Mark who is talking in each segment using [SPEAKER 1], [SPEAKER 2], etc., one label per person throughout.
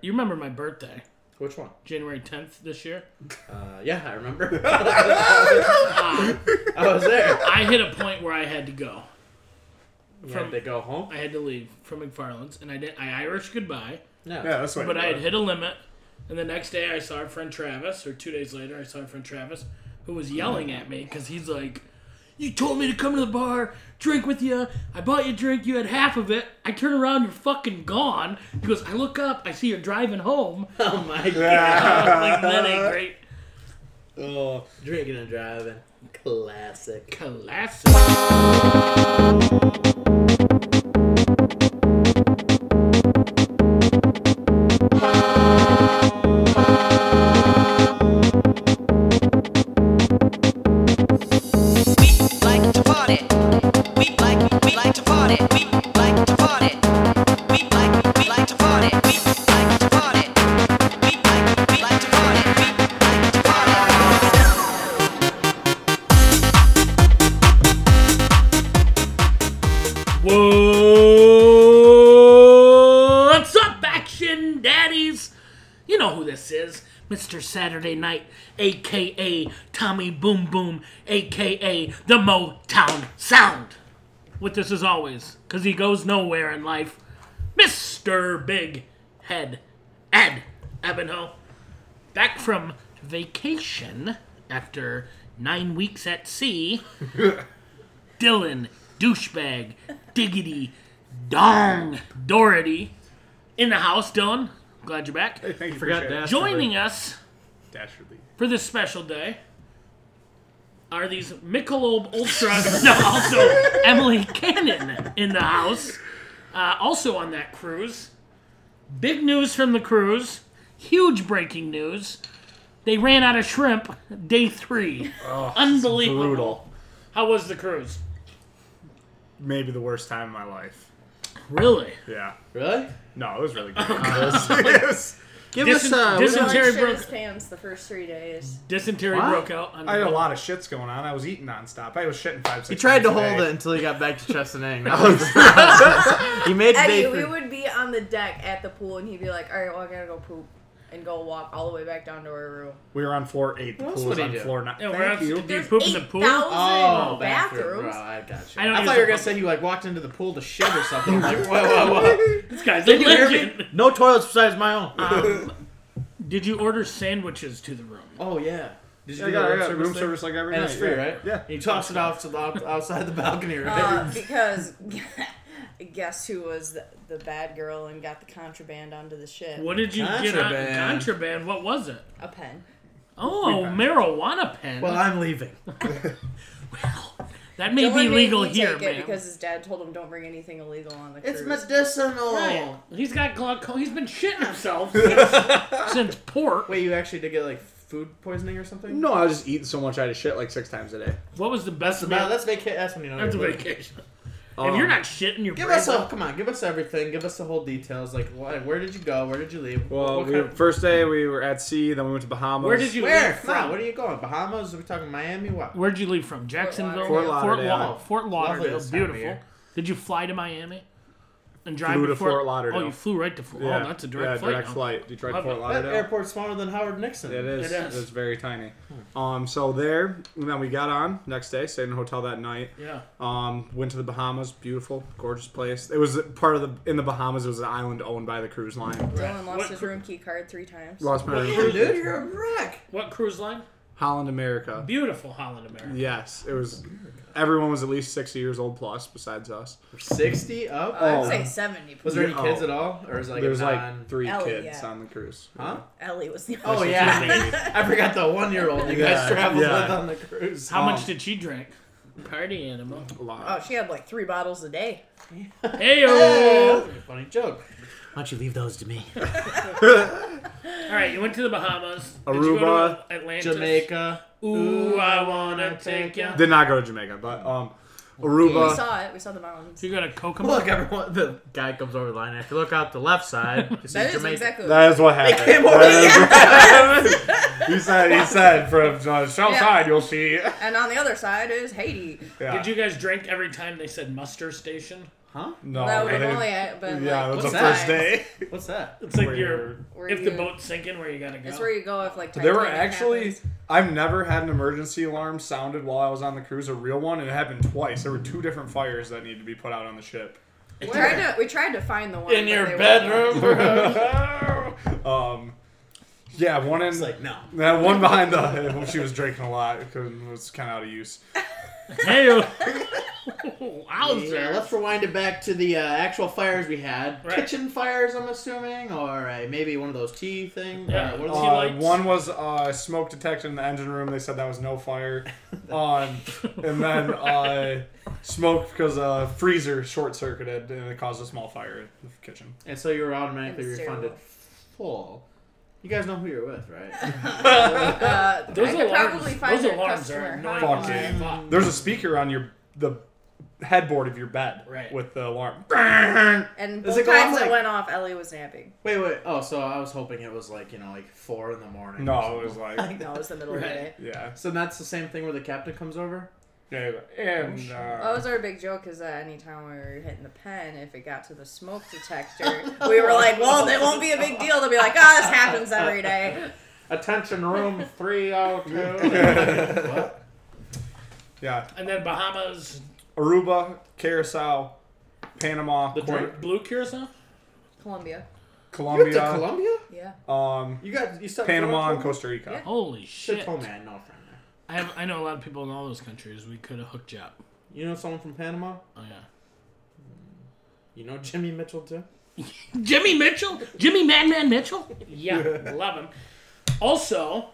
[SPEAKER 1] You remember my birthday,
[SPEAKER 2] Which one?
[SPEAKER 1] January 10th this year?
[SPEAKER 2] Uh, yeah, I remember. I was there.
[SPEAKER 1] I hit a point where I had to go.
[SPEAKER 2] When they go home?
[SPEAKER 1] I had to leave from McFarland's, and I did. I Irish goodbye,
[SPEAKER 2] No.
[SPEAKER 3] Yeah, that's what.
[SPEAKER 1] but I had hit a limit. And the next day, I saw our friend Travis, or two days later, I saw our friend Travis, who was yelling at me because he's like, "You told me to come to the bar, drink with you. I bought you a drink. You had half of it. I turn around, you're fucking gone." He goes, "I look up, I see you're driving home."
[SPEAKER 2] Oh my god.
[SPEAKER 1] like that ain't great.
[SPEAKER 2] Oh, drinking and driving. Classic.
[SPEAKER 1] Classic.
[SPEAKER 4] We like to party. We like we like to party. We like to party. We like we like to party. We like to party. We like we like to party. We like to party.
[SPEAKER 1] What's up, action daddies? You know who this is. Mr. Saturday Night, aka Tommy Boom Boom, aka the Motown Sound. With this as always, because he goes nowhere in life, Mr. Big Head Ed Ebenho. Back from vacation after nine weeks at sea. Dylan, douchebag, diggity, dong, Doherty, in the house. Dylan, glad you're back.
[SPEAKER 3] Thank you.
[SPEAKER 2] Forgot
[SPEAKER 3] appreciate it.
[SPEAKER 2] that.
[SPEAKER 1] Joining us
[SPEAKER 3] Dastardly.
[SPEAKER 1] for this special day are these Michelob Ultra. no, also Emily Cannon in the house. Uh, also on that cruise, big news from the cruise. Huge breaking news. They ran out of shrimp day three. Unbelievable.
[SPEAKER 2] Brutal.
[SPEAKER 1] How was the cruise?
[SPEAKER 3] Maybe the worst time of my life.
[SPEAKER 1] Really?
[SPEAKER 3] Yeah.
[SPEAKER 2] Really?
[SPEAKER 3] No, it was really good.
[SPEAKER 1] Oh,
[SPEAKER 3] It was-
[SPEAKER 2] Give
[SPEAKER 1] Dis-
[SPEAKER 2] us uh,
[SPEAKER 1] dis-
[SPEAKER 2] we don't-
[SPEAKER 1] Terry
[SPEAKER 5] Terry
[SPEAKER 1] broke-
[SPEAKER 5] his pants the first three days.
[SPEAKER 1] Dysentery
[SPEAKER 2] What?
[SPEAKER 1] broke out. On
[SPEAKER 3] I had a lot of shits going on. I was eating nonstop. I was shitting five. Six
[SPEAKER 6] He tried to
[SPEAKER 3] times a
[SPEAKER 6] hold
[SPEAKER 3] day.
[SPEAKER 6] it until he got back to Chest and Ang. That was the process. he made
[SPEAKER 5] Eddie,
[SPEAKER 6] day
[SPEAKER 5] we
[SPEAKER 6] three.
[SPEAKER 5] would be on the deck at the pool, and he'd be like, "All right, well, I gotta go poop." And go walk all the way back down to our room.
[SPEAKER 3] We were on floor eight. The
[SPEAKER 2] What
[SPEAKER 3] pool
[SPEAKER 2] else
[SPEAKER 3] was
[SPEAKER 2] would
[SPEAKER 3] on
[SPEAKER 2] he do?
[SPEAKER 3] floor nine.
[SPEAKER 1] Yeah, we're
[SPEAKER 3] Thank
[SPEAKER 1] on-
[SPEAKER 3] you.
[SPEAKER 1] Did you
[SPEAKER 5] There's
[SPEAKER 1] poop in the pool?
[SPEAKER 5] 8,000
[SPEAKER 2] Oh, bathroom.
[SPEAKER 5] bathrooms.
[SPEAKER 2] Bro, I got you.
[SPEAKER 1] I don't
[SPEAKER 2] I
[SPEAKER 1] use
[SPEAKER 2] thought
[SPEAKER 1] the
[SPEAKER 2] you were gonna
[SPEAKER 1] phone.
[SPEAKER 2] say you like walked into the pool to shit or something. I'm like, whoa, whoa, whoa.
[SPEAKER 1] This guy's a
[SPEAKER 2] Did you hear me?
[SPEAKER 1] legend.
[SPEAKER 6] No toilets besides my own.
[SPEAKER 1] Um, did you order sandwiches to the room?
[SPEAKER 2] Oh yeah. Did you
[SPEAKER 3] Yeah, I
[SPEAKER 2] do
[SPEAKER 3] got,
[SPEAKER 2] the
[SPEAKER 3] I
[SPEAKER 2] room
[SPEAKER 3] got
[SPEAKER 2] service
[SPEAKER 3] room
[SPEAKER 2] thing?
[SPEAKER 3] service like every
[SPEAKER 2] And
[SPEAKER 3] night.
[SPEAKER 2] it's free,
[SPEAKER 3] yeah.
[SPEAKER 2] right?
[SPEAKER 3] Yeah.
[SPEAKER 2] You toss it off to the out- outside the balcony, right?
[SPEAKER 5] Uh, because guess who was the, the bad girl and got the contraband onto the ship?
[SPEAKER 1] What did you get on
[SPEAKER 2] Contraband.
[SPEAKER 1] contraband? What was it?
[SPEAKER 5] A pen.
[SPEAKER 1] Oh, marijuana pen.
[SPEAKER 2] well, I'm leaving.
[SPEAKER 1] that may
[SPEAKER 5] Dylan
[SPEAKER 1] be
[SPEAKER 5] made
[SPEAKER 1] legal
[SPEAKER 5] me
[SPEAKER 1] here,
[SPEAKER 5] take it
[SPEAKER 1] man.
[SPEAKER 5] because his dad told him don't bring anything illegal on the cruise.
[SPEAKER 2] It's medicinal.
[SPEAKER 1] Right.
[SPEAKER 5] Oh.
[SPEAKER 1] He's got glaucoma. He's been shitting himself since, since port.
[SPEAKER 2] Wait, you actually did get like food poisoning or something?
[SPEAKER 3] No, I was just eating so much. I had to shit like six times a day.
[SPEAKER 1] What was the best
[SPEAKER 2] So
[SPEAKER 1] meal?
[SPEAKER 2] now that's vaca- That's when you know.
[SPEAKER 1] That's a
[SPEAKER 2] you're leaving.
[SPEAKER 1] vacation. if you're not shitting, you're
[SPEAKER 2] Give us a come on. Give us everything. Give us the whole details. Like, why, where did you go? Where did you leave?
[SPEAKER 3] Well,
[SPEAKER 2] What
[SPEAKER 3] we,
[SPEAKER 2] kind of-
[SPEAKER 3] first day we were at sea. Then we went to Bahamas.
[SPEAKER 1] Where did you
[SPEAKER 2] where
[SPEAKER 1] leave
[SPEAKER 2] from?
[SPEAKER 1] from?
[SPEAKER 2] where are you going? Bahamas? Are we talking Miami? What?
[SPEAKER 1] Where'd you leave from? Jacksonville,
[SPEAKER 5] Fort
[SPEAKER 3] Lauderdale.
[SPEAKER 1] Lauderdale. Fort Lauderdale,
[SPEAKER 2] this time of
[SPEAKER 1] beautiful.
[SPEAKER 2] year.
[SPEAKER 1] Did you fly to Miami? And drive
[SPEAKER 3] Flew to
[SPEAKER 1] before-
[SPEAKER 3] Fort Lauderdale.
[SPEAKER 1] Oh, you flew right to Fort.
[SPEAKER 3] Yeah.
[SPEAKER 1] Oh, that's a direct
[SPEAKER 3] yeah,
[SPEAKER 1] flight.
[SPEAKER 3] direct
[SPEAKER 1] now.
[SPEAKER 3] flight. Detroit
[SPEAKER 1] Love
[SPEAKER 3] Fort
[SPEAKER 1] it.
[SPEAKER 2] That
[SPEAKER 3] Lauderdale.
[SPEAKER 2] airport's smaller than Howard Nixon.
[SPEAKER 3] It is.
[SPEAKER 1] It is.
[SPEAKER 3] It's very tiny. Um, so there, and then we got on next day, stayed in a hotel that night.
[SPEAKER 1] Yeah.
[SPEAKER 3] Um, went to the Bahamas, beautiful, gorgeous place. It was part of the in the Bahamas. It was an island owned by the cruise line.
[SPEAKER 5] Dylan lost
[SPEAKER 1] What
[SPEAKER 5] his
[SPEAKER 1] cru-
[SPEAKER 5] room key card three times.
[SPEAKER 3] Lost my
[SPEAKER 2] Damn, dude, you're a wreck.
[SPEAKER 1] What cruise line?
[SPEAKER 3] Holland, America.
[SPEAKER 1] Beautiful Holland America.
[SPEAKER 3] Yes, it was. Everyone was at least sixty years old plus, besides us.
[SPEAKER 2] Sixty up.
[SPEAKER 3] Oh.
[SPEAKER 5] I'd say seventy.
[SPEAKER 2] Was there any
[SPEAKER 3] Yeah.
[SPEAKER 2] kids at all, or is it like
[SPEAKER 3] There was
[SPEAKER 2] a
[SPEAKER 3] like
[SPEAKER 2] non-
[SPEAKER 3] three
[SPEAKER 5] Ellie,
[SPEAKER 3] kids
[SPEAKER 5] yeah.
[SPEAKER 3] on the cruise.
[SPEAKER 2] Huh?
[SPEAKER 5] Ellie was the.
[SPEAKER 2] Oh yeah, I forgot the one-year-old you guys
[SPEAKER 3] Yeah,
[SPEAKER 2] traveled
[SPEAKER 3] yeah.
[SPEAKER 2] with on the cruise.
[SPEAKER 1] How much
[SPEAKER 3] Um,
[SPEAKER 1] did she drink? Party animal.
[SPEAKER 3] A lot.
[SPEAKER 5] Oh, she had like three bottles a day.
[SPEAKER 1] Hey
[SPEAKER 2] That's
[SPEAKER 1] All
[SPEAKER 2] a funny joke.
[SPEAKER 6] Why don't you leave those to me?
[SPEAKER 1] right, you went to the Bahamas. Did you go
[SPEAKER 3] Aruba,
[SPEAKER 1] to Atlantis?
[SPEAKER 2] Jamaica.
[SPEAKER 1] Ooh, I wanna take ya.
[SPEAKER 3] Did not go to Jamaica, but um,
[SPEAKER 5] We
[SPEAKER 3] Aruba.
[SPEAKER 5] saw it. We saw the mountains.
[SPEAKER 1] You got a Kokomo?
[SPEAKER 2] Look, everyone, the
[SPEAKER 6] Guy comes over the line. If you look out the left side, you see
[SPEAKER 5] That is
[SPEAKER 6] Jamaica.
[SPEAKER 5] exactly. What
[SPEAKER 3] That is what happened.
[SPEAKER 2] came over
[SPEAKER 3] That is- he said. He said from the south
[SPEAKER 5] Yeah.
[SPEAKER 3] side, you'll see.
[SPEAKER 5] and on the other side is Haiti.
[SPEAKER 3] Yeah.
[SPEAKER 1] Did you guys drink every time they said muster station?
[SPEAKER 2] huh?
[SPEAKER 3] No.
[SPEAKER 5] that would have
[SPEAKER 3] they-
[SPEAKER 5] only been
[SPEAKER 3] yeah,
[SPEAKER 5] like
[SPEAKER 3] it was
[SPEAKER 5] two
[SPEAKER 3] the
[SPEAKER 2] what's
[SPEAKER 3] first
[SPEAKER 5] times.
[SPEAKER 3] day.
[SPEAKER 2] What's that?
[SPEAKER 1] It's like
[SPEAKER 3] Where
[SPEAKER 1] you're
[SPEAKER 5] Where
[SPEAKER 1] if
[SPEAKER 5] you,
[SPEAKER 1] the boat's sinking, where you gotta go.
[SPEAKER 5] That's where you go if like.
[SPEAKER 3] There were
[SPEAKER 5] Titanic
[SPEAKER 3] actually.
[SPEAKER 5] happens.
[SPEAKER 3] I've never had an emergency alarm sounded while I was on the cruise, a real one, and it happened twice. There were two different fires that needed to be put out on the ship.
[SPEAKER 5] We tried to we tried to find the one
[SPEAKER 1] in
[SPEAKER 5] but they
[SPEAKER 1] your
[SPEAKER 5] were-
[SPEAKER 1] bedroom, bro.
[SPEAKER 3] um, yeah, one in
[SPEAKER 2] It's like no.
[SPEAKER 3] that one behind the well, she was drinking a lot because it was kind of out of use.
[SPEAKER 1] hey, wowzer.
[SPEAKER 2] Yeah, let's rewind it back to the uh, actual fires we had.
[SPEAKER 1] Right.
[SPEAKER 2] Kitchen fires, I'm assuming, or uh, maybe one of those tea things.
[SPEAKER 1] Yeah.
[SPEAKER 2] or what are
[SPEAKER 1] Tea
[SPEAKER 2] those-
[SPEAKER 3] Uh,
[SPEAKER 1] lights.
[SPEAKER 3] one was uh, smoke detected in the engine room. They said that was no fire. Um, and then uh, smoke because a uh, freezer short circuited and it caused a small fire in the kitchen.
[SPEAKER 2] and so you were automatically
[SPEAKER 5] And cereal.
[SPEAKER 2] refunded full. You guys know who you're with, right?
[SPEAKER 5] Uh,
[SPEAKER 1] Those
[SPEAKER 5] I could
[SPEAKER 1] alarms,
[SPEAKER 5] probably find
[SPEAKER 1] those
[SPEAKER 5] your
[SPEAKER 1] alarms
[SPEAKER 5] customer
[SPEAKER 1] are annoying.
[SPEAKER 5] hotline.
[SPEAKER 3] Fuck yeah. There's a speaker on your the headboard of your bed
[SPEAKER 1] Right.
[SPEAKER 3] with the alarm.
[SPEAKER 5] And
[SPEAKER 2] Does
[SPEAKER 5] both
[SPEAKER 2] it go off
[SPEAKER 5] times
[SPEAKER 2] like-
[SPEAKER 5] it went off, Ellie was napping.
[SPEAKER 2] wait, wait. Oh, so I was hoping it was like you know, like four in the morning.
[SPEAKER 3] No, it was like
[SPEAKER 5] No, it was the middle of the day.
[SPEAKER 2] Right.
[SPEAKER 3] yeah,
[SPEAKER 2] So that's the same thing where the captain comes over.
[SPEAKER 3] yeah,
[SPEAKER 2] Oh,
[SPEAKER 3] and
[SPEAKER 5] That
[SPEAKER 3] uh,
[SPEAKER 5] was our Oh, big joke is that anytime we were hitting the pen, if it got to the smoke detector, we were like, well, it won't be a big deal. They'll be like, ah, this happens every day.
[SPEAKER 2] Attention, room three oh two. What?
[SPEAKER 3] yeah,
[SPEAKER 1] And then Bahamas,
[SPEAKER 3] Aruba, Curacao, Panama,
[SPEAKER 2] The
[SPEAKER 3] Cor-
[SPEAKER 2] drink?
[SPEAKER 1] blue curacao.
[SPEAKER 5] Columbia.
[SPEAKER 2] You went to
[SPEAKER 3] Colombia,
[SPEAKER 2] Colombia?
[SPEAKER 5] Yeah.
[SPEAKER 3] um,
[SPEAKER 2] uh, You got you said
[SPEAKER 3] Panama, and Costa Rica.
[SPEAKER 5] Yeah.
[SPEAKER 1] Holy
[SPEAKER 2] Should
[SPEAKER 1] shit!
[SPEAKER 2] have told me I know a Oh, friend there.
[SPEAKER 1] I have, I know a lot of people in all those countries. We could have hooked you up.
[SPEAKER 2] You know someone from Panama?
[SPEAKER 1] Oh yeah.
[SPEAKER 2] You know Jimmy Mitchell too?
[SPEAKER 1] Jimmy Mitchell, Jimmy Madman Mitchell. Yeah, love him. Also,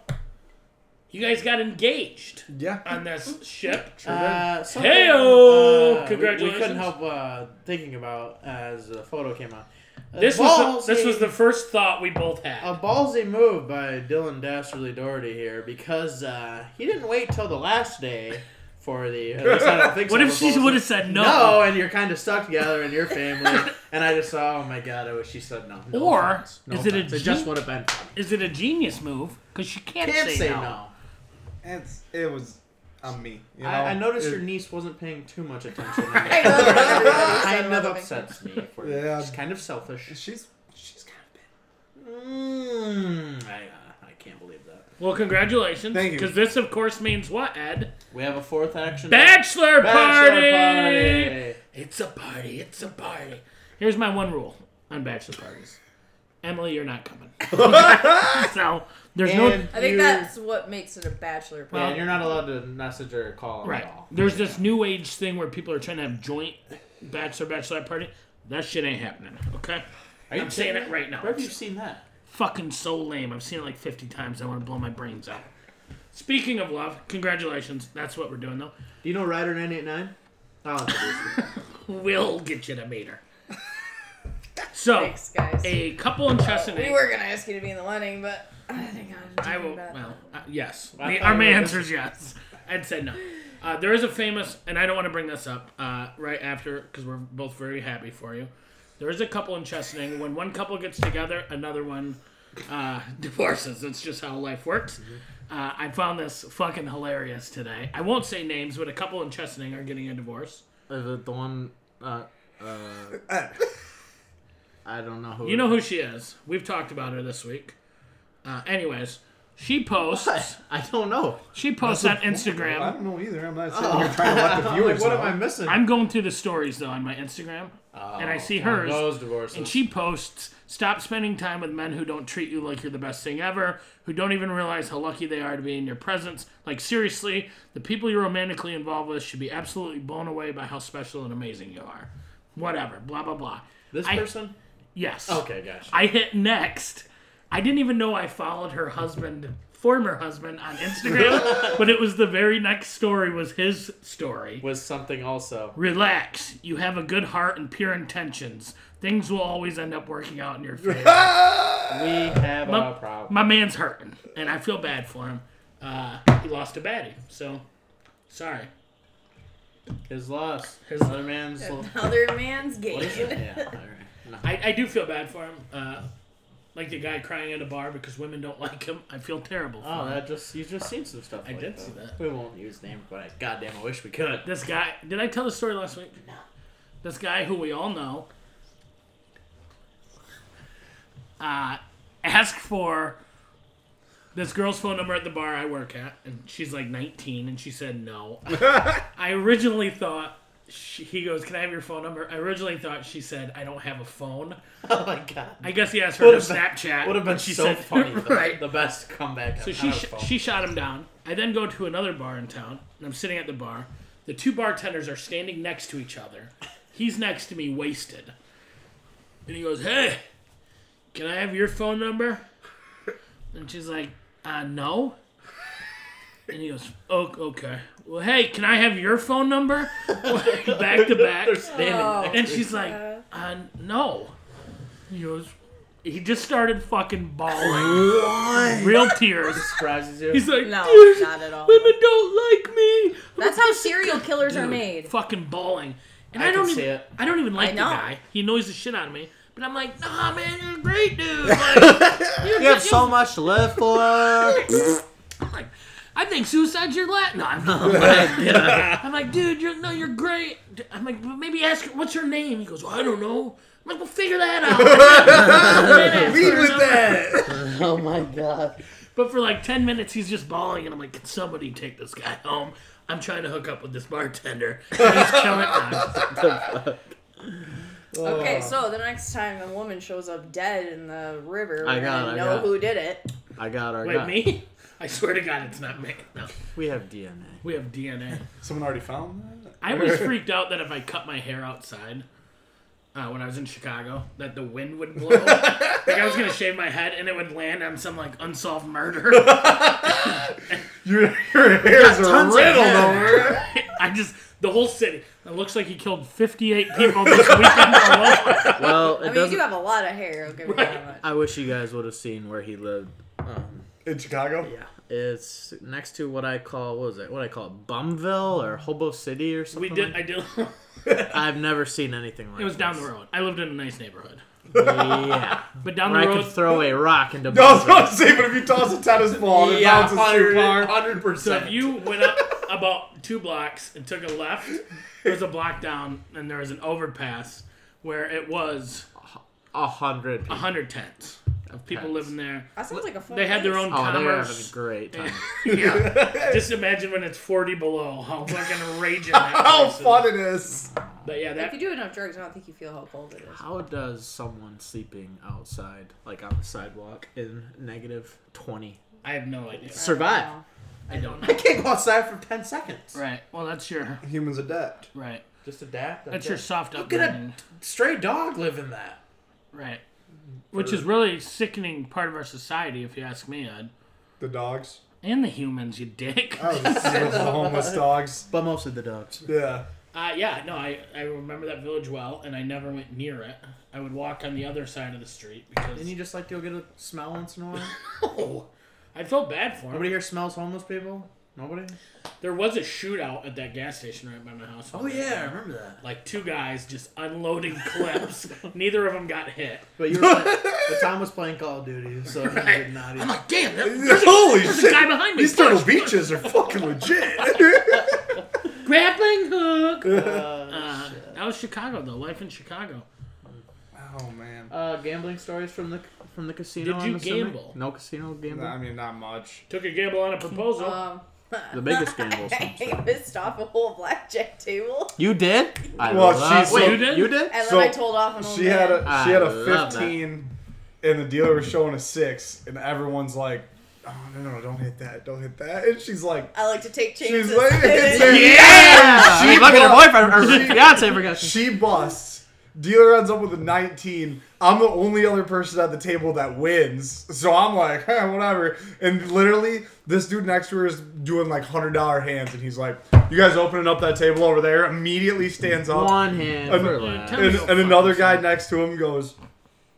[SPEAKER 1] you guys got engaged
[SPEAKER 3] Yeah.
[SPEAKER 1] on this ship.
[SPEAKER 2] Uh, something, uh,
[SPEAKER 1] Heyo!
[SPEAKER 2] we- We,
[SPEAKER 1] Congratulations.
[SPEAKER 2] couldn't help uh, thinking about as the photo came out. Uh, A
[SPEAKER 1] This was the, this
[SPEAKER 2] ballsy-
[SPEAKER 1] was the first thought we both
[SPEAKER 2] a
[SPEAKER 1] had.
[SPEAKER 2] ballsy move by Dylan Dastardly Doherty here because uh, he didn't wait till the last day for the. At least I don't think
[SPEAKER 1] What
[SPEAKER 2] so,
[SPEAKER 1] if
[SPEAKER 2] the
[SPEAKER 1] she
[SPEAKER 2] ballsy-
[SPEAKER 1] would have said no?
[SPEAKER 2] No, and you're kind of stuck together in your family. and I just saw, oh my god, I wish she said no. No
[SPEAKER 1] Or
[SPEAKER 2] offense. No
[SPEAKER 1] is it a
[SPEAKER 2] offense.
[SPEAKER 1] G-
[SPEAKER 2] just would have been.
[SPEAKER 1] Is it a genius move? Because she can't,
[SPEAKER 2] Can't
[SPEAKER 1] say,
[SPEAKER 2] say
[SPEAKER 1] no.
[SPEAKER 2] no.
[SPEAKER 3] It's it was on me. You know?
[SPEAKER 2] I, I noticed
[SPEAKER 3] It-
[SPEAKER 2] your niece wasn't paying too much attention.
[SPEAKER 5] I know that everybody said
[SPEAKER 2] kind
[SPEAKER 5] about
[SPEAKER 2] of
[SPEAKER 5] the big
[SPEAKER 2] upsets me. If we're
[SPEAKER 3] Yeah.
[SPEAKER 2] She's kind of selfish.
[SPEAKER 3] She's she's kind of bad.
[SPEAKER 2] Mm, I, uh, I can't believe that.
[SPEAKER 1] Well, congratulations.
[SPEAKER 3] Thank you.
[SPEAKER 1] Because this, of course, means what, Ed?
[SPEAKER 2] We have a fourth action.
[SPEAKER 1] Bachelor,
[SPEAKER 2] Bachelor
[SPEAKER 1] party!
[SPEAKER 2] party!
[SPEAKER 1] It's a party. It's a party. Here's my one rule on bachelor parties: Emily, you're not coming. so there's no
[SPEAKER 2] And
[SPEAKER 5] I think
[SPEAKER 2] you-
[SPEAKER 5] that's what makes it a bachelor
[SPEAKER 2] And
[SPEAKER 5] party.
[SPEAKER 2] you're not allowed to message or call
[SPEAKER 1] right.
[SPEAKER 2] at all.
[SPEAKER 1] There's this new age thing where people are trying to have joint bachelor bachelorette party. That shit ain't happening. Okay,
[SPEAKER 2] Are you
[SPEAKER 1] I'm saying it right now.
[SPEAKER 2] Where have you seen that?
[SPEAKER 1] fucking so lame. I've seen it like 50 times. I want to blow my brains out. Speaking of love, congratulations. That's what we're doing though.
[SPEAKER 2] Do you know Rider 989? I'll introduce you.
[SPEAKER 1] We'll get you to meet her. So
[SPEAKER 5] Thanks, guys.
[SPEAKER 1] a couple in Chesapeake.
[SPEAKER 5] We were gonna ask you to be in the wedding, but I think I'm.
[SPEAKER 1] I will.
[SPEAKER 5] That.
[SPEAKER 1] Well, uh, yes.
[SPEAKER 2] I
[SPEAKER 1] The-
[SPEAKER 2] thought
[SPEAKER 1] our
[SPEAKER 2] you
[SPEAKER 1] my
[SPEAKER 2] were
[SPEAKER 1] answer is yes. I'd say no. Uh, there is a famous, and I don't want to bring this up uh, right after because we're both very happy for you. There is a couple in Chesaning. When one couple gets together, another one uh, divorces. That's just how life works.
[SPEAKER 2] Mm-hmm.
[SPEAKER 1] Uh, I found this fucking hilarious today. I won't say names, but a couple in Chesaning are getting a divorce.
[SPEAKER 2] Is it the one? Uh, uh, I don't know who.
[SPEAKER 1] You know who she is. We've talked about her this week. Uh, anyways, she posts.
[SPEAKER 2] I don't know.
[SPEAKER 1] She posts on
[SPEAKER 3] I
[SPEAKER 1] Instagram.
[SPEAKER 3] don't know either. I'm not sitting here trying to let the viewers
[SPEAKER 2] Oh. what
[SPEAKER 3] know.
[SPEAKER 2] am I missing?
[SPEAKER 1] I'm going through the stories though on my Instagram, and I see hers,
[SPEAKER 2] Oh, Those divorces.
[SPEAKER 1] and she posts, "Stop spending time with men who don't treat you like you're the best thing ever, who don't even realize how lucky they are to be in your presence. Like seriously, the people you're romantically involved with should be absolutely blown away by how special and amazing you are. Whatever, blah blah blah."
[SPEAKER 2] this
[SPEAKER 1] I-
[SPEAKER 2] person?
[SPEAKER 1] Yes.
[SPEAKER 2] Okay, gosh.
[SPEAKER 1] I hit next. I didn't even know I followed her husband, former husband, on Instagram, but it was the very next story was his story.
[SPEAKER 2] Was something also.
[SPEAKER 1] Relax. You have a good heart and pure intentions. Things will always end up working out in your favor.
[SPEAKER 2] We have
[SPEAKER 1] My-
[SPEAKER 2] a problem.
[SPEAKER 1] My man's hurting, and I feel bad for him. Uh, he lost a baddie, so sorry.
[SPEAKER 2] His loss.
[SPEAKER 1] His-
[SPEAKER 2] His other man's.
[SPEAKER 5] Another man's
[SPEAKER 2] What is it? Yeah.
[SPEAKER 5] gain.
[SPEAKER 2] All right. No.
[SPEAKER 1] I, I do feel bad for him. Uh, like the guy crying at a bar because women don't like him. I feel terrible for
[SPEAKER 2] Oh,
[SPEAKER 1] him.
[SPEAKER 2] that just you just seen some stuff.
[SPEAKER 1] I
[SPEAKER 2] like
[SPEAKER 1] did see that.
[SPEAKER 2] We won't use names, but I goddamn I wish we could.
[SPEAKER 1] This guy, did I tell the story last week? No. This guy who we all know uh, asked for this girl's phone number at the bar I work at, and she's like 19, and she said no. I originally thought. She, he goes, "Can I have your phone number?" I originally thought she said, "I don't have a phone."
[SPEAKER 2] Oh my god.
[SPEAKER 1] I guess he asked her
[SPEAKER 2] Would've
[SPEAKER 1] for
[SPEAKER 2] been-
[SPEAKER 1] Snapchat.
[SPEAKER 2] Would have been
[SPEAKER 1] and she
[SPEAKER 2] so
[SPEAKER 1] said,
[SPEAKER 2] funny. Though.
[SPEAKER 1] right?
[SPEAKER 2] The best comeback.
[SPEAKER 1] So she sh- she shot him down. I then go to another bar in town, and I'm sitting at the bar. The two bartenders are standing next to each other. He's next to me, wasted. And he goes, "Hey, can I have your phone number?" And she's like, "Uh, no." And he goes, "Oh, okay. Well, hey, can I have your phone number?" back to back.
[SPEAKER 2] They're standing.
[SPEAKER 5] Oh.
[SPEAKER 1] And she's like,
[SPEAKER 5] Yeah.
[SPEAKER 1] uh, no. He goes, he just started fucking bawling. Real tears.
[SPEAKER 2] Surprises you.
[SPEAKER 1] He's like,
[SPEAKER 5] No,
[SPEAKER 1] "Dude,
[SPEAKER 5] not at all.
[SPEAKER 1] Women don't like me.
[SPEAKER 5] That's how serial killers are
[SPEAKER 1] Dude,
[SPEAKER 5] made.
[SPEAKER 1] Fucking bawling. And
[SPEAKER 2] I
[SPEAKER 1] I,
[SPEAKER 2] can
[SPEAKER 1] don't
[SPEAKER 2] see
[SPEAKER 1] even
[SPEAKER 2] it.
[SPEAKER 1] I don't even like
[SPEAKER 5] I
[SPEAKER 1] the
[SPEAKER 5] know.
[SPEAKER 1] guy. He annoys the shit out of me. But I'm like, nah man, you're a great dude. Like, you're,
[SPEAKER 6] You have
[SPEAKER 1] you-
[SPEAKER 6] so much to live for.
[SPEAKER 1] I'm like, I think suicide's your last. No, I'm not. I'm like, dude, you're no, you're great. I'm like, but maybe ask her what's her name. He goes, well, I don't know. I'm like, well, figure that out.
[SPEAKER 3] Lead with that.
[SPEAKER 6] oh my god.
[SPEAKER 1] But for like ten minutes, he's just bawling, and I'm like, can somebody take this guy home? I'm trying to hook up with this bartender. And he's killing us.
[SPEAKER 5] Okay, so the next time a woman shows up dead in the river,
[SPEAKER 6] I
[SPEAKER 5] we're
[SPEAKER 6] got
[SPEAKER 5] gonna
[SPEAKER 6] it, I
[SPEAKER 5] know
[SPEAKER 6] got it.
[SPEAKER 5] who did it.
[SPEAKER 6] I got our
[SPEAKER 1] Wait,
[SPEAKER 6] guy.
[SPEAKER 1] me? I swear to God, it's not me. No,
[SPEAKER 6] We have DNA.
[SPEAKER 1] we have DNA.
[SPEAKER 3] Someone already found that.
[SPEAKER 1] I was freaked out that if I cut my hair outside uh, when I was in Chicago, that the wind would blow. like I was gonna shave my head and it would land on some like unsolved murder.
[SPEAKER 3] Your, your hair's a
[SPEAKER 6] tons of
[SPEAKER 3] riddle
[SPEAKER 6] hair.
[SPEAKER 3] over.
[SPEAKER 1] I just the whole city. It looks like he killed 58 people this weekend alone.
[SPEAKER 6] Well, it
[SPEAKER 5] I mean, you
[SPEAKER 6] doesn't.
[SPEAKER 5] do have a lot of hair. I'll give you that much.
[SPEAKER 6] I wish you guys would have seen where he lived. Um,
[SPEAKER 3] In Chicago?
[SPEAKER 6] yeah, it's next to what I call what was it? What I call it, Bumville or Hobo City or
[SPEAKER 1] We
[SPEAKER 6] something.
[SPEAKER 1] did.
[SPEAKER 6] Like.
[SPEAKER 1] I did.
[SPEAKER 6] I've never seen anything like.
[SPEAKER 1] It was down the road. I lived in a nice neighborhood,
[SPEAKER 6] Yeah,
[SPEAKER 1] but down
[SPEAKER 6] where I
[SPEAKER 1] the road.
[SPEAKER 6] could throw a rock into.
[SPEAKER 3] No, I was
[SPEAKER 6] Bumville.
[SPEAKER 3] about to say, but if you toss a tennis ball and
[SPEAKER 2] yeah,
[SPEAKER 3] it bounces too far,
[SPEAKER 2] hundred
[SPEAKER 1] so if
[SPEAKER 2] percent.
[SPEAKER 1] you went up about two blocks and took a left, there was a block down, and there was an overpass where it was
[SPEAKER 6] a hundred. people.
[SPEAKER 1] 100 tents of people
[SPEAKER 6] Tents.
[SPEAKER 1] living there.
[SPEAKER 5] That sounds like a fun.
[SPEAKER 1] They had their
[SPEAKER 5] place.
[SPEAKER 1] own
[SPEAKER 6] Oh, they were having
[SPEAKER 1] commerce.
[SPEAKER 6] a great time.
[SPEAKER 1] yeah. Just imagine when it's 40 below how fucking raging. That
[SPEAKER 3] how
[SPEAKER 1] place is.
[SPEAKER 3] fun it is.
[SPEAKER 1] But yeah,
[SPEAKER 5] If
[SPEAKER 1] that
[SPEAKER 5] you do enough drugs, I don't think you feel how cold it is.
[SPEAKER 6] How does someone sleeping outside, like on the sidewalk, in negative twenty,
[SPEAKER 1] I have no idea.
[SPEAKER 6] survive?
[SPEAKER 1] I don't
[SPEAKER 2] I
[SPEAKER 1] know.
[SPEAKER 2] can't go outside for ten seconds.
[SPEAKER 1] Right. Well, that's your
[SPEAKER 3] Humans adapt.
[SPEAKER 1] right.
[SPEAKER 2] Just adapt.
[SPEAKER 1] That's your soft
[SPEAKER 2] Look at
[SPEAKER 1] upbringing.
[SPEAKER 2] a stray dog living that.
[SPEAKER 1] Right. Which is really sickening part of our society, if you ask me, Ed.
[SPEAKER 3] The dogs.
[SPEAKER 1] And the humans, you dick.
[SPEAKER 3] Oh, this is the homeless dogs.
[SPEAKER 6] But mostly the dogs.
[SPEAKER 3] Yeah.
[SPEAKER 1] Uh, yeah, no, I, I remember that village well, and I never went near it. I would walk on the other side of the street because
[SPEAKER 2] Didn't you just like to go get a smell once in a while?
[SPEAKER 1] I felt bad for him.
[SPEAKER 2] Nobody here smells homeless people. Nobody.
[SPEAKER 1] There was a shootout at that gas station right by my house.
[SPEAKER 2] Oh yeah, I remember that.
[SPEAKER 1] Like two guys just unloading clips. Neither of them got hit.
[SPEAKER 2] But you were like, but Tom was playing Call of Duty, so he did not. Even,
[SPEAKER 1] I'm like, damn, that,
[SPEAKER 3] Holy
[SPEAKER 1] there's a
[SPEAKER 3] shit.
[SPEAKER 1] guy behind me.
[SPEAKER 3] These Turtle
[SPEAKER 1] Push,
[SPEAKER 3] Beaches are fucking legit.
[SPEAKER 1] push. Grappling hook.
[SPEAKER 2] uh,
[SPEAKER 1] Uh, that was Chicago, though. Life in Chicago.
[SPEAKER 3] oh, man.
[SPEAKER 2] uh, gambling.
[SPEAKER 6] Gambling stories from the from the casino.
[SPEAKER 1] Did you
[SPEAKER 6] I'm assuming?
[SPEAKER 1] gamble?
[SPEAKER 6] No casino gamble.
[SPEAKER 3] I mean, not much.
[SPEAKER 1] Took a gamble on a proposal.
[SPEAKER 5] Um,
[SPEAKER 6] The biggest gamble.
[SPEAKER 5] I pissed off a whole blackjack table,
[SPEAKER 6] You did? I
[SPEAKER 3] Well, she's-
[SPEAKER 6] Wait,
[SPEAKER 1] You did?
[SPEAKER 6] You did?
[SPEAKER 5] and then
[SPEAKER 3] So,
[SPEAKER 5] I told off an old
[SPEAKER 3] She had a
[SPEAKER 5] Oh, man.
[SPEAKER 6] I
[SPEAKER 3] she had a
[SPEAKER 6] love that.
[SPEAKER 3] 15, and the dealer was showing a six, and everyone's like, "Oh no, no, don't hit that, don't hit that," and she's like,
[SPEAKER 5] I like to take chances.
[SPEAKER 3] "She's like, it's a-
[SPEAKER 6] Yeah!
[SPEAKER 3] She
[SPEAKER 6] She look at her
[SPEAKER 3] bought-
[SPEAKER 6] boyfriend or fiance forgot. She,
[SPEAKER 3] She busts. Dealer ends up with a 19. I'm the only other person at the table that wins. So I'm like, "Huh, whatever. And literally, this dude next to her is doing like $100 hands. And he's like, you guys opening up that table over there. Immediately stands up.
[SPEAKER 6] one hand
[SPEAKER 3] And-
[SPEAKER 6] for last.
[SPEAKER 1] tell me-
[SPEAKER 3] And, and another guy next to him goes,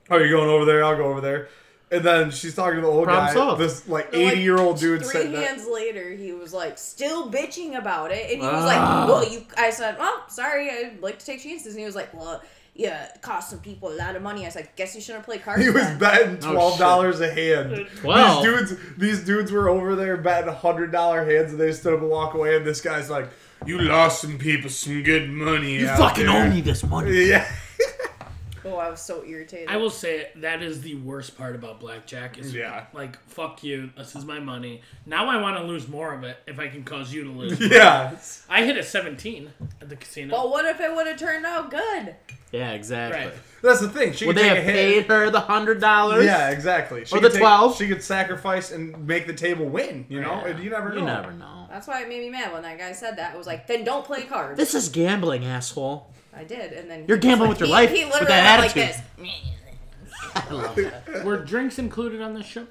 [SPEAKER 3] Are you going over there? I'll go over there. And then she's talking to the old
[SPEAKER 6] Problem
[SPEAKER 3] guy,
[SPEAKER 6] solved.
[SPEAKER 3] this like
[SPEAKER 5] And, like,
[SPEAKER 3] eighty year old dude
[SPEAKER 5] Three
[SPEAKER 3] sitting there.
[SPEAKER 5] hands later, he was like still bitching about it, and he was like,
[SPEAKER 3] Ah.
[SPEAKER 5] "Well, you." I said, "Well, sorry, I'd like to take chances," and he was like, "Well, yeah, it cost some people a lot of money." I said, "Guess you shouldn't play cards."
[SPEAKER 3] He was
[SPEAKER 5] then."
[SPEAKER 3] betting
[SPEAKER 6] Oh,
[SPEAKER 3] twelve dollars a hand.
[SPEAKER 6] Wow.
[SPEAKER 3] These dudes, these dudes were over there betting hundred dollar hands, and they stood up and walk away. And this guy's like, "You lost some people some good money.
[SPEAKER 1] You
[SPEAKER 3] out
[SPEAKER 1] fucking
[SPEAKER 3] there."
[SPEAKER 1] owe me this money.
[SPEAKER 3] Yeah,
[SPEAKER 5] Oh, I was so irritated.
[SPEAKER 1] I will say that is the worst part about blackjack. Is
[SPEAKER 3] Yeah.
[SPEAKER 1] like fuck you. This is my money. Now I want to lose more of it if I can cause you to lose.
[SPEAKER 3] yeah.
[SPEAKER 1] I hit a seventeen at the casino.
[SPEAKER 5] Well, what if it would have turned out good?
[SPEAKER 6] Yeah, exactly.
[SPEAKER 1] right.
[SPEAKER 3] That's the thing. She
[SPEAKER 6] Would
[SPEAKER 3] could
[SPEAKER 6] they
[SPEAKER 3] take
[SPEAKER 6] have
[SPEAKER 3] a hit.
[SPEAKER 6] paid her the hundred dollars?
[SPEAKER 3] Yeah, exactly. She
[SPEAKER 6] Or
[SPEAKER 3] could
[SPEAKER 6] the
[SPEAKER 3] take-
[SPEAKER 6] 12.
[SPEAKER 3] She could sacrifice and make the table win. You know, and you never know.
[SPEAKER 6] You never know.
[SPEAKER 5] That's why it made me mad when that guy said that. I was like, "Then don't play cards."
[SPEAKER 6] This is gambling, asshole.
[SPEAKER 5] I did, and then he
[SPEAKER 6] You're
[SPEAKER 5] was
[SPEAKER 6] gambling with
[SPEAKER 5] like-
[SPEAKER 6] your
[SPEAKER 5] he-
[SPEAKER 6] life
[SPEAKER 5] He
[SPEAKER 6] with
[SPEAKER 5] literally
[SPEAKER 6] that
[SPEAKER 5] went
[SPEAKER 6] attitude.
[SPEAKER 5] like this.
[SPEAKER 6] I love that.
[SPEAKER 1] Were drinks included on this show?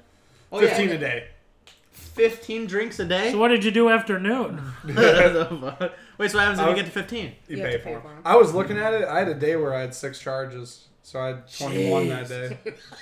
[SPEAKER 6] Oh,
[SPEAKER 3] Fifteen
[SPEAKER 6] yeah.
[SPEAKER 3] a day.
[SPEAKER 6] Fifteen drinks a day.
[SPEAKER 1] So what did you do after noon?
[SPEAKER 6] The fuck? Wait, so what happens if
[SPEAKER 3] I
[SPEAKER 6] we
[SPEAKER 3] was-
[SPEAKER 6] get to fifteen?
[SPEAKER 3] You,
[SPEAKER 5] You have
[SPEAKER 3] pay,
[SPEAKER 5] to
[SPEAKER 3] for
[SPEAKER 5] pay
[SPEAKER 3] them.
[SPEAKER 5] for 'em.
[SPEAKER 3] I was looking at it. I had a day where I had six charges, so I had twenty-one that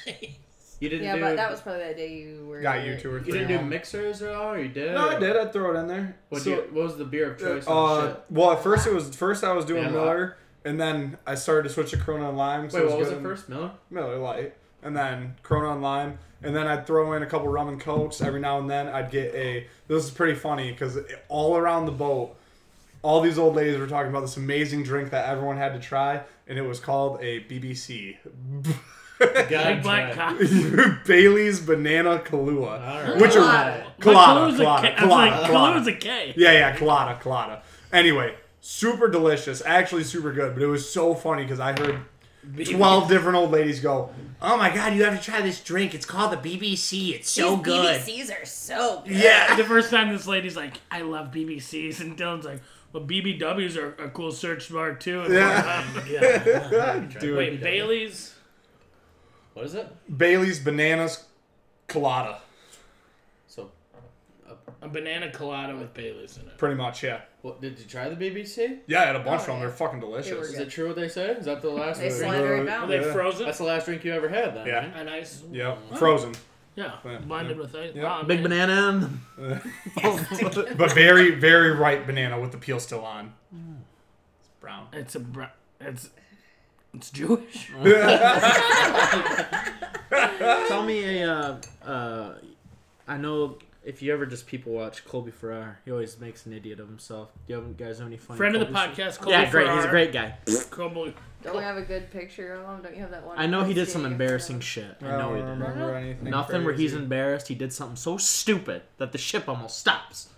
[SPEAKER 3] day.
[SPEAKER 6] You didn't
[SPEAKER 5] Yeah,
[SPEAKER 6] do.
[SPEAKER 5] but that was probably that day you were.
[SPEAKER 3] Got you two or
[SPEAKER 2] You
[SPEAKER 3] three.
[SPEAKER 2] didn't do
[SPEAKER 3] of 'em.
[SPEAKER 2] mixers at all, or you did?
[SPEAKER 3] No, I
[SPEAKER 2] or-
[SPEAKER 3] did. I throw it in there.
[SPEAKER 2] What,
[SPEAKER 3] So-
[SPEAKER 2] do you, what was the beer of choice? on the
[SPEAKER 3] Uh,
[SPEAKER 2] ship?
[SPEAKER 3] well, at first it was first I was doing
[SPEAKER 2] Yeah,
[SPEAKER 3] Miller, and then I started to switch to Corona and Lime. So
[SPEAKER 2] Wait,
[SPEAKER 3] it was
[SPEAKER 2] what was
[SPEAKER 3] good
[SPEAKER 2] it
[SPEAKER 3] in
[SPEAKER 2] first? Miller.
[SPEAKER 3] Miller Light, and then Corona and Lime, and then I'd throw in a couple rum and cokes every now and then. I'd get a. This is pretty funny because all around the boat, all these old ladies were talking about this amazing drink that everyone had to try, and it was called a BBC.
[SPEAKER 1] Big black
[SPEAKER 2] Gotcha.
[SPEAKER 1] cock.
[SPEAKER 3] Bailey's Banana Kahlua,
[SPEAKER 2] Alright.
[SPEAKER 3] which are Kahlua,
[SPEAKER 5] Kahlua.
[SPEAKER 1] Kalua's a
[SPEAKER 3] Kahlua,
[SPEAKER 1] K. I was
[SPEAKER 3] Kahlua,
[SPEAKER 1] like,
[SPEAKER 3] Kahlua.
[SPEAKER 1] Kalua's a K.
[SPEAKER 3] Yeah, yeah, colada, colada. Anyway, super delicious, actually super good, but it was so funny because I heard 12 different old ladies go, Oh my god, you have to try this drink. It's called the BBC. It's so
[SPEAKER 5] These
[SPEAKER 3] good.
[SPEAKER 5] BBCs are so good.
[SPEAKER 3] Yeah.
[SPEAKER 1] The first time this lady's like, I love BBCs, and Dylan's like, well, BBWs are a cool search bar too. And
[SPEAKER 3] Yeah.
[SPEAKER 1] we're like, yeah.
[SPEAKER 3] Dude,
[SPEAKER 1] Wait, Bailey's?
[SPEAKER 2] What is it?
[SPEAKER 3] Bailey's Bananas Colada.
[SPEAKER 2] So,
[SPEAKER 1] A banana colada with Bailey's in it.
[SPEAKER 3] Pretty much, yeah.
[SPEAKER 2] what, did you try the BBC?
[SPEAKER 3] Yeah, I had a bunch
[SPEAKER 5] Oh,
[SPEAKER 3] of them.
[SPEAKER 5] yeah.
[SPEAKER 3] They're fucking
[SPEAKER 5] They
[SPEAKER 3] delicious.
[SPEAKER 5] were-
[SPEAKER 2] Is it true what they said? Is that the last
[SPEAKER 5] They
[SPEAKER 2] drink?
[SPEAKER 5] slandered it
[SPEAKER 1] Are
[SPEAKER 5] down.
[SPEAKER 1] they
[SPEAKER 3] Yeah.
[SPEAKER 1] frozen?
[SPEAKER 2] That's the last drink you ever had, then?
[SPEAKER 3] Yeah.
[SPEAKER 2] right?
[SPEAKER 1] and ice?
[SPEAKER 3] Yeah,
[SPEAKER 6] Oh.
[SPEAKER 3] frozen.
[SPEAKER 1] Yeah.
[SPEAKER 3] Yeah.
[SPEAKER 1] Blended with ice.
[SPEAKER 3] Yeah.
[SPEAKER 1] Wow,
[SPEAKER 6] Big
[SPEAKER 1] man.
[SPEAKER 6] banana. in them.
[SPEAKER 3] But very, very ripe banana with the peel still on. It's brown.
[SPEAKER 1] It's a. Br- it's. It's Jewish.
[SPEAKER 6] Tell me a. Uh, uh, I know if you ever just people watch Colby Farrar, he always makes an idiot of himself. Do you have- guys have any funny?
[SPEAKER 1] Friend of the
[SPEAKER 6] Colby stories?
[SPEAKER 1] podcast. Colby
[SPEAKER 6] Yeah, great. He's a
[SPEAKER 1] Farrar.
[SPEAKER 6] great guy.
[SPEAKER 1] Colby-
[SPEAKER 5] Don't we have a good picture of him? Don't you have that one?
[SPEAKER 6] I know he did
[SPEAKER 5] Yeah,
[SPEAKER 6] some
[SPEAKER 5] you have
[SPEAKER 6] embarrassing
[SPEAKER 5] that.
[SPEAKER 6] shit.
[SPEAKER 3] I
[SPEAKER 6] I know
[SPEAKER 3] don't
[SPEAKER 6] he
[SPEAKER 1] Oh,
[SPEAKER 6] did.
[SPEAKER 3] remember anything.
[SPEAKER 6] Nothing where he's
[SPEAKER 3] crazy.
[SPEAKER 6] embarrassed. He did something so stupid that the ship almost stops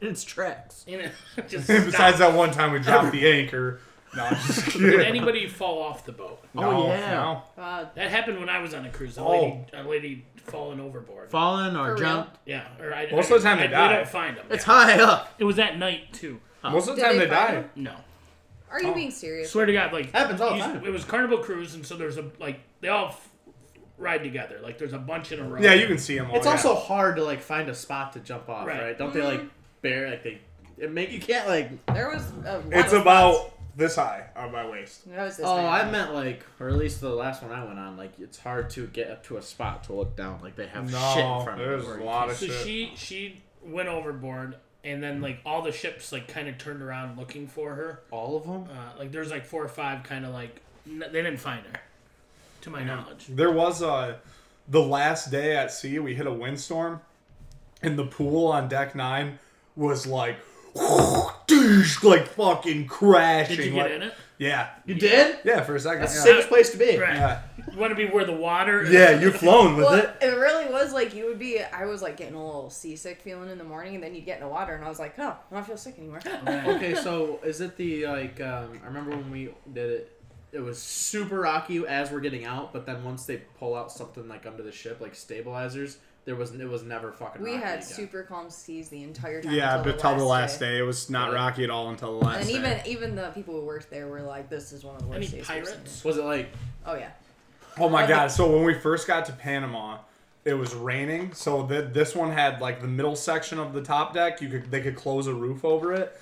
[SPEAKER 6] in its tracks.
[SPEAKER 1] You know, just stop.
[SPEAKER 3] Besides that one time we dropped the anchor. No, I'm just
[SPEAKER 1] Did
[SPEAKER 3] kidding.
[SPEAKER 1] anybody fall off the boat?
[SPEAKER 6] Oh,
[SPEAKER 3] No,
[SPEAKER 6] yeah.
[SPEAKER 3] no.
[SPEAKER 5] Wow.
[SPEAKER 1] That happened when I was on a cruise. A
[SPEAKER 3] Oh.
[SPEAKER 1] lady, a lady fallen overboard.
[SPEAKER 6] Fallen or
[SPEAKER 5] For real?
[SPEAKER 6] jumped.
[SPEAKER 1] yeah, or I,
[SPEAKER 3] Most
[SPEAKER 1] I-
[SPEAKER 3] of the time
[SPEAKER 1] I-
[SPEAKER 3] they
[SPEAKER 1] We
[SPEAKER 3] die.
[SPEAKER 1] don't find them.
[SPEAKER 6] It's high up.
[SPEAKER 1] It was at night too.
[SPEAKER 3] Most of the
[SPEAKER 5] Did
[SPEAKER 3] time
[SPEAKER 5] they
[SPEAKER 3] they,
[SPEAKER 5] find
[SPEAKER 3] die.
[SPEAKER 5] him?
[SPEAKER 1] No,
[SPEAKER 5] Are
[SPEAKER 3] Oh.
[SPEAKER 5] you being serious?
[SPEAKER 1] swear to God, like
[SPEAKER 6] Happens all the
[SPEAKER 1] you-
[SPEAKER 6] time.
[SPEAKER 1] It was Carnival Cruise, and so there's a like they all f- ride together. Like there's a bunch in a row.
[SPEAKER 3] Yeah, you can see them. All
[SPEAKER 2] It's
[SPEAKER 3] Oh, yeah.
[SPEAKER 2] also hard to like find a spot to jump off,
[SPEAKER 1] Right.
[SPEAKER 2] right? Don't they like bear like they it make you can't like
[SPEAKER 5] There was a. lot
[SPEAKER 3] It's
[SPEAKER 5] of
[SPEAKER 3] about this high on my waist.
[SPEAKER 5] That was this
[SPEAKER 6] Oh,
[SPEAKER 5] man.
[SPEAKER 6] I meant like, or at least the last one I went on. Like, it's hard to get up to a spot to look down. Like they have shit in
[SPEAKER 3] No,
[SPEAKER 6] front
[SPEAKER 3] there's
[SPEAKER 6] of you.
[SPEAKER 3] a lot of
[SPEAKER 1] So
[SPEAKER 3] shit.
[SPEAKER 1] she she went overboard, and then like all the ships like kind of turned around looking for her.
[SPEAKER 2] all of them.
[SPEAKER 1] Uh, like there's like four or five kind of like n- they didn't find her, to my knowledge.
[SPEAKER 3] There was a the last day at sea we hit a windstorm, and the pool on deck nine was like. Like fucking crashing.
[SPEAKER 1] Did you
[SPEAKER 3] like-
[SPEAKER 1] get in it?
[SPEAKER 3] Yeah,
[SPEAKER 2] You did?
[SPEAKER 3] yeah, for a second.
[SPEAKER 2] That's the
[SPEAKER 3] yeah.
[SPEAKER 2] safest place to be.
[SPEAKER 1] Right.
[SPEAKER 3] Yeah.
[SPEAKER 1] You want to be where the water? Is.
[SPEAKER 3] yeah, you're flown with
[SPEAKER 5] Well,
[SPEAKER 3] it.
[SPEAKER 5] it really was like you would be. I was like getting a little seasick feeling in the morning, and then you'd get in the water, and I was like, oh, I don't feel sick anymore.
[SPEAKER 2] Okay, so is it the like um I remember when we did it it was super rocky as we're getting out, but then once they pull out something like under the ship, like stabilizers, there was it was never fucking
[SPEAKER 5] We
[SPEAKER 2] rocky
[SPEAKER 5] had
[SPEAKER 2] again.
[SPEAKER 5] super calm seas the entire time.
[SPEAKER 3] Yeah,
[SPEAKER 5] until
[SPEAKER 3] but till the last day. It was not
[SPEAKER 2] Yeah.
[SPEAKER 3] rocky at all until the last
[SPEAKER 5] And
[SPEAKER 3] day.
[SPEAKER 5] even even the people who worked there were like, this is one of the worst
[SPEAKER 1] Any
[SPEAKER 5] days. we've seen."
[SPEAKER 1] pirates?
[SPEAKER 2] Was it like
[SPEAKER 5] Oh yeah.
[SPEAKER 3] Oh my god! So when we first got to Panama, it was raining. So th- this one had like the middle section of the top deck. You could they could close a roof over it,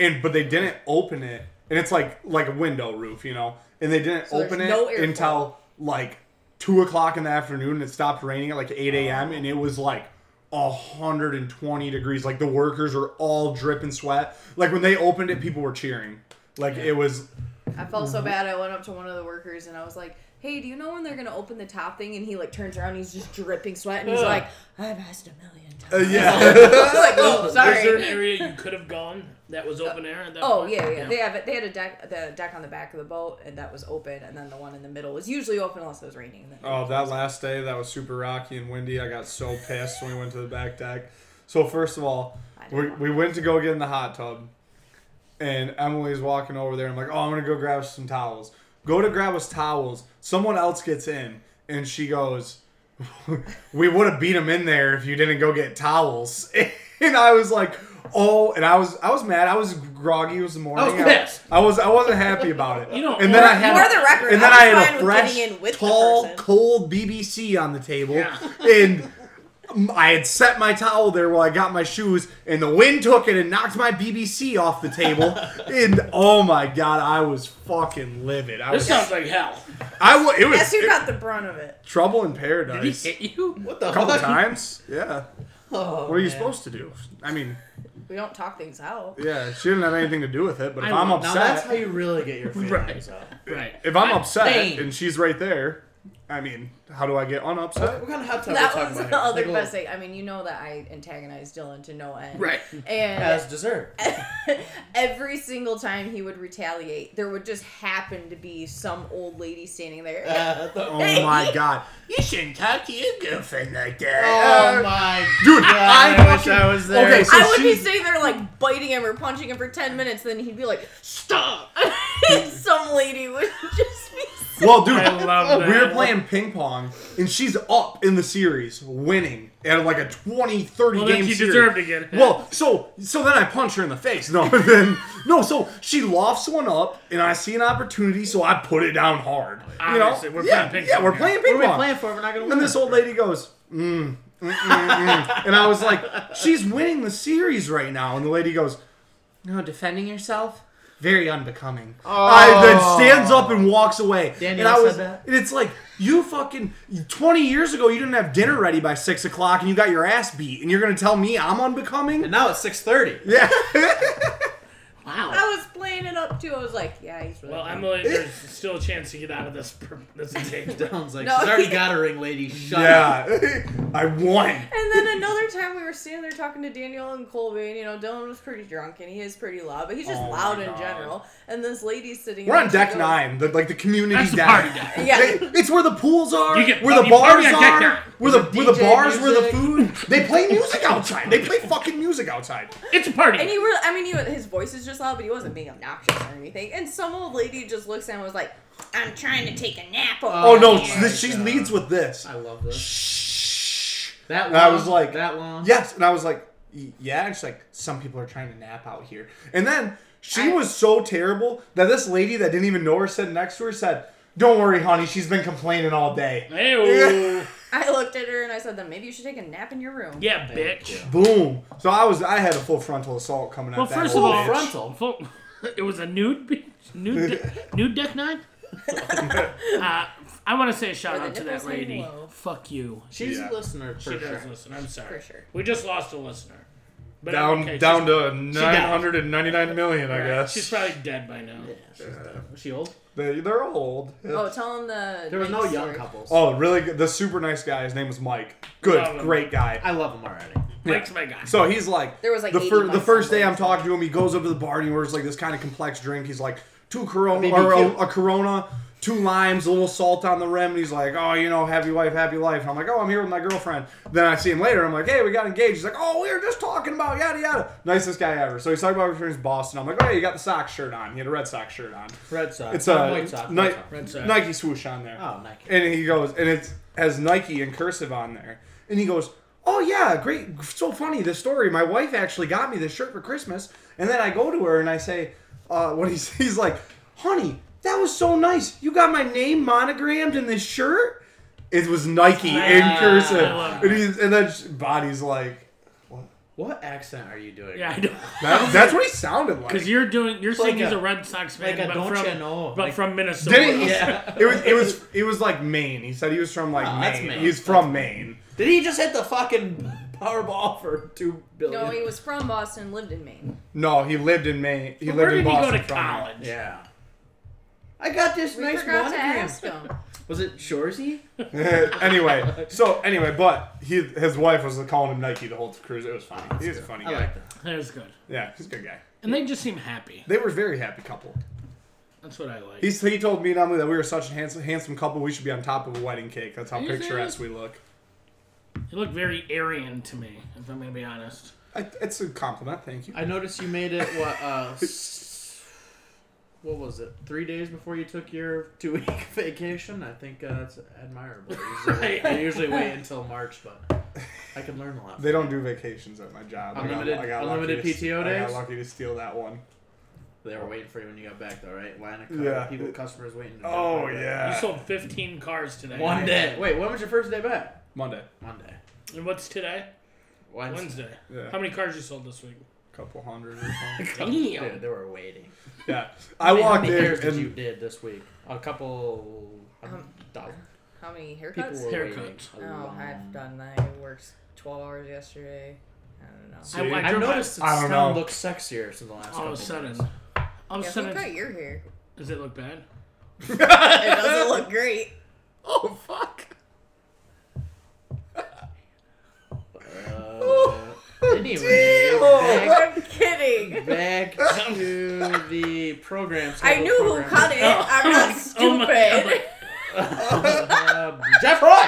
[SPEAKER 3] and but they didn't open it. And it's like like a window roof, you know. And they didn't
[SPEAKER 5] So there's
[SPEAKER 3] open it
[SPEAKER 5] no airflow.
[SPEAKER 3] until like two o'clock in the afternoon and it stopped raining at like 8 a.m. and it was like 120 degrees. Like the workers were all dripping sweat. Like when they opened it, people were cheering. Like it was
[SPEAKER 5] I felt
[SPEAKER 3] Mm-hmm.
[SPEAKER 5] so bad. I went up to one of the workers and I was like, "Hey, do you know when they're gonna open the top thing?" And he like turns around, he's just dripping sweat, and he's
[SPEAKER 2] Ugh.
[SPEAKER 5] like, "I've asked a million times."
[SPEAKER 3] uh, yeah.
[SPEAKER 5] I was like, "Oh,
[SPEAKER 1] Is there an
[SPEAKER 5] sorry."
[SPEAKER 1] area you could have gone that was open air? At that
[SPEAKER 5] Oh
[SPEAKER 1] point?
[SPEAKER 5] yeah, yeah. They have it. They had a deck, the deck on the back of the boat, and that was open, and then the one in the middle was usually open unless it was raining. And then
[SPEAKER 3] Oh, that last day that was super rocky and windy. I got so pissed when we went to the back deck. So first of all,
[SPEAKER 5] I don't
[SPEAKER 3] we,
[SPEAKER 5] know.
[SPEAKER 3] we went to go get in the hot tub, and Emily's walking over there. I'm like, oh, I'm gonna go grab some towels. Go to grab us towels. Someone else gets in, and she goes, "We would have beat him in there if you didn't go get towels." And I was like, "Oh!" And I was I was mad. I was groggy. It was the morning.
[SPEAKER 1] pissed.
[SPEAKER 3] I, was I wasn't happy about it.
[SPEAKER 1] You know,
[SPEAKER 3] and then I
[SPEAKER 1] you
[SPEAKER 3] had
[SPEAKER 5] are the record.
[SPEAKER 3] and then
[SPEAKER 5] I
[SPEAKER 3] I,
[SPEAKER 5] was fine
[SPEAKER 3] had a
[SPEAKER 5] with
[SPEAKER 3] fresh,
[SPEAKER 5] getting in with the
[SPEAKER 3] tall,
[SPEAKER 5] person.
[SPEAKER 3] cold BBC on the table,
[SPEAKER 1] Yeah.
[SPEAKER 3] and I had set my towel there while I got my shoes, and the wind took it and knocked my BBC off the table, and oh my god, I was fucking livid. I
[SPEAKER 1] This
[SPEAKER 3] was,
[SPEAKER 1] sounds like hell.
[SPEAKER 3] I wa- it was
[SPEAKER 5] guess who
[SPEAKER 3] it-
[SPEAKER 5] got the brunt of it?
[SPEAKER 3] trouble in
[SPEAKER 1] Did
[SPEAKER 3] paradise.
[SPEAKER 1] he
[SPEAKER 3] A
[SPEAKER 1] hit you?
[SPEAKER 2] What the
[SPEAKER 3] couple
[SPEAKER 2] fuck?
[SPEAKER 3] times, yeah.
[SPEAKER 2] Oh,
[SPEAKER 3] What are you
[SPEAKER 2] man.
[SPEAKER 3] supposed to do? I mean,
[SPEAKER 5] We don't talk things out.
[SPEAKER 3] yeah, she didn't have anything to do with it, but if
[SPEAKER 1] I
[SPEAKER 3] I'm
[SPEAKER 1] know. Now
[SPEAKER 2] Now
[SPEAKER 3] upset,
[SPEAKER 2] that's how you really get your feelings
[SPEAKER 1] Right.
[SPEAKER 2] out.
[SPEAKER 1] Right.
[SPEAKER 3] if I'm
[SPEAKER 1] I'm
[SPEAKER 3] upset
[SPEAKER 1] saying-
[SPEAKER 3] and she's right there, I mean, how do I get unupset?
[SPEAKER 2] What kind of hot tub
[SPEAKER 5] That
[SPEAKER 2] are we talking
[SPEAKER 5] was
[SPEAKER 2] about
[SPEAKER 5] the
[SPEAKER 2] here?
[SPEAKER 5] other
[SPEAKER 2] Take a
[SPEAKER 5] best
[SPEAKER 2] look.
[SPEAKER 5] thing. I mean, you know that I antagonized Dylan to no end.
[SPEAKER 1] Right.
[SPEAKER 5] And
[SPEAKER 2] As dessert.
[SPEAKER 5] every single time he would retaliate, there would just happen to be some old lady standing there.
[SPEAKER 2] Uh, the-
[SPEAKER 3] Oh my god.
[SPEAKER 1] You shouldn't talk to your girlfriend like that.
[SPEAKER 2] Oh my
[SPEAKER 3] Dude,
[SPEAKER 2] I
[SPEAKER 3] I,
[SPEAKER 2] wish
[SPEAKER 3] fucking-
[SPEAKER 2] I was there.
[SPEAKER 3] Okay, so
[SPEAKER 5] I would
[SPEAKER 3] she,
[SPEAKER 5] be sitting there like biting him or punching him for ten minutes, then he'd be like,
[SPEAKER 1] Stop.
[SPEAKER 5] some lady would just be. so-
[SPEAKER 3] well, dude,
[SPEAKER 1] I love that.
[SPEAKER 3] we were playing ping pong, and she's up in the series, winning at like a 20, 30
[SPEAKER 1] Well, then
[SPEAKER 3] game
[SPEAKER 1] she
[SPEAKER 3] series.
[SPEAKER 1] deserved to get it.
[SPEAKER 3] Well, so so then I punch her in the face. No, then no. So she lofts one up, and I see an opportunity, so I put it down hard. You know,
[SPEAKER 1] Obviously, we're
[SPEAKER 3] yeah,
[SPEAKER 1] playing ping
[SPEAKER 3] yeah,
[SPEAKER 1] pong
[SPEAKER 3] we're
[SPEAKER 1] here.
[SPEAKER 3] playing
[SPEAKER 6] What
[SPEAKER 3] ping
[SPEAKER 6] are we
[SPEAKER 3] pong.
[SPEAKER 6] playing for? if We're not gonna win.
[SPEAKER 3] And this old lady goes, mm, mm, mm, mm." and I was like, she's winning the series right now. And the lady goes, no, defending yourself? Very unbecoming. I then stands up and walks away.
[SPEAKER 6] Danielle
[SPEAKER 3] and I
[SPEAKER 6] said
[SPEAKER 3] was,
[SPEAKER 6] that?
[SPEAKER 3] and it's like you fucking twenty years ago, you didn't have dinner ready by six o'clock, and you got your ass beat, and you're gonna tell me I'm unbecoming?
[SPEAKER 2] And now it's 6.30.
[SPEAKER 3] Yeah.
[SPEAKER 5] I
[SPEAKER 1] Wow.
[SPEAKER 5] was playing it up too. I was like, yeah, he's really.
[SPEAKER 1] Well, Emily, there's still a chance to get out of this per- this engagement.
[SPEAKER 2] Dylan's like,
[SPEAKER 5] No,
[SPEAKER 2] she's already
[SPEAKER 5] he-
[SPEAKER 2] got a ring, lady. Shut up.
[SPEAKER 3] yeah. I won.
[SPEAKER 5] And then another time we were standing there talking to Daniel and Colby, and you know Dylan was pretty drunk and he is pretty loud, but he's just
[SPEAKER 3] Oh my
[SPEAKER 5] loud in
[SPEAKER 3] God.
[SPEAKER 5] general. And this lady's sitting.
[SPEAKER 3] We're
[SPEAKER 5] there,
[SPEAKER 3] on
[SPEAKER 5] she
[SPEAKER 3] deck
[SPEAKER 5] goes-
[SPEAKER 3] nine, the, like the community
[SPEAKER 1] That's the
[SPEAKER 3] deck.
[SPEAKER 1] party deck.
[SPEAKER 5] Yeah.
[SPEAKER 3] They- it's where the pools are,
[SPEAKER 1] You get-
[SPEAKER 3] where the
[SPEAKER 1] you party
[SPEAKER 3] bars
[SPEAKER 1] on deck nine.
[SPEAKER 3] are, where the where the
[SPEAKER 2] DJ
[SPEAKER 3] bars, where
[SPEAKER 2] music.
[SPEAKER 3] the food. They play music outside. They play fucking music outside.
[SPEAKER 1] It's a party.
[SPEAKER 5] And he really, I mean, he, was- his voice is just loud, but he wasn't being obnoxious or anything. And some old lady just looks at him and was like, I'm trying to take a nap. Over
[SPEAKER 3] Oh no,
[SPEAKER 5] here."
[SPEAKER 3] this, she leads with this.
[SPEAKER 2] I love this.
[SPEAKER 3] Shh.
[SPEAKER 2] That
[SPEAKER 3] And I
[SPEAKER 2] long,
[SPEAKER 3] was like-
[SPEAKER 2] that long.
[SPEAKER 3] Yes, and I was like, "Y- yeah, and she's like, some people are trying to nap out here. And then she
[SPEAKER 5] I-
[SPEAKER 3] was so terrible that this lady that didn't even know her sitting next to her said, "Don't worry, honey, she's been complaining all day."
[SPEAKER 1] Ew.
[SPEAKER 5] I looked at her and I said, then maybe you should take a nap in your room.
[SPEAKER 1] Yeah, bitch.
[SPEAKER 3] Boom. So I was, I had a full frontal assault coming
[SPEAKER 1] Well,
[SPEAKER 3] at that.
[SPEAKER 1] first of
[SPEAKER 3] old
[SPEAKER 1] all,
[SPEAKER 3] bitch.
[SPEAKER 1] frontal. Full, it was a nude beach, nude, de- nude deck nine. uh, I want to say a shout
[SPEAKER 5] Were the
[SPEAKER 1] out to that
[SPEAKER 5] nipples hanging
[SPEAKER 1] lady.
[SPEAKER 5] low?
[SPEAKER 1] Fuck you.
[SPEAKER 2] She's
[SPEAKER 3] Yeah.
[SPEAKER 2] a listener for
[SPEAKER 1] She
[SPEAKER 2] sure.
[SPEAKER 1] does listen. I'm sorry.
[SPEAKER 5] For sure.
[SPEAKER 1] We just lost a listener. But
[SPEAKER 3] down
[SPEAKER 1] okay,
[SPEAKER 3] down
[SPEAKER 1] she's,
[SPEAKER 3] to nine hundred and ninety nine million, I guess.
[SPEAKER 1] She's probably dead by now.
[SPEAKER 2] Was she old?
[SPEAKER 3] they, they're old.
[SPEAKER 5] Oh, tell him the.
[SPEAKER 2] There was
[SPEAKER 5] night
[SPEAKER 2] no young
[SPEAKER 5] story.
[SPEAKER 2] couples.
[SPEAKER 3] Oh, really? good- The super nice guy. His name was Mike. Good,
[SPEAKER 1] Love him.
[SPEAKER 3] great guy.
[SPEAKER 2] I love him already.
[SPEAKER 1] Mike's my guy.
[SPEAKER 3] So he's like,
[SPEAKER 5] There was, like,
[SPEAKER 3] the,
[SPEAKER 5] 80
[SPEAKER 3] fir- the
[SPEAKER 5] Mike's
[SPEAKER 3] first
[SPEAKER 5] on
[SPEAKER 3] day
[SPEAKER 5] there.
[SPEAKER 3] I'm talking to him, he goes up to the bar and he orders like this kind of complex drink. He's like, two Corona
[SPEAKER 2] A
[SPEAKER 3] or a,
[SPEAKER 2] BBQ.
[SPEAKER 3] a Corona, two limes, a little salt on the rim. And he's like, oh, you know, happy wife, happy life. And I'm like, oh, I'm here with my girlfriend. Then I see him later. I'm like, hey, we got engaged. He's like, oh, we were just talking about yada yada. Nicest guy ever. So he's talking about returning to Boston. I'm like, oh, yeah, you got the Sox shirt on. He had a Red Sox shirt on.
[SPEAKER 2] Red Sox.
[SPEAKER 3] It's
[SPEAKER 2] Oh,
[SPEAKER 3] a
[SPEAKER 2] White Sox.
[SPEAKER 3] Ni-
[SPEAKER 2] White Sox.
[SPEAKER 1] Red Sox.
[SPEAKER 3] Nike swoosh on there.
[SPEAKER 2] Oh, Nike.
[SPEAKER 3] And he goes, and it has Nike in cursive on there. And he goes, "Oh yeah, great, so funny the story. My wife actually got me this shirt for Christmas." And then I go to her and I say, uh, "What he's he's like, honey, that was so nice. You got my name monogrammed in this shirt." It was Nike in
[SPEAKER 1] Ah, I
[SPEAKER 3] cursive,
[SPEAKER 1] love
[SPEAKER 3] and, he's, and then sh- body's like, "What?
[SPEAKER 2] What accent are you doing?
[SPEAKER 1] Yeah, I know.
[SPEAKER 3] That, that's what he sounded like.
[SPEAKER 1] Because you're doing, you're saying
[SPEAKER 2] Like
[SPEAKER 1] he's
[SPEAKER 2] a-
[SPEAKER 1] a Red Sox fan,
[SPEAKER 2] like a
[SPEAKER 1] but
[SPEAKER 2] don't
[SPEAKER 1] from,
[SPEAKER 2] ya know,
[SPEAKER 1] but
[SPEAKER 2] like-
[SPEAKER 1] from Minnesota.
[SPEAKER 3] Did he?
[SPEAKER 2] Yeah.
[SPEAKER 3] It was. It was. It was like Maine. He said he was from like
[SPEAKER 2] Oh, that's
[SPEAKER 3] Maine.
[SPEAKER 2] Maine.
[SPEAKER 3] He's from Maine.
[SPEAKER 2] Did he just hit the fucking Powerball for two billion?
[SPEAKER 5] No, he was from Boston, lived in Maine.
[SPEAKER 3] No, he lived in Maine. He
[SPEAKER 1] But
[SPEAKER 3] lived
[SPEAKER 1] Where did
[SPEAKER 3] in
[SPEAKER 1] he
[SPEAKER 3] Boston.
[SPEAKER 1] go to
[SPEAKER 3] from Maine.
[SPEAKER 1] college?
[SPEAKER 2] Yeah. I got this
[SPEAKER 5] We
[SPEAKER 2] nice
[SPEAKER 5] forgot to
[SPEAKER 2] monogram.
[SPEAKER 5] ask him.
[SPEAKER 2] Was it Shorzy?
[SPEAKER 3] anyway, so anyway, but he, his wife was calling him Nike the whole cruise. It was funny. He was a funny
[SPEAKER 2] I
[SPEAKER 3] guy.
[SPEAKER 2] like that.
[SPEAKER 1] That was good.
[SPEAKER 3] Yeah, he's a good guy.
[SPEAKER 1] And they just seem happy.
[SPEAKER 3] They were a very happy couple.
[SPEAKER 1] That's what I like.
[SPEAKER 3] He's, he told me and Emily that we were such a handsome, handsome couple. We should be on top of a wedding cake. That's how
[SPEAKER 1] You think?
[SPEAKER 3] picturesque we look.
[SPEAKER 1] They look very Aryan to me, if I'm gonna be honest.
[SPEAKER 3] I, it's a compliment. Thank you.
[SPEAKER 2] I noticed you made it what uh s- what was it? Three days before you took your two week vacation? I think uh, that's admirable. Usually, I usually wait until March, but I can learn a lot.
[SPEAKER 3] They don't do vacations at my job. I got-
[SPEAKER 2] Unlimited-
[SPEAKER 3] I got,
[SPEAKER 2] unlimited
[SPEAKER 3] lucky to-
[SPEAKER 2] PTO
[SPEAKER 3] I got
[SPEAKER 2] days?
[SPEAKER 3] lucky to steal that one.
[SPEAKER 2] They were waiting for you when you got back though, right? Line of cu-
[SPEAKER 3] Yeah.
[SPEAKER 2] people customers waiting to jump
[SPEAKER 3] Oh
[SPEAKER 2] right back.
[SPEAKER 1] You
[SPEAKER 3] yeah.
[SPEAKER 1] sold 15 cars today.
[SPEAKER 2] Uh, One day. Wait, when was your first day back?
[SPEAKER 3] Monday.
[SPEAKER 2] Monday.
[SPEAKER 1] And what's today?
[SPEAKER 2] Wednesday.
[SPEAKER 1] Wednesday.
[SPEAKER 3] Yeah.
[SPEAKER 1] How many cars you sold this week?
[SPEAKER 3] Couple hundred or something.
[SPEAKER 2] Dude,
[SPEAKER 1] Damn.
[SPEAKER 2] they were waiting.
[SPEAKER 3] yeah. I
[SPEAKER 2] How
[SPEAKER 3] walked
[SPEAKER 2] many
[SPEAKER 3] in
[SPEAKER 2] hairs did
[SPEAKER 3] and
[SPEAKER 2] you did this week? A couple hundred thousand.
[SPEAKER 5] How many
[SPEAKER 2] People
[SPEAKER 5] haircuts?
[SPEAKER 2] were waiting.
[SPEAKER 1] Haircuts.
[SPEAKER 2] a
[SPEAKER 5] Um, Oh,
[SPEAKER 2] long-
[SPEAKER 5] I've done that. I worked 12 hours yesterday. I don't know.
[SPEAKER 1] I, I,
[SPEAKER 2] I
[SPEAKER 1] drove by-
[SPEAKER 2] noticed
[SPEAKER 3] I
[SPEAKER 2] its
[SPEAKER 3] don't
[SPEAKER 2] town
[SPEAKER 3] know.
[SPEAKER 2] looks sexier since the last
[SPEAKER 1] all
[SPEAKER 2] couple
[SPEAKER 1] of a sudden.
[SPEAKER 2] days.
[SPEAKER 1] All of a
[SPEAKER 5] Yeah,
[SPEAKER 1] sudden,
[SPEAKER 5] look at your hair.
[SPEAKER 1] does it look bad?
[SPEAKER 5] It doesn't look great.
[SPEAKER 1] Oh fuck!
[SPEAKER 2] Uh, anyway,
[SPEAKER 5] I'm kidding.
[SPEAKER 2] back, back to the program.
[SPEAKER 5] I
[SPEAKER 2] schedule
[SPEAKER 5] knew who
[SPEAKER 2] program.
[SPEAKER 5] cut it. I'm not
[SPEAKER 1] Oh my
[SPEAKER 5] stupid.
[SPEAKER 2] Uh, Jeff Roy!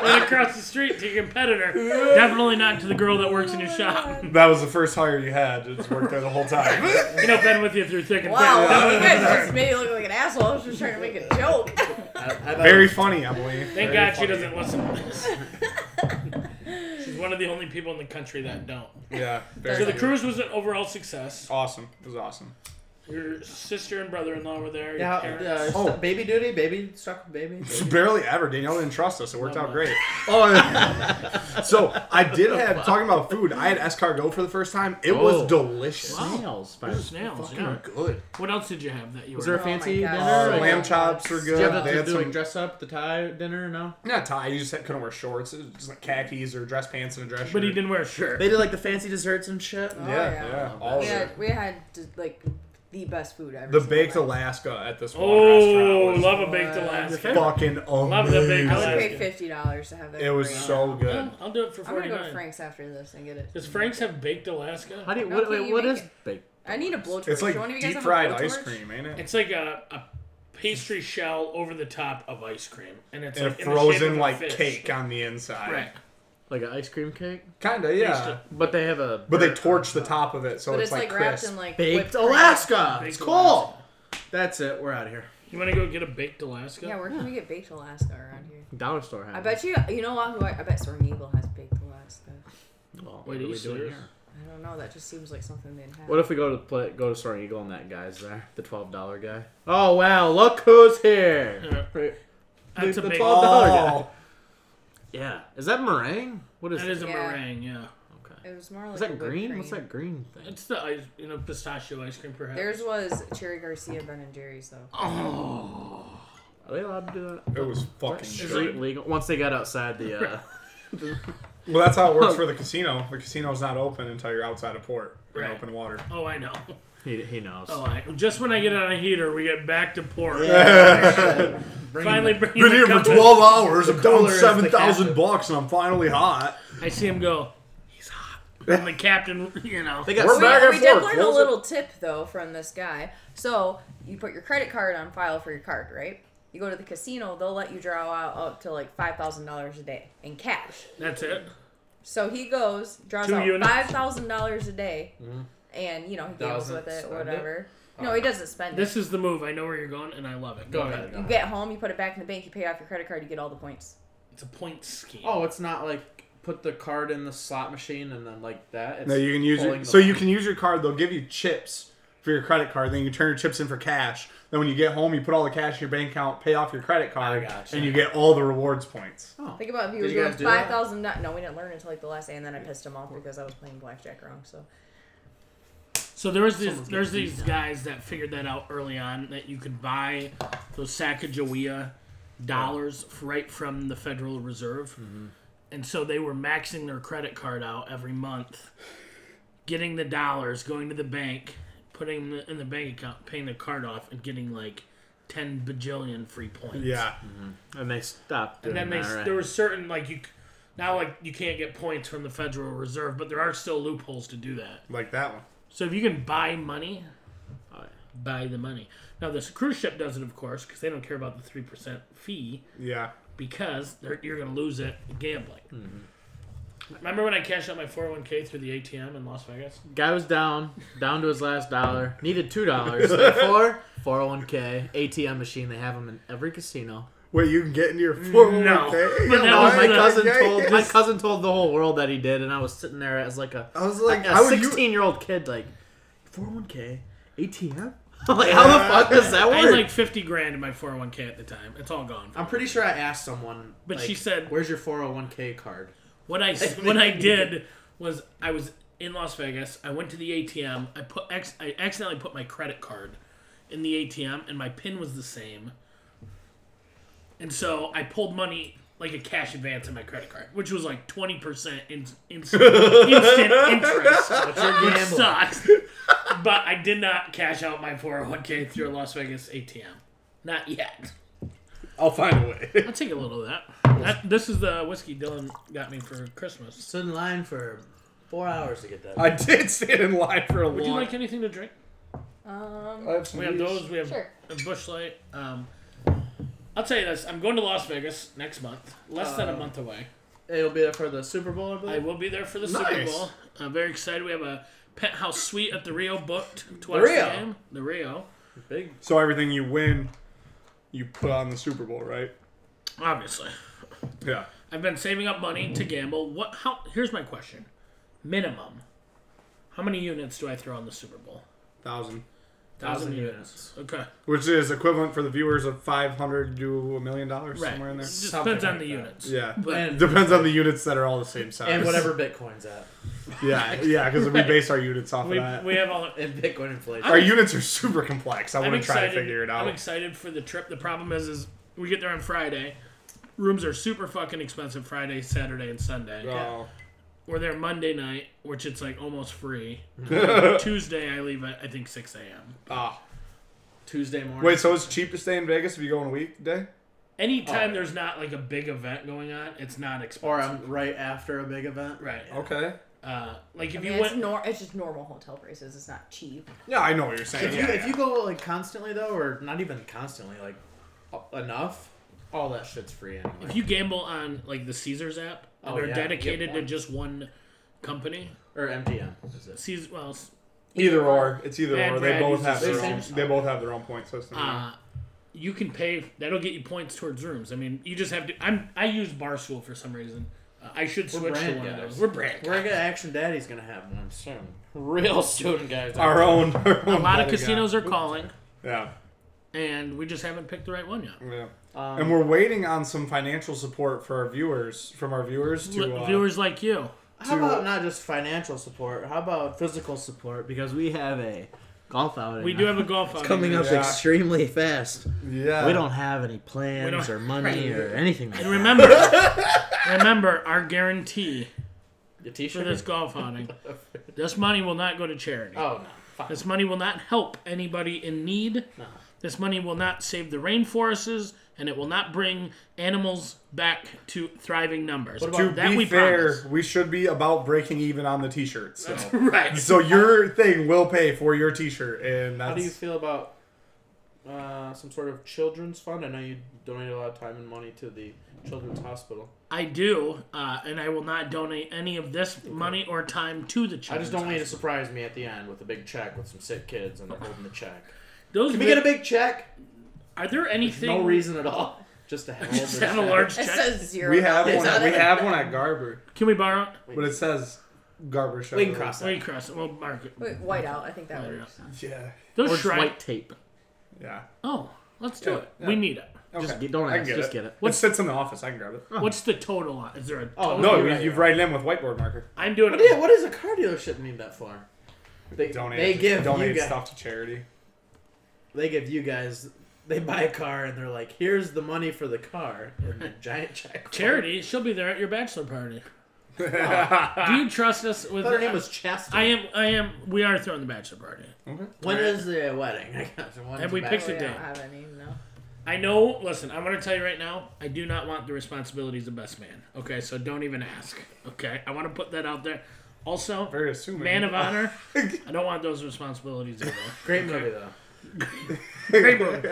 [SPEAKER 1] And across the street to your competitor. Definitely not to the girl that works in your shop.
[SPEAKER 3] that was the first hire you had. It's worked there the whole time.
[SPEAKER 1] You know, been with you through thick and
[SPEAKER 5] Wow,
[SPEAKER 1] thin.
[SPEAKER 5] you guys just made me look like an asshole. I was just trying to make a joke.
[SPEAKER 2] I, I thought
[SPEAKER 3] Very
[SPEAKER 2] it
[SPEAKER 3] funny, Emily.
[SPEAKER 1] Thank
[SPEAKER 3] Very
[SPEAKER 1] God she
[SPEAKER 3] funny.
[SPEAKER 1] doesn't listen to this. She's one of the only people in the country that don't.
[SPEAKER 3] Yeah. Very
[SPEAKER 1] So the
[SPEAKER 3] funny.
[SPEAKER 1] cruise was an overall success.
[SPEAKER 3] Awesome. It was awesome.
[SPEAKER 1] Your sister and brother-in-law were there. Your
[SPEAKER 2] was- Yeah,
[SPEAKER 1] parents.
[SPEAKER 2] uh,
[SPEAKER 3] Oh.
[SPEAKER 2] baby duty, baby stuck with baby.
[SPEAKER 3] She
[SPEAKER 2] baby.
[SPEAKER 3] barely ever. Danielle didn't trust us. It worked out great. Oh, so I did have talking about food. I had escargot for the first time. It
[SPEAKER 2] Oh.
[SPEAKER 3] was delicious.
[SPEAKER 1] Wow.
[SPEAKER 2] Snails, by the way.
[SPEAKER 1] Snails.
[SPEAKER 3] Fucking
[SPEAKER 1] Yeah.
[SPEAKER 3] good.
[SPEAKER 1] What else did you have that you
[SPEAKER 2] Was
[SPEAKER 1] were?
[SPEAKER 2] there a
[SPEAKER 5] Oh
[SPEAKER 2] fancy
[SPEAKER 5] my
[SPEAKER 2] dinner?
[SPEAKER 5] God.
[SPEAKER 3] Uh,
[SPEAKER 2] Like,
[SPEAKER 3] lamb chops were
[SPEAKER 2] Did you have
[SPEAKER 3] good. They
[SPEAKER 2] to
[SPEAKER 3] had
[SPEAKER 2] do
[SPEAKER 3] some
[SPEAKER 2] like dress up, the tie dinner? No,
[SPEAKER 3] not tie. You just had- couldn't wear shorts. It was just like khakis or dress pants and a dress shirt.
[SPEAKER 1] but he didn't wear a shirt.
[SPEAKER 2] they did like the fancy desserts and shit.
[SPEAKER 3] Yeah,
[SPEAKER 5] yeah.
[SPEAKER 3] yeah, all
[SPEAKER 5] we
[SPEAKER 3] of it.
[SPEAKER 5] had, we had like the best food ever.
[SPEAKER 3] The baked Alaska at this one
[SPEAKER 1] Oh,
[SPEAKER 3] restaurant was
[SPEAKER 1] love a baked
[SPEAKER 2] Your
[SPEAKER 1] Alaska.
[SPEAKER 2] favorite?
[SPEAKER 3] fucking
[SPEAKER 1] the baked
[SPEAKER 3] amazing.
[SPEAKER 5] I would pay
[SPEAKER 1] Alaska.
[SPEAKER 5] fifty dollars to have that.
[SPEAKER 3] It was
[SPEAKER 5] free.
[SPEAKER 3] so good.
[SPEAKER 1] I'll do it for
[SPEAKER 5] I'm gonna
[SPEAKER 1] forty
[SPEAKER 5] go to
[SPEAKER 1] nine.
[SPEAKER 5] Frank's after this and get it.
[SPEAKER 1] Does Frank's have baked Alaska?
[SPEAKER 6] How do you,
[SPEAKER 5] No,
[SPEAKER 6] what,
[SPEAKER 5] can
[SPEAKER 6] wait,
[SPEAKER 5] you
[SPEAKER 6] what
[SPEAKER 5] make
[SPEAKER 6] is
[SPEAKER 5] it?
[SPEAKER 6] baked?
[SPEAKER 5] I need a blowtorch.
[SPEAKER 3] It's like
[SPEAKER 5] One of you guys
[SPEAKER 3] deep
[SPEAKER 5] have a
[SPEAKER 3] fried ice
[SPEAKER 5] blowtorch?
[SPEAKER 3] cream, ain't it?
[SPEAKER 1] It's like a, a pastry shell over the top of ice cream, and it's
[SPEAKER 3] And a
[SPEAKER 1] like in the shape of
[SPEAKER 3] frozen
[SPEAKER 1] a
[SPEAKER 3] like
[SPEAKER 1] fish.
[SPEAKER 3] cake on the inside.
[SPEAKER 1] Right.
[SPEAKER 6] Like an ice cream cake?
[SPEAKER 3] Kinda,
[SPEAKER 1] used
[SPEAKER 3] yeah.
[SPEAKER 1] to-
[SPEAKER 6] But they have a.
[SPEAKER 3] But they torch the top of it, so
[SPEAKER 5] But
[SPEAKER 3] it's, like,
[SPEAKER 5] wrapped
[SPEAKER 3] crisp.
[SPEAKER 5] in like whipped
[SPEAKER 6] Baked
[SPEAKER 5] cream.
[SPEAKER 6] Alaska!
[SPEAKER 1] Baked
[SPEAKER 6] it's cool!
[SPEAKER 1] Alaska.
[SPEAKER 6] That's it, we're out of here.
[SPEAKER 1] You want to go get a baked Alaska?
[SPEAKER 5] Yeah, where can we get baked Alaska around here?
[SPEAKER 6] Dollar store has
[SPEAKER 5] I
[SPEAKER 6] it.
[SPEAKER 5] bet you. You know what? Who I, I bet Storm Eagle has baked Alaska.
[SPEAKER 6] Well, Oh, what
[SPEAKER 1] Wait, are
[SPEAKER 6] are
[SPEAKER 1] you
[SPEAKER 6] we doing
[SPEAKER 1] serious?
[SPEAKER 6] here?
[SPEAKER 5] I don't know. That just seems like something they'd have.
[SPEAKER 6] What if we go to play, go to Soaring Eagle and that guy's there, the twelve dollar guy? Oh wow, look who's
[SPEAKER 1] Uh,
[SPEAKER 6] here!
[SPEAKER 1] That's a
[SPEAKER 6] The
[SPEAKER 1] baked.
[SPEAKER 6] twelve dollar guy.
[SPEAKER 3] Oh,
[SPEAKER 6] Yeah, is that meringue? What is
[SPEAKER 1] That is a
[SPEAKER 5] Yeah.
[SPEAKER 1] meringue. Yeah.
[SPEAKER 6] Okay,
[SPEAKER 5] It was more like
[SPEAKER 6] is that
[SPEAKER 5] whipped
[SPEAKER 6] green?
[SPEAKER 5] cream.
[SPEAKER 6] What's that green thing?
[SPEAKER 1] It's the ice, you know, pistachio ice cream, perhaps.
[SPEAKER 5] Theirs was Cherry Garcia Ben and Jerry's
[SPEAKER 6] Oh,
[SPEAKER 5] though.
[SPEAKER 6] Are they allowed to do that?
[SPEAKER 3] it was fucking
[SPEAKER 6] Is
[SPEAKER 3] good.
[SPEAKER 6] it legal? Once they got outside the, uh,
[SPEAKER 3] Well, that's how it works for the casino. The casino's not open until you're outside of port in
[SPEAKER 1] Right.
[SPEAKER 3] open water.
[SPEAKER 1] oh, I know.
[SPEAKER 6] he, he knows.
[SPEAKER 1] Oh, I, just when I get on a heater, we get back to port. Finally, bring
[SPEAKER 3] Been here for twelve hours. I'm down
[SPEAKER 6] cooler is the
[SPEAKER 3] seven thousand
[SPEAKER 6] captain.
[SPEAKER 3] bucks, and I'm finally hot.
[SPEAKER 1] I see him go. He's hot. And the captain, you know.
[SPEAKER 6] They got
[SPEAKER 3] We're
[SPEAKER 5] We,
[SPEAKER 3] back and
[SPEAKER 5] we did
[SPEAKER 3] forth.
[SPEAKER 5] learn a
[SPEAKER 3] Close it.
[SPEAKER 5] little tip though from this guy. So you put your credit card on file for your card, right? You go to the casino, they'll let you draw out up to like five thousand dollars a day in cash.
[SPEAKER 1] That's it.
[SPEAKER 5] So he goes, draws
[SPEAKER 1] Two
[SPEAKER 5] out
[SPEAKER 1] units.
[SPEAKER 5] five thousand dollars a day, and you know he deals
[SPEAKER 2] Doesn't
[SPEAKER 5] with it
[SPEAKER 2] spend
[SPEAKER 5] or
[SPEAKER 2] it?
[SPEAKER 5] whatever. No, he doesn't spend
[SPEAKER 1] This is the move. I know where you're going, and I love it.
[SPEAKER 2] Go ahead.
[SPEAKER 5] it. You get home, you put it back in the bank, you pay off your credit card, you get all the points.
[SPEAKER 1] It's a point scheme.
[SPEAKER 2] Oh, it's not like put the card in the slot machine and then like that. It's
[SPEAKER 3] No, you can use
[SPEAKER 2] pulling
[SPEAKER 3] your,
[SPEAKER 2] the-
[SPEAKER 3] so you can use your card. They'll give you chips for your credit card. Then you turn your chips in for cash. Then when you get home, you put all the cash in your bank account, pay off your credit card,
[SPEAKER 2] gotcha.
[SPEAKER 3] and you get all the rewards points.
[SPEAKER 6] Oh.
[SPEAKER 5] Think about if
[SPEAKER 2] Did
[SPEAKER 5] you were
[SPEAKER 2] you
[SPEAKER 5] doing
[SPEAKER 2] guys do that?
[SPEAKER 5] five thousand. No, we didn't learn until like the last day, and then I pissed him off because I was playing blackjack wrong. So
[SPEAKER 1] So there was this, there's these guys that figured that out early on that you could buy those Sacagawea dollars f- right from the Federal Reserve, and so they were maxing their credit card out every month, getting the dollars, going to the bank, putting them in the bank account, paying the card off, and getting like ten bajillion free points.
[SPEAKER 3] Yeah,
[SPEAKER 6] And they stopped doing
[SPEAKER 1] And then they,
[SPEAKER 6] that, right?
[SPEAKER 1] there was certain like you. c- Now, like you can't get points from the Federal Reserve, but there are still loopholes to do that.
[SPEAKER 3] like that one.
[SPEAKER 1] So if you can buy money,
[SPEAKER 6] Oh, yeah.
[SPEAKER 1] buy the money. Now this cruise ship does it, of course, because they don't care about the three percent fee
[SPEAKER 3] Yeah,
[SPEAKER 1] because they're, you're going to lose it gambling.
[SPEAKER 6] Mm-hmm.
[SPEAKER 1] Remember when I cashed out my 401k through the ATM in Las Vegas?
[SPEAKER 6] Guy was down, down to his last dollar. Needed two dollars. Therefore, 401k, ATM machine. They have them in every casino.
[SPEAKER 3] wait, you can get into your four oh hundred
[SPEAKER 1] But that
[SPEAKER 6] No,
[SPEAKER 1] was
[SPEAKER 6] my
[SPEAKER 1] the-
[SPEAKER 6] cousin told my cousin told the whole world that he did, and I was sitting there as like a
[SPEAKER 3] I was like,
[SPEAKER 6] a
[SPEAKER 3] how would you-
[SPEAKER 6] 16 year old kid like 401k, ATM. like how the fuck does that
[SPEAKER 1] I had
[SPEAKER 6] work?
[SPEAKER 1] like 50 grand in my 401k at the time. It's all gone.
[SPEAKER 2] I'm pretty sure I asked someone.
[SPEAKER 1] But
[SPEAKER 2] like,
[SPEAKER 1] she said-
[SPEAKER 2] "Where's your 401k card?"
[SPEAKER 1] What I what I did was I was in Las Vegas. I went to the ATM. I put ex- I accidentally put my credit card in the ATM, and my pin was the same. And so I pulled money like a cash advance on my credit card, which was like twenty percent in, instant, instant interest, which sucks. But I did not cash out my four hundred one k through a Las Vegas ATM. Not yet.
[SPEAKER 2] I'll find a way.
[SPEAKER 1] I'll take a little of that. that this is the whiskey Dylan got me for Christmas.
[SPEAKER 2] Stood in line for four hours to get that.
[SPEAKER 3] I did stand in line for a
[SPEAKER 1] Would you
[SPEAKER 3] long.
[SPEAKER 1] like anything to drink?
[SPEAKER 5] um,
[SPEAKER 3] I have some
[SPEAKER 1] We have
[SPEAKER 3] beers.
[SPEAKER 1] those. We have
[SPEAKER 5] Sure.
[SPEAKER 1] a bush light. Um, I'll tell you this. I'm going to Las Vegas next month. Less than a month away.
[SPEAKER 2] It'll be for the Super Bowl, I
[SPEAKER 1] I
[SPEAKER 2] believe.
[SPEAKER 1] will be there for the Super
[SPEAKER 3] Nice.
[SPEAKER 1] Bowl. I'm very excited. We have a penthouse suite at the Rio booked to watch the
[SPEAKER 2] Rio.
[SPEAKER 1] game. The Rio.
[SPEAKER 2] Big.
[SPEAKER 3] So everything you win, you put on the Super Bowl, right?
[SPEAKER 1] Obviously.
[SPEAKER 3] Yeah.
[SPEAKER 1] I've been saving up money to gamble. What? How? Here's my question. Minimum. How many units do I throw on the Super Bowl?
[SPEAKER 3] Thousand.
[SPEAKER 1] Thousand,
[SPEAKER 2] Thousand
[SPEAKER 1] units. Okay.
[SPEAKER 3] Which is equivalent for the viewers of 500 to a million dollars,
[SPEAKER 1] Right.
[SPEAKER 3] somewhere in there.
[SPEAKER 1] Just
[SPEAKER 2] Something
[SPEAKER 1] depends on
[SPEAKER 2] like
[SPEAKER 1] the
[SPEAKER 2] that.
[SPEAKER 1] units.
[SPEAKER 3] Yeah.
[SPEAKER 1] But
[SPEAKER 2] And-
[SPEAKER 3] Depends on the units that are all the same size.
[SPEAKER 2] And whatever Bitcoin's at.
[SPEAKER 3] Yeah, yeah, because we base our units off
[SPEAKER 1] we,
[SPEAKER 3] of that.
[SPEAKER 1] we have all.
[SPEAKER 2] And Bitcoin inflation.
[SPEAKER 3] our units are super complex. I wouldn't try to figure it out.
[SPEAKER 1] I'm excited for the trip. The problem is, is we get there on Friday. Rooms are super fucking expensive Friday, Saturday, and Sunday.
[SPEAKER 3] Oh.
[SPEAKER 1] We're there Monday night, which it's like almost free. Tuesday, I leave at I think 6 a.m.
[SPEAKER 3] Oh.
[SPEAKER 2] Tuesday morning.
[SPEAKER 3] Wait, so it's cheap to stay in Vegas if you go on a weekday?
[SPEAKER 1] Anytime there's not like a big event going on, it's not
[SPEAKER 2] Oh. or
[SPEAKER 1] expensive.
[SPEAKER 2] um, right after a Oh. big event.
[SPEAKER 1] right.
[SPEAKER 3] Okay.
[SPEAKER 1] Uh, like if
[SPEAKER 5] I mean,
[SPEAKER 1] you
[SPEAKER 5] it's,
[SPEAKER 1] went,
[SPEAKER 5] nor- it's just normal hotel prices. It's not cheap.
[SPEAKER 3] Yeah, I know what you're saying.
[SPEAKER 2] If you,
[SPEAKER 3] yeah,
[SPEAKER 2] if you go like constantly though, or not even constantly, like uh, enough, all that shit's free anyway.
[SPEAKER 1] if you gamble on like the Caesars app, and
[SPEAKER 2] Oh,
[SPEAKER 1] they're
[SPEAKER 2] yeah, you get
[SPEAKER 1] dedicated to
[SPEAKER 2] one.
[SPEAKER 1] just one company.
[SPEAKER 2] or MGM. is it?
[SPEAKER 1] Caesar, well, s-
[SPEAKER 3] either or, it's either
[SPEAKER 1] Bad
[SPEAKER 3] or. They
[SPEAKER 1] Brad
[SPEAKER 3] both
[SPEAKER 1] used to
[SPEAKER 3] have
[SPEAKER 1] say
[SPEAKER 3] their
[SPEAKER 2] the
[SPEAKER 3] own.
[SPEAKER 2] same
[SPEAKER 3] They both have their own point system. yeah.
[SPEAKER 1] uh, you can pay that'll get you points towards rooms i mean you just have to i'm i use barstool for some reason uh, i should switch to
[SPEAKER 2] brand
[SPEAKER 1] one of
[SPEAKER 2] guys.
[SPEAKER 1] those we're brand
[SPEAKER 2] We're
[SPEAKER 1] guys.
[SPEAKER 2] gonna Action Daddy's gonna have one soon, real soon, guys.
[SPEAKER 3] our own.
[SPEAKER 1] a
[SPEAKER 3] Our own
[SPEAKER 1] lot of
[SPEAKER 3] better guy.
[SPEAKER 1] casinos are calling
[SPEAKER 3] Yeah.
[SPEAKER 1] and we just haven't picked the right one yet
[SPEAKER 3] Yeah.
[SPEAKER 2] Um,
[SPEAKER 3] and we're waiting on some financial support for our viewers, from our viewers to
[SPEAKER 1] Li-
[SPEAKER 3] uh,
[SPEAKER 1] viewers like you
[SPEAKER 2] How about not just financial support? How about physical support?
[SPEAKER 6] because we have a golf outing.
[SPEAKER 1] we do have a golf outing.
[SPEAKER 6] coming up
[SPEAKER 3] Yeah.
[SPEAKER 6] extremely fast.
[SPEAKER 3] Yeah.
[SPEAKER 6] We don't have any
[SPEAKER 1] We
[SPEAKER 6] plans
[SPEAKER 1] don't-
[SPEAKER 6] or money or anything. Like
[SPEAKER 1] and
[SPEAKER 6] that.
[SPEAKER 1] remember remember our guarantee
[SPEAKER 2] Your
[SPEAKER 1] for
[SPEAKER 2] t-shirt.
[SPEAKER 1] this golf outing this money will not go to charity
[SPEAKER 2] oh no, fuck.
[SPEAKER 1] this money will not help anybody in need This money will not save the rainforests, and it will not bring animals back to thriving numbers.
[SPEAKER 3] To
[SPEAKER 1] that
[SPEAKER 3] be
[SPEAKER 1] we
[SPEAKER 3] fair,
[SPEAKER 1] promise.
[SPEAKER 3] we should be about breaking even on the t-shirts. So.
[SPEAKER 1] Right.
[SPEAKER 3] so your thing will pay for your t-shirt, and that's
[SPEAKER 2] How do you feel about uh, some sort of children's fund? I know you donate a lot of time and money to the children's hospital.
[SPEAKER 1] I do, uh, and I will not donate any of this money or time to the
[SPEAKER 2] I
[SPEAKER 1] children.
[SPEAKER 2] just don't want you to surprise me at the end with a big check with some sick kids and holding the check.
[SPEAKER 1] Those
[SPEAKER 2] Can we
[SPEAKER 1] vi-
[SPEAKER 2] get a big check?
[SPEAKER 1] Are there anything?
[SPEAKER 2] No reason at all. Just to have,
[SPEAKER 1] Just
[SPEAKER 2] the
[SPEAKER 1] have a
[SPEAKER 2] check.
[SPEAKER 1] large
[SPEAKER 5] It
[SPEAKER 1] check.
[SPEAKER 5] says zero.
[SPEAKER 3] we have
[SPEAKER 5] dollars
[SPEAKER 3] one.
[SPEAKER 5] on
[SPEAKER 3] We
[SPEAKER 5] it.
[SPEAKER 3] have one at Garber,
[SPEAKER 1] Can we borrow?
[SPEAKER 3] but it says Garber Show.
[SPEAKER 2] We can cross that.
[SPEAKER 1] Wait, cross it. We'll mark it.
[SPEAKER 5] Wait, white out. I think that
[SPEAKER 1] There you
[SPEAKER 5] works. Oh,
[SPEAKER 3] Yeah.
[SPEAKER 1] Those
[SPEAKER 6] Or just
[SPEAKER 1] Shrike.
[SPEAKER 6] white tape.
[SPEAKER 3] Yeah.
[SPEAKER 1] Oh, let's do
[SPEAKER 3] Yeah,
[SPEAKER 1] it.
[SPEAKER 3] yeah.
[SPEAKER 1] We need it.
[SPEAKER 6] Just get- don't
[SPEAKER 3] I can
[SPEAKER 6] ask,
[SPEAKER 3] Get
[SPEAKER 6] just
[SPEAKER 3] it.
[SPEAKER 6] get it.
[SPEAKER 3] It sits in the office. I can grab it.
[SPEAKER 1] What's the total on? Is there a?
[SPEAKER 2] Oh,
[SPEAKER 3] No,
[SPEAKER 2] you're
[SPEAKER 3] you,
[SPEAKER 2] right,
[SPEAKER 3] you've
[SPEAKER 2] you're right.
[SPEAKER 3] written in with whiteboard marker.
[SPEAKER 1] I'm doing
[SPEAKER 2] What
[SPEAKER 1] it.
[SPEAKER 2] do you- what does a car dealership need that for? They
[SPEAKER 3] Donate.
[SPEAKER 2] They give
[SPEAKER 3] donate
[SPEAKER 2] you guys,
[SPEAKER 3] stuff to charity.
[SPEAKER 2] They give you guys. They buy a car and they're like, "Here's the money for the car." And a giant check.
[SPEAKER 1] Charity. She'll be there at your bachelor party. Do you trust us with?
[SPEAKER 2] I thought her name was Chastity.
[SPEAKER 1] I am. I am. We are throwing the bachelor party.
[SPEAKER 2] When is the wedding? I guess. When
[SPEAKER 1] Have
[SPEAKER 2] is
[SPEAKER 1] we
[SPEAKER 2] the
[SPEAKER 1] picked
[SPEAKER 5] We
[SPEAKER 1] Good
[SPEAKER 5] don't
[SPEAKER 1] day.
[SPEAKER 5] have any, no.
[SPEAKER 1] I know. Listen, I'm going to tell you right now. I do not want the responsibilities of best man. Okay, so don't even ask. Okay, I want to put that out there. Also,
[SPEAKER 3] Very assuming.
[SPEAKER 1] man of honor. I don't want those responsibilities either.
[SPEAKER 2] Great movie though.
[SPEAKER 1] Great movie.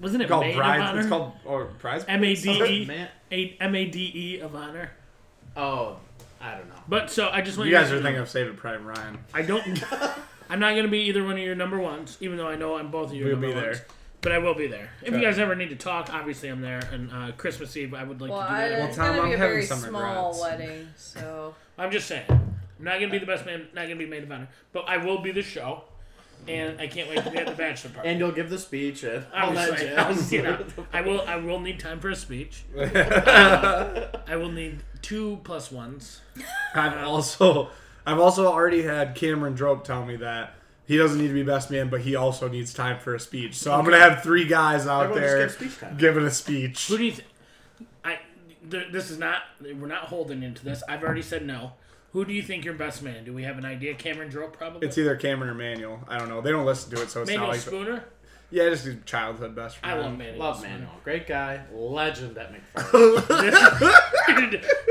[SPEAKER 1] Wasn't it
[SPEAKER 3] called
[SPEAKER 1] Maid
[SPEAKER 3] prize.
[SPEAKER 1] of Honor?
[SPEAKER 3] It's called or prize.
[SPEAKER 1] M A D E
[SPEAKER 2] Man,
[SPEAKER 1] A- M A D E of honor.
[SPEAKER 2] oh, I don't know.
[SPEAKER 1] But so I just want
[SPEAKER 3] You guys
[SPEAKER 1] to
[SPEAKER 3] are
[SPEAKER 1] know-
[SPEAKER 3] thinking of saving Private Ryan.
[SPEAKER 1] I don't. I'm not gonna be either one of your number ones, even though I know I'm both of your
[SPEAKER 3] We'll
[SPEAKER 1] number
[SPEAKER 3] be there.
[SPEAKER 1] ones. But I will be there. If you
[SPEAKER 3] Okay.
[SPEAKER 1] guys ever need to talk, obviously I'm there. And uh, Christmas Eve, I would like
[SPEAKER 5] Well,
[SPEAKER 1] to do that.
[SPEAKER 5] it's
[SPEAKER 3] Tom,
[SPEAKER 5] gonna
[SPEAKER 3] I'm
[SPEAKER 5] be a
[SPEAKER 3] having
[SPEAKER 5] very
[SPEAKER 3] some
[SPEAKER 5] small
[SPEAKER 3] regrets.
[SPEAKER 5] wedding, so
[SPEAKER 1] I'm just saying. I'm not gonna be the best man. Not gonna be maid of honor, but I will be the show, and I can't wait to be at the bachelor party.
[SPEAKER 2] And you'll give the speech and all that
[SPEAKER 1] Obviously,
[SPEAKER 2] jazz.
[SPEAKER 1] you know, I will. I will need time for a speech. Uh, I will need two plus ones.
[SPEAKER 3] I've also I've also already had Cameron Drope tell me that he doesn't need to be best man, but he also needs time for a speech. So I'm gonna have three guys out
[SPEAKER 2] Everyone just
[SPEAKER 3] there
[SPEAKER 2] give speech time.
[SPEAKER 3] giving a speech.
[SPEAKER 1] Who do you? Th- I. Th- this is not. We're not holding into this. I've already said no. Who do you think your best man? Do we have an idea? Cameron Drope, probably.
[SPEAKER 3] It's either Cameron or Manuel. I don't know. They don't listen to it, so it's
[SPEAKER 1] Manuel
[SPEAKER 3] not like
[SPEAKER 1] Spooner.
[SPEAKER 3] yeah, just his childhood best
[SPEAKER 1] I
[SPEAKER 3] friend.
[SPEAKER 1] love Manuel.
[SPEAKER 2] Mm-hmm. Love
[SPEAKER 1] Spooner.
[SPEAKER 2] Manuel, great guy, legend at McFarland.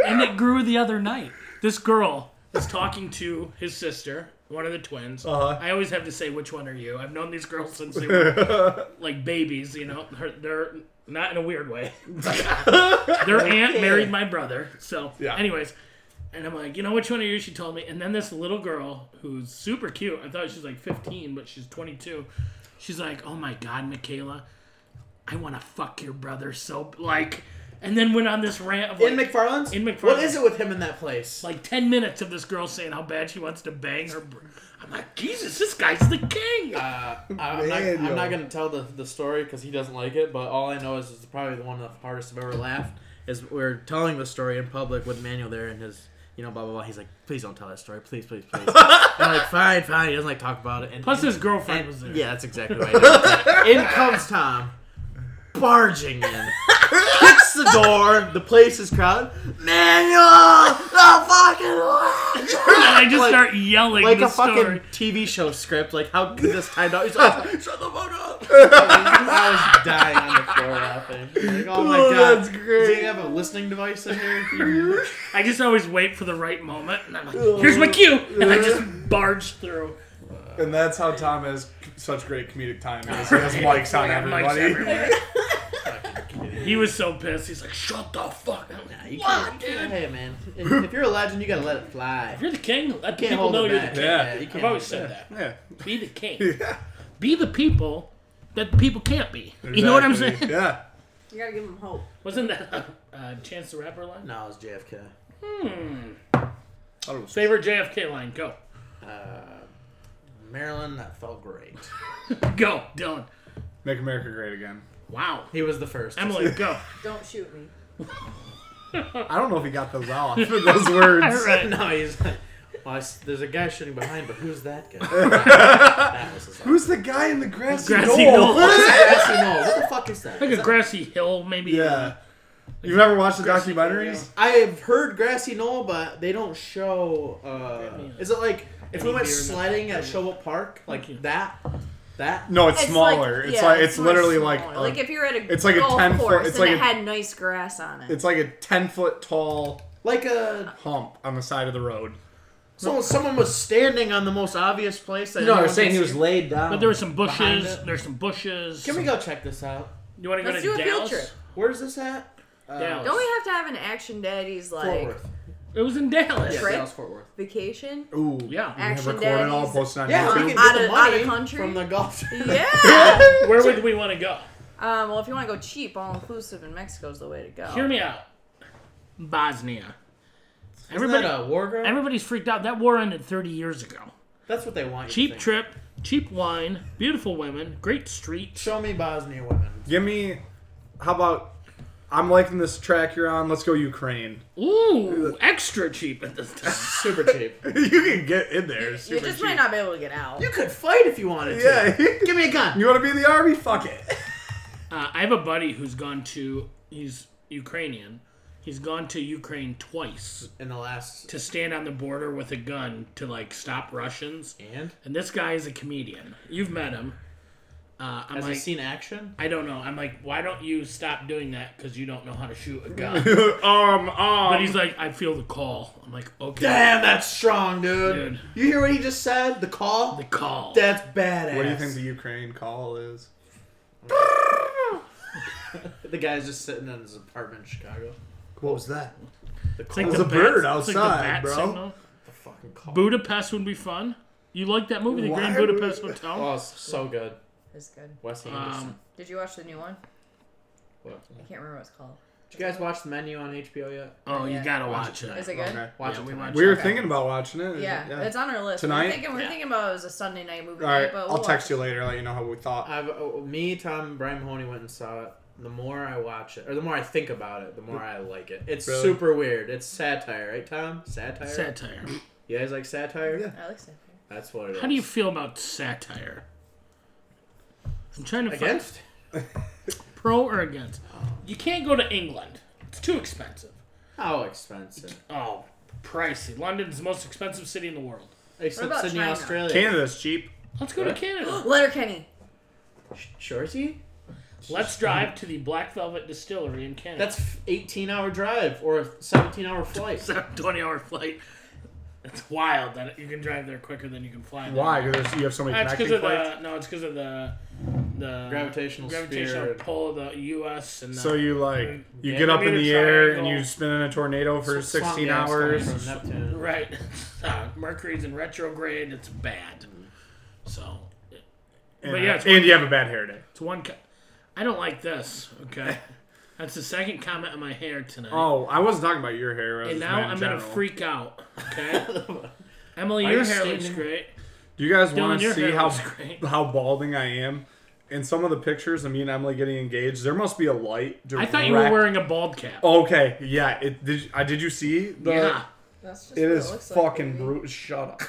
[SPEAKER 1] and it grew the other night. This girl is talking to his sister, one of the twins.
[SPEAKER 3] Uh-huh.
[SPEAKER 1] I always have to say, which one are you? I've known these girls since they were like babies, you know. Her, they're not in a weird way. Their aunt married my brother. So,
[SPEAKER 3] Yeah.
[SPEAKER 1] anyways. And I'm like, you know, which one are you? She told me. And then this little girl who's super cute, I thought she was like 15, but she's 22. She's like, oh my God, Michaela, I want to fuck your brother so, like, and then went on this rant of like,
[SPEAKER 2] in McFarland's.
[SPEAKER 1] In McFarland's.
[SPEAKER 2] What is it with him in that place?
[SPEAKER 1] like 10 minutes of this girl saying how bad she wants to bang her. Br- I'm like, Jesus, this guy's the king.
[SPEAKER 2] Uh, I- I'm, not,
[SPEAKER 3] Manuel.
[SPEAKER 2] I'm not gonna tell the, the story because he doesn't like it. But all I know is it's probably one of the hardest I've ever laughed. Is we're telling the story in public with Manuel there and his, you know, blah blah blah. He's like, please don't tell that story, please, please, please. I'm like, fine, fine. He doesn't like talk about it. And,
[SPEAKER 1] Plus,
[SPEAKER 2] and,
[SPEAKER 1] his girlfriend
[SPEAKER 2] and-
[SPEAKER 1] was there.
[SPEAKER 2] yeah, that's exactly right. in comes Tom, barging in, kicks the door. The place is crowded. Manuel, the fucking.
[SPEAKER 1] And I just
[SPEAKER 2] Like-
[SPEAKER 1] start yelling
[SPEAKER 2] like
[SPEAKER 1] the
[SPEAKER 2] a fucking
[SPEAKER 1] story.
[SPEAKER 2] TV show script. Like how this timed out. He's like, shut the fuck up. I was dying on the floor laughing. Like, oh my
[SPEAKER 3] Oh,
[SPEAKER 2] god,
[SPEAKER 3] that's great.
[SPEAKER 2] Does he have a listening device in here?
[SPEAKER 1] I just always wait for the right moment, and I'm like, here's my cue, and I just barge through.
[SPEAKER 3] And that's how Tom has such great comedic timing. is He has mics on
[SPEAKER 1] I have mics
[SPEAKER 3] everybody.
[SPEAKER 1] everywhere. he was so pissed. He's like, shut the fuck up. I'm like, What, dude?
[SPEAKER 2] Hey man, if, if you're a legend, you gotta let it fly. You
[SPEAKER 1] You're the king. Let
[SPEAKER 2] can't
[SPEAKER 1] people
[SPEAKER 2] hold
[SPEAKER 1] know
[SPEAKER 2] it
[SPEAKER 1] you're
[SPEAKER 2] back.
[SPEAKER 1] the king.
[SPEAKER 3] Yeah.
[SPEAKER 2] you can't
[SPEAKER 1] I've always
[SPEAKER 2] hold it
[SPEAKER 1] said
[SPEAKER 2] back.
[SPEAKER 1] that.
[SPEAKER 3] yeah.
[SPEAKER 1] Be the king.
[SPEAKER 3] Yeah.
[SPEAKER 1] Be the people that the people can't be. You know what I'm saying?
[SPEAKER 3] Exactly. Yeah.
[SPEAKER 5] you gotta give them hope.
[SPEAKER 1] Wasn't that uh, Chance the Rapper line?
[SPEAKER 2] No, it's JFK.
[SPEAKER 3] I don't know.
[SPEAKER 1] Favorite JFK line? Go.
[SPEAKER 2] Maryland, that felt great.
[SPEAKER 1] Go, Dylan.
[SPEAKER 3] Make America great again.
[SPEAKER 1] Wow.
[SPEAKER 2] He was the first.
[SPEAKER 1] Emily, go.
[SPEAKER 5] Don't shoot me.
[SPEAKER 3] I don't know if he got those off. those words.
[SPEAKER 1] Right.
[SPEAKER 2] no, he's. Like, well, I s- there's a guy shooting behind, but who's that guy? that was his.
[SPEAKER 3] Who's the guy in the grassy,
[SPEAKER 1] Grassy
[SPEAKER 3] knoll?
[SPEAKER 1] knoll.
[SPEAKER 2] Actually, no. What the fuck is that?
[SPEAKER 1] Like a grassy hill, maybe.
[SPEAKER 3] yeah. You've never watched the
[SPEAKER 1] Grassy knoll,
[SPEAKER 3] documentaries?
[SPEAKER 2] I have heard grassy knoll, but they don't show. Uh, is it like if we
[SPEAKER 1] Any
[SPEAKER 2] went
[SPEAKER 1] beer in the-
[SPEAKER 2] sledding at Shovel Park,
[SPEAKER 1] Thank you.
[SPEAKER 2] like that? That
[SPEAKER 3] No, it's,
[SPEAKER 5] It's
[SPEAKER 3] smaller.
[SPEAKER 5] Like,
[SPEAKER 3] it's
[SPEAKER 5] yeah,
[SPEAKER 3] like it's,
[SPEAKER 5] much
[SPEAKER 3] literally
[SPEAKER 5] smaller.
[SPEAKER 3] like a,
[SPEAKER 5] like if you're at a
[SPEAKER 3] it's like a
[SPEAKER 5] golf
[SPEAKER 3] 10 foot-
[SPEAKER 5] course
[SPEAKER 3] it's
[SPEAKER 5] and
[SPEAKER 3] like
[SPEAKER 5] it
[SPEAKER 3] a-
[SPEAKER 5] had nice grass on it.
[SPEAKER 3] it's like a ten foot tall
[SPEAKER 2] like a
[SPEAKER 3] hump on the side of the road.
[SPEAKER 2] someone, someone was standing on the most obvious place. That anyone could see.
[SPEAKER 6] laid down.
[SPEAKER 1] But there were some
[SPEAKER 2] Behind
[SPEAKER 1] bushes.
[SPEAKER 2] it.
[SPEAKER 1] There's some bushes.
[SPEAKER 2] Can we go check this out?
[SPEAKER 1] You want to go
[SPEAKER 5] Let's
[SPEAKER 1] to
[SPEAKER 5] do a
[SPEAKER 1] Dallas?
[SPEAKER 5] field trip.
[SPEAKER 2] Where's this at? Uh,
[SPEAKER 1] Dallas.
[SPEAKER 5] Don't we have to have an action daddy's
[SPEAKER 2] Fort
[SPEAKER 5] like
[SPEAKER 2] Worth.
[SPEAKER 1] It was in Dallas.
[SPEAKER 2] Yeah,
[SPEAKER 5] Right?
[SPEAKER 2] Dallas Fort Worth.
[SPEAKER 5] vacation?
[SPEAKER 3] Ooh.
[SPEAKER 1] Yeah.
[SPEAKER 3] We have
[SPEAKER 5] Action
[SPEAKER 3] recorded it all
[SPEAKER 5] daddies.
[SPEAKER 3] posted on
[SPEAKER 2] Yeah,
[SPEAKER 3] YouTube.
[SPEAKER 2] we can
[SPEAKER 5] Out
[SPEAKER 2] get the
[SPEAKER 5] of- out of
[SPEAKER 2] money
[SPEAKER 5] country?
[SPEAKER 2] from the golf.
[SPEAKER 5] Yeah.
[SPEAKER 1] Where would we want to go?
[SPEAKER 5] um, well, if you want to go cheap, all inclusive in Mexico is the way to go.
[SPEAKER 1] Hear me out. Bosnia.
[SPEAKER 2] Isn't
[SPEAKER 1] Everybody,
[SPEAKER 2] that a war girl?
[SPEAKER 1] everybody's freaked out. That war ended 30 years ago.
[SPEAKER 2] That's what they want. You to
[SPEAKER 1] Cheap
[SPEAKER 2] think.
[SPEAKER 1] trip, cheap wine, beautiful women, great streets.
[SPEAKER 2] Show me Bosnia women.
[SPEAKER 3] Give me. How about? I'm liking this track you're on. Let's go Ukraine.
[SPEAKER 1] Ooh, extra cheap at this time.
[SPEAKER 2] Super cheap.
[SPEAKER 3] you can get in there. It's
[SPEAKER 5] You
[SPEAKER 3] super
[SPEAKER 5] just
[SPEAKER 3] cheap.
[SPEAKER 5] might not be able to get out.
[SPEAKER 2] you could fight if you wanted to.
[SPEAKER 3] Yeah.
[SPEAKER 2] Give me a gun.
[SPEAKER 3] you want to be in the army? Fuck it.
[SPEAKER 1] Uh, I have a buddy who's gone to, he's Ukrainian. He's gone to Ukraine twice
[SPEAKER 2] In the last
[SPEAKER 1] to stand on the border with a gun to like stop Russians.
[SPEAKER 2] and
[SPEAKER 1] And this guy is a comedian. You've met him. Uh, I'm
[SPEAKER 2] has
[SPEAKER 1] like,
[SPEAKER 2] he seen action?
[SPEAKER 1] I don't know. I'm like, why don't you stop doing that? Because you don't know how to shoot a gun.
[SPEAKER 3] um. Um.
[SPEAKER 1] but he's like, I feel the call. I'm like, okay.
[SPEAKER 2] Damn, that's strong, dude.
[SPEAKER 1] Dude.
[SPEAKER 2] You hear what he just said? The call.
[SPEAKER 1] The call.
[SPEAKER 2] that's badass.
[SPEAKER 3] what do you think the Ukraine call is?
[SPEAKER 2] the, guy's just sitting in his apartment in Chicago?
[SPEAKER 3] What was that?
[SPEAKER 2] The
[SPEAKER 1] It's
[SPEAKER 2] call.
[SPEAKER 1] like
[SPEAKER 3] There's
[SPEAKER 1] the
[SPEAKER 3] a bird
[SPEAKER 1] bat- it's like the
[SPEAKER 3] outside,
[SPEAKER 1] bat
[SPEAKER 3] bro.
[SPEAKER 1] signal.
[SPEAKER 2] the fucking call.
[SPEAKER 1] Budapest would be fun. You like that movie, The
[SPEAKER 3] Why
[SPEAKER 1] Grand
[SPEAKER 3] would-
[SPEAKER 1] Budapest Hotel?
[SPEAKER 2] Oh, it's so good.
[SPEAKER 5] It's good.
[SPEAKER 2] Wes Anderson.
[SPEAKER 1] Um,
[SPEAKER 5] Did you watch the new one?
[SPEAKER 2] What?
[SPEAKER 5] I can't remember what it's called.
[SPEAKER 2] Did you guys watch the menu on HBO yet?
[SPEAKER 1] oh, you
[SPEAKER 5] yeah.
[SPEAKER 1] gotta
[SPEAKER 2] Watch
[SPEAKER 1] watch
[SPEAKER 2] it
[SPEAKER 1] it.
[SPEAKER 5] Is it good?
[SPEAKER 3] Okay.
[SPEAKER 2] Watch
[SPEAKER 1] Yeah,
[SPEAKER 2] it
[SPEAKER 1] we
[SPEAKER 2] tonight.
[SPEAKER 1] watched
[SPEAKER 3] We were
[SPEAKER 1] Okay.
[SPEAKER 3] thinking about watching it.
[SPEAKER 5] Yeah, it's on our list.
[SPEAKER 3] Tonight?
[SPEAKER 5] We're thinking, we're
[SPEAKER 1] Yeah.
[SPEAKER 5] thinking about it as a Sunday night movie.
[SPEAKER 3] All right.
[SPEAKER 5] but
[SPEAKER 3] I'll text you later. Let you know how we thought.
[SPEAKER 2] I've, uh, me, Tom, Brian Mahoney went and saw it. The more I watch it, or the more I think about it, the more I like it. It's
[SPEAKER 3] Really?
[SPEAKER 2] super weird. It's satire, right, Tom? Satire.
[SPEAKER 1] Satire.
[SPEAKER 2] you guys like satire?
[SPEAKER 3] Yeah.
[SPEAKER 5] Alex, said-
[SPEAKER 2] That's what it is.
[SPEAKER 1] How do you feel about satire? I'm trying to find
[SPEAKER 2] against?
[SPEAKER 1] pro or against. You can't go to England. It's too expensive.
[SPEAKER 2] How expensive?
[SPEAKER 1] Oh, pricey. London's the most expensive city in the world.
[SPEAKER 2] Except
[SPEAKER 5] about
[SPEAKER 2] Sydney,
[SPEAKER 5] China?
[SPEAKER 2] Australia.
[SPEAKER 3] Canada's cheap.
[SPEAKER 1] Let's go to Canada.
[SPEAKER 5] Letterkenny.
[SPEAKER 2] Shorty?
[SPEAKER 1] Let's drive to the Black Velvet Distillery in Canada.
[SPEAKER 2] That's f- 18 hour drive or a 17 hour flight.
[SPEAKER 1] a 20 hour flight. It's wild that you can drive there quicker than you can fly. there.
[SPEAKER 3] Why? Because you have so many
[SPEAKER 1] That's because
[SPEAKER 3] connecting
[SPEAKER 1] of
[SPEAKER 3] flights.
[SPEAKER 1] the no. It's because of the the
[SPEAKER 2] Gravitational
[SPEAKER 1] gravitational
[SPEAKER 2] sphere.
[SPEAKER 1] pull of the U.S. and the,
[SPEAKER 3] So you like you
[SPEAKER 1] Yeah,
[SPEAKER 3] get up in
[SPEAKER 1] Bermuda
[SPEAKER 3] the air and
[SPEAKER 1] Triangle.
[SPEAKER 3] you spin in a tornado for
[SPEAKER 2] Swamp
[SPEAKER 3] 16
[SPEAKER 2] gas coming
[SPEAKER 3] hours.
[SPEAKER 2] From Neptune.
[SPEAKER 1] right. Uh, Mercury's in retrograde. It's bad. So
[SPEAKER 3] And,
[SPEAKER 1] But yeah, it's
[SPEAKER 3] and you have a bad hair day.
[SPEAKER 1] it's one. Co- I don't like this. Okay, that's the second comment on my hair tonight.
[SPEAKER 3] Oh, I wasn't talking about your hair. I was
[SPEAKER 1] and
[SPEAKER 3] just
[SPEAKER 1] now
[SPEAKER 3] mad in
[SPEAKER 1] I'm gonna
[SPEAKER 3] general.
[SPEAKER 1] freak out. Okay, Emily,
[SPEAKER 2] Are
[SPEAKER 1] your
[SPEAKER 2] you
[SPEAKER 1] hair looks
[SPEAKER 2] standing-
[SPEAKER 1] great.
[SPEAKER 3] Do you guys
[SPEAKER 1] Dylan,
[SPEAKER 3] want to
[SPEAKER 1] your
[SPEAKER 3] see
[SPEAKER 1] hair
[SPEAKER 3] how
[SPEAKER 1] looks great.
[SPEAKER 3] how balding I am? In some of the pictures of me and Emily getting engaged, there must be a light.
[SPEAKER 1] I
[SPEAKER 3] Direct...
[SPEAKER 1] thought you were wearing a bald cap.
[SPEAKER 3] Oh. Okay, yeah. It did. you- I did you see the?
[SPEAKER 1] yeah.
[SPEAKER 5] That's just
[SPEAKER 3] It
[SPEAKER 5] what
[SPEAKER 3] is
[SPEAKER 5] looks like,
[SPEAKER 3] fucking
[SPEAKER 5] baby.
[SPEAKER 3] brutal. Shut up.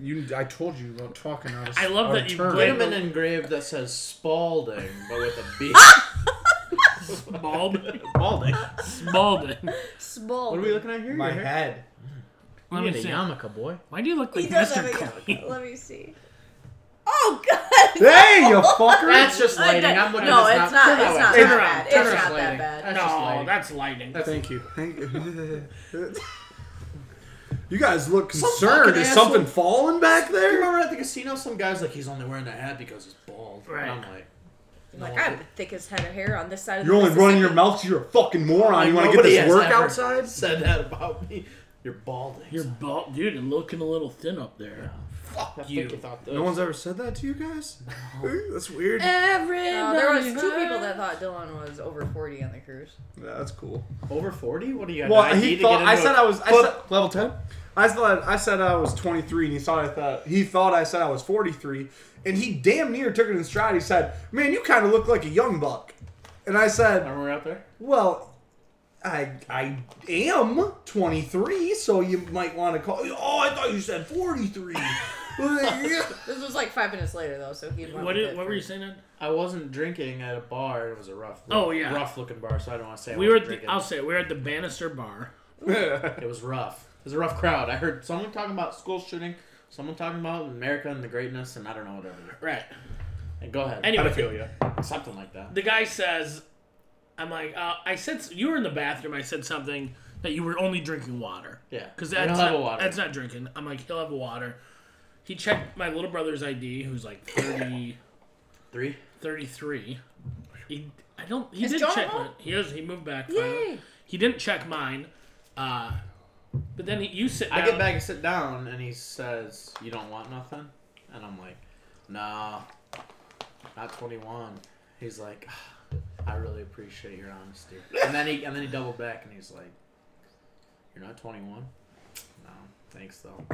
[SPEAKER 3] you. I told you about talking out of.
[SPEAKER 1] I love
[SPEAKER 3] out of
[SPEAKER 1] that you
[SPEAKER 3] turn.
[SPEAKER 2] Put
[SPEAKER 1] blame-
[SPEAKER 2] him in an engraved that says Spalding, but with a B.
[SPEAKER 1] Ah! Bald,
[SPEAKER 2] Spalding?
[SPEAKER 1] balding.
[SPEAKER 5] Small.
[SPEAKER 2] What are we looking at here?
[SPEAKER 3] my
[SPEAKER 2] Your hair?
[SPEAKER 3] head.
[SPEAKER 1] Let
[SPEAKER 2] You
[SPEAKER 1] me
[SPEAKER 2] got a
[SPEAKER 1] see.
[SPEAKER 2] yarmulke, boy.
[SPEAKER 1] Why do you look
[SPEAKER 5] He
[SPEAKER 1] like
[SPEAKER 5] does
[SPEAKER 1] Mr.
[SPEAKER 5] have a
[SPEAKER 1] Clean?
[SPEAKER 5] yarmulke. Let me see. Oh god.
[SPEAKER 3] Hey, you fucker!
[SPEAKER 2] That's just
[SPEAKER 5] I
[SPEAKER 2] lighting.
[SPEAKER 5] don't-
[SPEAKER 2] I'm looking
[SPEAKER 5] no,
[SPEAKER 2] at this
[SPEAKER 5] it's not. It's not
[SPEAKER 2] Turn
[SPEAKER 5] that
[SPEAKER 1] around.
[SPEAKER 5] bad.
[SPEAKER 2] Turn
[SPEAKER 5] It's
[SPEAKER 2] around.
[SPEAKER 5] not that
[SPEAKER 2] Lighting.
[SPEAKER 5] bad.
[SPEAKER 2] That's just
[SPEAKER 1] No,
[SPEAKER 2] lighting.
[SPEAKER 1] that's lighting.
[SPEAKER 3] Thank you. Thank you. you guys look concerned.
[SPEAKER 2] fucking
[SPEAKER 3] Is something
[SPEAKER 2] asshole-
[SPEAKER 3] falling back
[SPEAKER 2] You
[SPEAKER 3] there?
[SPEAKER 2] remember at the casino, some guy's like, he's only wearing that hat because he's bald.
[SPEAKER 1] Right.
[SPEAKER 2] And I'm like,
[SPEAKER 5] Like I have the thickest head of hair on this side of
[SPEAKER 3] You're
[SPEAKER 5] the
[SPEAKER 3] only running your
[SPEAKER 5] Mississippi.
[SPEAKER 3] mouth 'cause you're a fucking moron. Oh, You want to get
[SPEAKER 2] nobody
[SPEAKER 3] this
[SPEAKER 2] has
[SPEAKER 3] work
[SPEAKER 2] ever
[SPEAKER 3] outside?
[SPEAKER 2] Said that about me. You're balding.
[SPEAKER 1] You're bald, dude, and looking a little thin up there.
[SPEAKER 2] I
[SPEAKER 1] you.
[SPEAKER 2] think you thought
[SPEAKER 3] No one's ever said that to you guys. That's weird.
[SPEAKER 2] Eh.
[SPEAKER 5] No, there was two people that thought Dylan was over 40 on the cruise.
[SPEAKER 3] Yeah, that's cool.
[SPEAKER 2] over forty. What do you got?
[SPEAKER 3] Well,
[SPEAKER 2] an ID
[SPEAKER 3] he
[SPEAKER 2] to
[SPEAKER 3] thought
[SPEAKER 2] get
[SPEAKER 3] I
[SPEAKER 2] into
[SPEAKER 3] said
[SPEAKER 2] a
[SPEAKER 3] I was. I
[SPEAKER 2] club?
[SPEAKER 3] said, level ten. I thought I said I was 23, and he thought I thought he thought I said I was 43, and he damn near took it in stride. He said, "Man, you kind of look like a young buck," and I said,
[SPEAKER 2] Remember we were out there?
[SPEAKER 3] "Well, I I am 23, so you might want to call." Oh, I thought you said 43.
[SPEAKER 5] This was like five minutes later though, so he.
[SPEAKER 1] What, did, what were you saying? Ed?
[SPEAKER 2] I wasn't drinking at a bar. It was a rough.
[SPEAKER 1] Oh, yeah.
[SPEAKER 2] rough looking bar. So I don't want to say I
[SPEAKER 1] We were.
[SPEAKER 2] wasn't
[SPEAKER 1] At the,
[SPEAKER 2] drinking.
[SPEAKER 1] I'll say it, we were at the Bannister Bar.
[SPEAKER 2] It was rough. It was a rough crowd. I heard someone talking about school shooting. Someone talking about America and the greatness, and I don't know whatever.
[SPEAKER 1] Right.
[SPEAKER 2] And go ahead.
[SPEAKER 1] Anyway.
[SPEAKER 2] pedophilia, something like that.
[SPEAKER 1] The guy says, "I'm like, uh, I said you were in the bathroom. I said something that you were only drinking water.
[SPEAKER 2] Yeah.
[SPEAKER 1] because
[SPEAKER 2] I
[SPEAKER 1] that's
[SPEAKER 2] don't
[SPEAKER 1] not,
[SPEAKER 2] have a water.
[SPEAKER 1] that's not drinking. I'm like, he'll have a water. He checked my little brother's ID, who's like 30,
[SPEAKER 2] Three.
[SPEAKER 1] 33. He, I don't. He
[SPEAKER 5] Is
[SPEAKER 1] did
[SPEAKER 5] John
[SPEAKER 1] check.
[SPEAKER 5] home?
[SPEAKER 1] Mine. He is. He moved back.
[SPEAKER 5] Yay.
[SPEAKER 1] Finally. He didn't check mine. Uh, but then he, you sit. Down.
[SPEAKER 2] I get back and sit down, and he says, "You don't want nothing," and I'm like, "No, not 21." He's like, "Ah, "I really appreciate your honesty," and then he and then he doubled back, and he's like, You're not 21? No. Thanks, though.